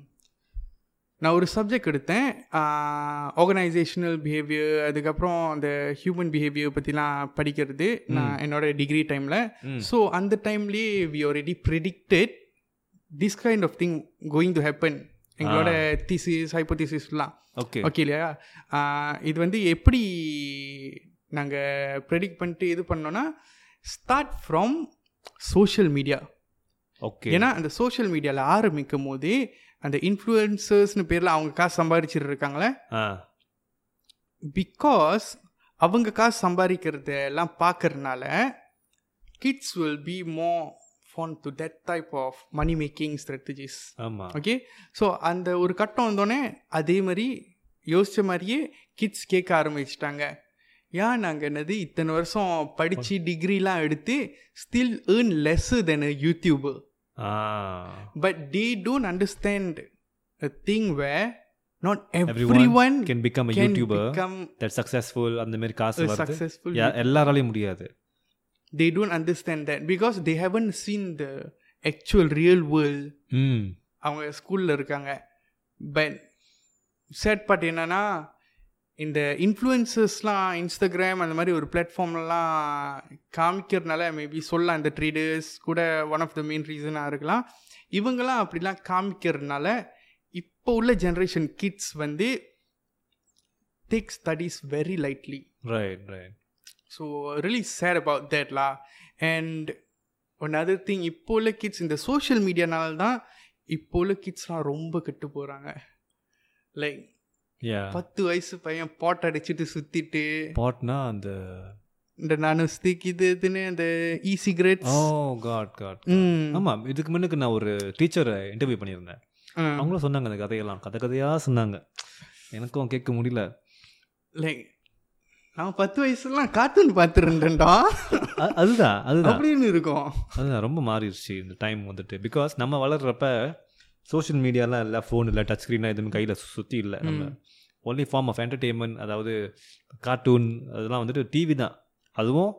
நான் ஒரு சப்ஜெக்ட் எடுத்தேன் ஆர்கனைசேஷனல் பிஹேவியர் அதுக்கப்புறம் அந்த ஹியூமன் பிஹேவியர் பற்றிலாம் படிக்கிறது நான் என்னோட டிகிரி டைமில் ம். ஸோ அந்த டைம்லேயே we already predicted this kind of thing going to happen எங்களோட தீசிஸ் ஹைப்போதீசிஸ்லாம் ஓகே ஓகே இல்லையா ஆஹ் இது வந்து எப்படி நாங்கள் ப்ரெடிக்ட் பண்ணிட்டு இது பண்ணோன்னா start from social media okay ஏன்னா அந்த சோஷியல் மீடியாவில் ஆரம்பிக்கும் போதே அந்த இன்ஃப்ளூயன்சர்ஸ்னு பேரில் அவங்க காசு சம்பாதிச்சிட்டு இருக்காங்களே ஆ பிகாஸ் அவங்க காசு சம்பாதிக்கிறத எல்லாம் பார்க்கறனால kids will be more fond to that type of money making strategies ஆமா ஓகே ஸோ அந்த ஒரு கட்டம் வந்தோடனே அதே மாதிரி யோசித்த மாதிரியே கிட்ஸ் கேட்க ஆரம்பிச்சிட்டாங்க ஏன் நாங்கள் என்னது இத்தனை வருஷம் படித்து டிகிரிலாம் எடுத்து still earn less then YouTube ah but they don't understand thing way not every Everyone one can become a can YouTuber become that successful அந்த மாதிரி காசு வருது சக்ஸஸ்ஃபுல் யா- எல்லாராலையும் முடியாது they don't understand that because they haven't seen the actual real world ம் அவங்க ஸ்கூலில் இருக்காங்க பட் சேட் பார்ட் என்னன்னா இந்த இன்ஃப்ளூயன்சஸ்லாம் இன்ஸ்டாகிராம் அந்த மாதிரி ஒரு பிளாட்ஃபார்ம்லாம் காமிக்கிறதுனால மேபி சொல்லலாம் இந்த ட்ரீடர்ஸ் கூட ஒன் ஆஃப் த மெயின் ரீசனாக இருக்கலாம் இவங்கெல்லாம் அப்படிலாம் காமிக்கிறதுனால இப்போ உள்ள ஜென்ரேஷன் கிட்ஸ் வந்து take studies very lightly right right so really share about தேட்லா அண்ட் ஒன் அதர் திங் இப்போ உள்ள கிட்ஸ் இந்த சோஷியல் மீடியானால தான் இப்போ உள்ள கிட்ஸ்லாம் ரொம்ப கெட்டு போகிறாங்க லைக் யா பத்து வயசு பையன் பாட் அடிச்சிட்டு சுற்றிட்டு பாட்னா அந்த இந்த நானும் ஸ்டிக் இது இதுன்னு அந்த e cigarettes oh God God ஆமா இதுக்கு முன்னுக்கு நான் ஒரு டீச்சரை இன்டர்வியூ பண்ணியிருந்தேன் அவங்களும் சொன்னாங்க அந்த கதையெல்லாம் கதை கதையா சொன்னாங்க எனக்கும் கேட்க முடியல லைக் நான் பத்து வயசுலாம் கார்ட்டூன் பார்த்துருந்தேன்டா அ- அதுதான் அதுதான் அப்படின்னு இருக்கும் அதுதான் ரொம்ப மாறிடுச்சு இந்த டைம் வந்துட்டு பிகாஸ் நம்ம வளர்றப்ப சோஷியல் மீடியாலாம் இல்லை ஃபோன் இல்லை டச் ஸ்க்ரீன்லாம் எதுவும் கையில் சுற்றி இல்லை நம்ம ஒன்லி ஃபார்ம் ஆஃப் என்டர்டெயின்மெண்ட் அதாவது கார்ட்டூன் அதெல்லாம் வந்துட்டு டிவி தான் அதுவும்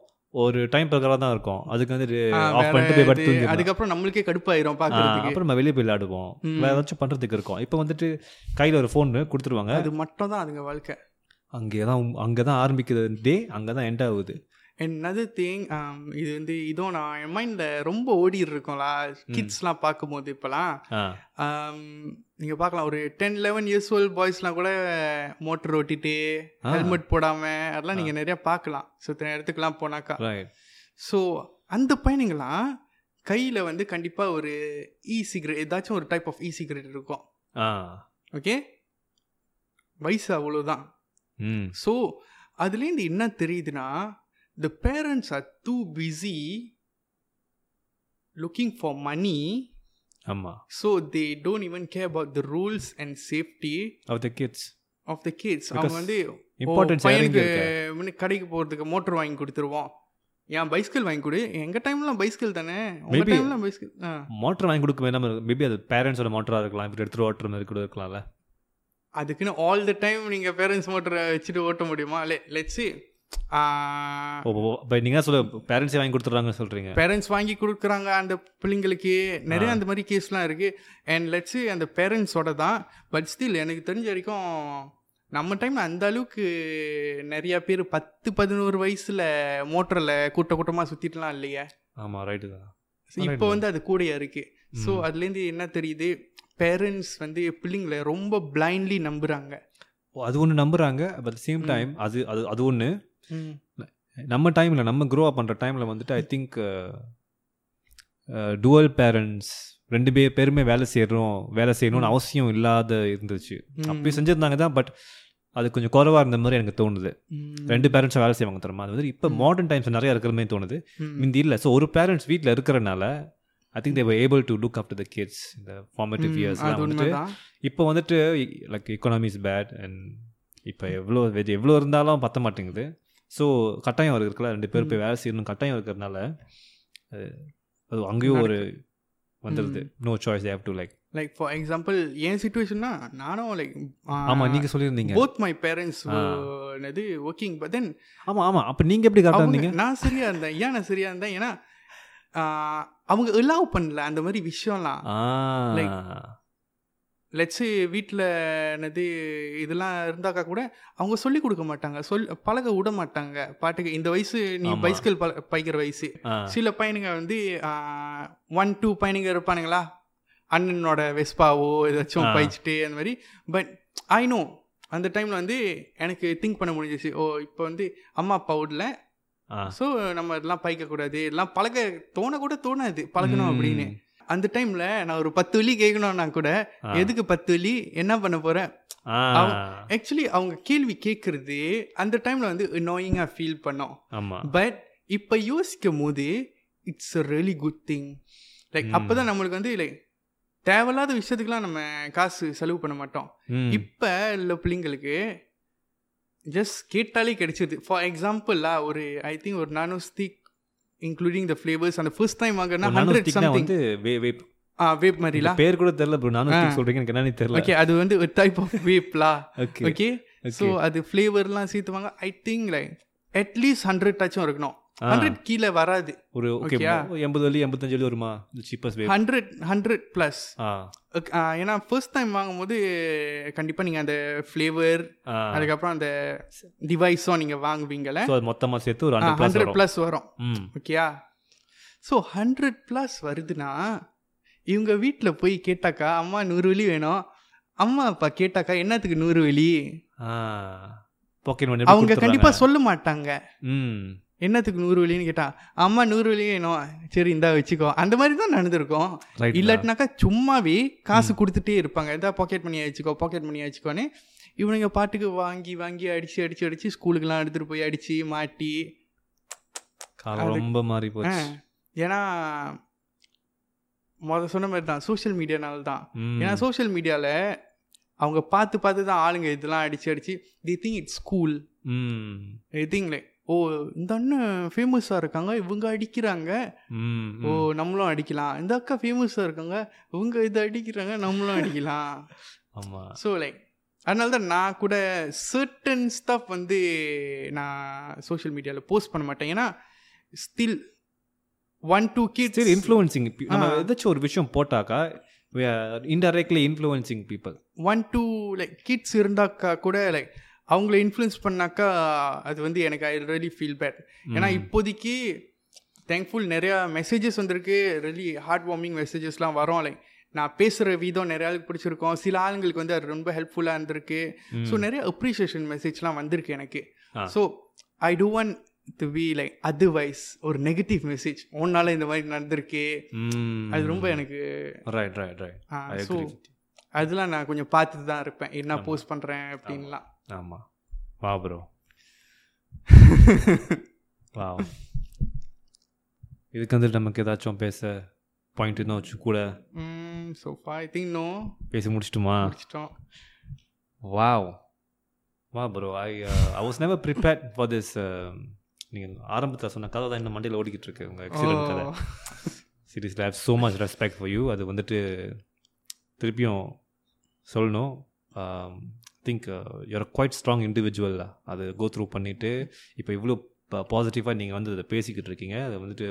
ஒரு டைம் பிரகாரம் தான் இருக்கும் அதுக்கு வந்து ஆ, ஆஃப் பண்ணிட்டு போய் வேற படுத்து இது- தூங்கிடலாம். அதுக்கப்புறம் நம்மளுக்கே கடுப்பாயிரும் ஆ, பார்க்கறதுக்கு அப்புறம் நம்ம வெளியே போய் விளையாடுவோம் ம். வேறு ஏதாச்சும் பண்ணுறதுக்கு இருக்கும் இப்போ வந்துட்டு கையில் ஒரு ஃபோன் கொடுத்துருவாங்க அது மட்டும் தான் அதுங்க வாழ்க்கை அங்கே தான் அங்கே தான் ஆரம்பிக்குது டே அங்கே தான் எண்ட் ஆகுது என்னது திங் இது வந்து இதோ நான் என் மைண்டில் ரொம்ப ஓடிட்டு இருக்கோம்லா கிட்ஸ்லாம் பார்க்கும்போது இப்போலாம் ஆ நீங்கள் பார்க்கலாம் ஒரு டென் லெவன் இயர்ஸ் ஓல்ட் பாய்ஸ்லாம் கூட மோட்டர் ஓட்டிட்டு ஆ. ஹெல்மெட் போடாமல் அதெல்லாம் நீங்கள் நிறையா பார்க்கலாம் சுத்தின இடத்துக்குலாம் போனாக்கா ரைட் ஸோ அந்த பையனுங்களாம் கையில் வந்து கண்டிப்பாக ஒரு இ சிகரெட் ஏதாச்சும் ஒரு டைப் ஆஃப் இ சிகரெட் இருக்கும் ஆ ஓகே வயசு அவ்வளோதான் ம் ஸோ அதுலேருந்து என்ன தெரியுதுன்னா the parents are too busy looking for money ஆமாம் so they don't even care about the rules and safety of the kids of the kids அவங்க வந்து ஓ, importance பையனுக்கு இறங்கி முன்ன கடைக்கு போகிறதுக்கு மோட்டர் வாங்கி கொடுத்துருவோம் என் பைஸ்கிள் வாங்கி கொடு எங்கள் டைம்லாம் பைஸ்கிள் தானே உங்கள் Maybe. டைம்லாம் பைஸ்கிள் ஆ மோட்டர் வாங்கி கொடுக்க வேணாம மேபி அது பேரண்ட்ஸோட மோட்டராக இருக்கலாம் இப்படி எடுத்துட்டு ஓட்டுற மாதிரி கூட இருக்கலாம்ல அதுக்குன்னு ஆல் த டைம் நீங்கள் பேரண்ட்ஸ் மோட்டரை வச்சுட்டு ஓட்ட முடியுமா இல்லை லெட்ஸி ஓ இப்போ நீங்கள் சொல்ல பேரண்ட்ஸே வாங்கி கொடுத்துட்றாங்கன்னு சொல்கிறீங்க பேரண்ட்ஸ் வாங்கி கொடுக்குறாங்க அந்த பிள்ளைங்களுக்கு நிறைய அந்த மாதிரி கேஸ்லாம் இருக்குது அண்ட் லெட்ஸ் அந்த பேரண்ட்ஸோட தான் பட் ஸ்டில் எனக்கு தெரிஞ்ச வரைக்கும் நம்ம டைமில் அந்த அளவுக்கு நிறையா பேர் பத்து பதினோரு வயசில் மோட்டரில் கூட்ட கூட்டமாக சுற்றிட்டுலாம் இல்லையா ஆமாம் ரைட்டு தான் இப்போ வந்து அது கூடயா இருக்குது ஸோ அதுலேருந்து என்ன தெரியுது பேரண்ட்ஸ் வந்து பிள்ளைங்களை ரொம்ப பிளைண்ட்லி நம்புகிறாங்க ஓ, அது ஒன்று நம்புறாங்க பட் சேம் டைம் அது அது அது ஒன்று நம்ம டைமில் நம்ம க்ரோ அப் பண்ணுற டைமில் வந்துட்டு uh, I think dual parents uh, ரெண்டு பேர் பேருமே வேலை செய்கிறோம் வேலை செய்யணும்னு அவசியம் இல்லாத இருந்துச்சு அப்பயும் செஞ்சுருந்தாங்க தான் பட் அது கொஞ்சம் குறைவாக இருந்த மாதிரி எனக்கு தோணுது ரெண்டு பேரண்ட்ஸும் வேலை செய்வாங்க தரமா அது வந்து இப்போ மாடர்ன் டைம்ஸ் நிறைய இருக்கிற மாதிரி தோணுது இந்த இல்லை ஸோ ஒரு பேரண்ட்ஸ் வீட்டில் இருக்கிறனால I think Thevar able to look after the kids இந்த ஃபார்மேட்டிவ் இயர்ஸ்லாம் அது வந்துட்டு உண்மைதான் இப்போ வந்துட்டு like economy is bad and இப்போ எவ்வளோ எவ்வளோ இருந்தாலும் பத்த மாட்டேங்குது ஸோ கட்டாயம் இருக்குல்ல ரெண்டு பேர் போய் வேலை செய்யணும் கட்டாயம் இருக்கிறதுனால அஹ், அது அங்கேயும் ஒரு வந்துடுது no choice have to like like for example என் சுச்சுவேஷன்னா நானும் லைக் ஆமாம் நீங்கள் சொல்லியிருந்தீங்க போத் மை பேரண்ட்ஸ் என்னது ஒர்க்கிங் பட் தென் ஆமாம் ஆமாம் அப்போ நீங்கள் எப்படி கரெக்டாக இருந்தீங்க நான் சரியா இருந்தேன் ஏன் நான் சரியா இருந்தேன் ஏன்னா ஆஹ், அவங்க allow பண்ணல அந்த மாதிரி விஷயம்லாம் ஆ லெட்ஸு வீட்டில் என்னது இதெல்லாம் இருந்தாக்கா கூட அவங்க சொல்லி கொடுக்க மாட்டாங்க சொல் பழக விட மாட்டாங்க பாட்டுக்கு இந்த வயசு நீ ஆமா. பைஸ்கிள் பழ பைக்கிற வயசு ஆ சில பையனுங்க வந்து ஒன் டூ பையனுங்க இருப்பானுங்களா அண்ணனோட வெஸ்பாவோ ஏதாச்சும் ஆ. பயிச்சுட்டு அந்த மாதிரி பட் ஐ நோ அந்த டைமில் வந்து எனக்கு திங்க் பண்ண முடிஞ்சிச்சு ஓ இப்போ வந்து அம்மா அப்பா விடல ஆ. ஸோ நம்ம இதெல்லாம் பைக்கக்கூடாது இதெல்லாம் பழக தோண கூட தோணாது பழகணும் அப்படின்னு ம். அந்த டைமில் நான் ஒரு பத்து வழி கேட்கணும்னா கூட ஆ. எதுக்கு பத்து வழி என்ன பண்ண போகிறேன் ஆ ஆக்சுவலி அவங்க கேள்வி கேட்குறது அந்த டைமில் வந்து நோயிங்காக ஃபீல் பண்ணோம் ஆமாம் பட் இப்போ யோசிக்கும் போது it's a really good thing like ம். அப்போ தான் நம்மளுக்கு வந்து லைக் தேவையில்லாத விஷயத்துக்குலாம் நம்ம காசு செலவு பண்ண மாட்டோம் ம் இப்போ உள்ள பிள்ளைங்களுக்கு ஜஸ்ட் கேட்டாலே கிடைச்சிது ஃபார் எக்ஸாம்பிளா ஒரு ஐ திங்க் ஒரு nano stick including the flavours அந்த ஃபர்ஸ்ட் டைம் வாங்கினா ஹண்ட்ரட் நானும் சம்திங் வந்து வே வேப் வேப் மாதிரிலா பேர் கூட தெரியல ப்ரோ நானும் ஆ. சொல்றீங்க எனக்கு என்னன்னு தெரியல ஓகே அது வந்து ஒரு டைப் ஆஃப் வேப்லா ஓகே ஓகே ஸோ அது ஃப்ளேவர்லாம் சேர்த்துவாங்க I think like at least hundred டச்சும் இருக்கணும் ஆ. ஹண்ட்ரட் கீழே வராது ஒரு ஓகே ஓகேயா? எண்பது வலி எண்பத்தஞ்சு வலி வருமா cheapest way hundred hundred plus ஆ ஏன்னா ஃபர்ஸ்ட் டைம் வாங்கும்போது கண்டிப்பாக நீங்கள் அந்த ஃப்ளேவர் ஆ அதுக்கப்புறம் அந்த டிவைஸும் நீங்கள் வாங்குவீங்கல்ல ஸோ அது மொத்தமா சேர்த்து ஒரு ஹண்ட்ரட் ப்ளஸ் ஹண்ட்ரட் வரும் ப்ளஸ் வரும் ம் ஓகேயா ஸோ ஹண்ட்ரட் ப்ளஸ் வருதுன்னா இவங்க வீட்டில் போய் கேட்டாக்கா அம்மா நூறு வெளி வேணும் அம்மா அப்பா கேட்டாக்கா என்னத்துக்கு நூறு வெளி ஆ பாக்கெட் மணி அவங்க கண்டிப்பாக சொல்ல மாட்டாங்க ம் என்னத்துக்கு நூறு வெளின்னு கேட்டா அம்மா நூறு வெளி வேணும் சரி இந்தா வச்சுக்கோ அந்த மாதிரி தான் நடந்திருக்கும் ரைட் இல்லாட்டினாக்கா சும்மாவே காசு கொடுத்துட்டே இருப்பாங்க இதா பாக்கெட் மணி ஆயிடுச்சுக்கோ பாக்கெட் மணி ஆயிடுச்சுக்கோன்னு இவனுங்க பாட்டுக்கு வாங்கி வாங்கி அடிச்சு அடிச்சு அடிச்சு ஸ்கூலுக்குலாம் எடுத்துட்டு போய் அடிச்சு மாட்டி காலம் ரொம்ப மாறி ஆ, போச்சு ஏன்னா முத சொன்ன மாதிரி தான் சோஷியல் மீடியானால தான் ம் ஏன்னா சோஷியல் மீடியால அவங்க பார்த்து பார்த்து தான் ஆளுங்க இதெல்லாம் அடிச்சு அடிச்சு தி திங்க் இட்ஸ் ஸ்கூல் ம் ஐ திங்க் லைக் ஓ இந்த அண்ணன் ஃபேமஸாக இருக்காங்க இவங்க அடிக்கிறாங்க ம் ஓ நம்மளும் அடிக்கலாம் இந்த அக்கா ஃபேமஸாக இருக்காங்க இவங்க இது அடிக்கிறாங்க நம்மளும் அடிக்கலாம் ஆமா ஸோ லைக் அதனால தான் நான் கூட சர்டன் ஸ்டஃப் வந்து நான் சோஷியல் மீடியாவில் போஸ்ட் பண்ண மாட்டேன் ஏன்னா ஸ்டில் ஒன் டூ சரி கிட்ஸ் இன்ஃப்ளூயன்சிங் நம்ம ஆ. ஏதாச்சும் ஒரு விஷயம் போட்டாக்கா indirectly influencing people one two like kids இருந்தாக்கா கூட லைக் அவங்கள இன்ஃப்ளூயன்ஸ் பண்ணாக்கா அது வந்து எனக்கு ஐ ரியலி ஃபீல் பேட் ஏன்னா இப்போதைக்கு தேங்க்ஃபுல் நிறையா மெசேஜஸ் வந்திருக்கு ரியலி ஹார்ட் வார்மிங் மெசேஜஸ்லாம் வரும் லைக் நான் பேசுகிற விதம் நிறைய ஆளுக்கு பிடிச்சிருக்கோம் சில ஆளுங்களுக்கு வந்து அது ரொம்ப ஹெல்ப்ஃபுல்லாக இருந்திருக்கு ஸோ நிறைய அப்ரிஷியேஷன் மெசேஜ்லாம் வந்திருக்கு எனக்கு Hmm. ஆ. So I do want to be like otherwise ஒரு நெகட்டிவ் மெசேஜ் உன்னால இந்த மாதிரி நடந்திருக்கு அது ரொம்ப எனக்கு right right right Hmm. I so agree with you. அதெல்லாம் நான் கொஞ்சம் பார்த்துட்டு தான் இருப்பேன் என்ன போஸ்ட் பண்ணுறேன் அப்படின்லாம் ஆமா வா ப்ரோ வா இதுக்கு வந்து நமக்கு ஏதாச்சும் பேச பாயிண்ட் இருந்தால் வச்சு கூட ஸோ ஐ திங்க் நோ பேசி முடிச்சிட்டுமா முடிச்சிட்டோம் வாவ் வா bro I I was never prepared for this நீங்கள் ஆரம்பத்தில் uh, சொன்ன கதை தான் இன்னும் மண்டையில் ஓடிக்கிட்டு இருக்கு உங்கள் எக்ஸிலன்ட் கதை Oh. Seriously have so much respect for you அது வந்துட்டு திருப்பியும் சொல்லணும் Um, think you're quite strong individual அது கோ த்ரூ பண்ணிவிட்டு இப்போ இவ்வளோ பாசிட்டிவாக நீங்கள் வந்து அதை பேசிக்கிட்டு இருக்கீங்க அது வந்துட்டு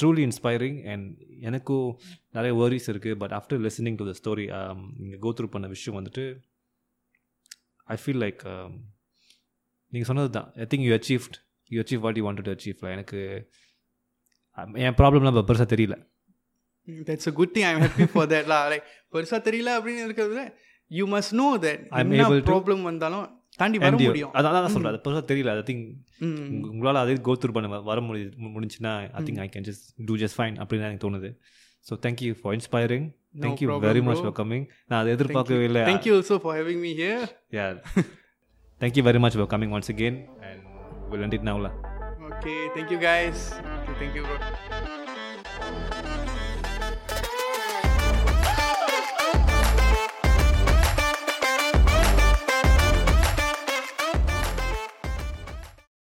ட்ரூலி இன்ஸ்பைரிங் அண்ட் எனக்கும் நிறைய worries இருக்குது but after listening to the story நீங்கள் கோ த்ரூ பண்ண விஷயம் வந்துட்டு ஐ ஃபீல் லைக் நீங்கள் um, சொன்னது தான் I think you achieved you achieve what you want to அச்சீவ்ல எனக்கு அஹ், என் ப்ராப்ளம்லாம் பெருசாக தெரியல that's a good thing I'm happy for that லா லைக் பெருசா தெரியல அப்படின்னு இருக்கிறதுல you must know that I'm என்ன able to- ப்ராப்ளம் வந்தாலும் தாண்டி வர And you- முடியும் அதான் அதான் சொல்றேன் அது பெருசாக தெரியல ஐ திங்க் ம். உங்களால் அதே கோ த்ரூ பண்ண வ- வர முடி முடிஞ்சுன்னா I think I can just do just fine அப்படின்னு எனக்கு தோணுது so thank you for inspiring No thank you problem, very much bro. For coming நான் அதை எதிர்பார்க்கவே இல்லை thank you also for having me here yeah thank you very much for coming once again and will end it now lah okay thank you guys okay, thank you bro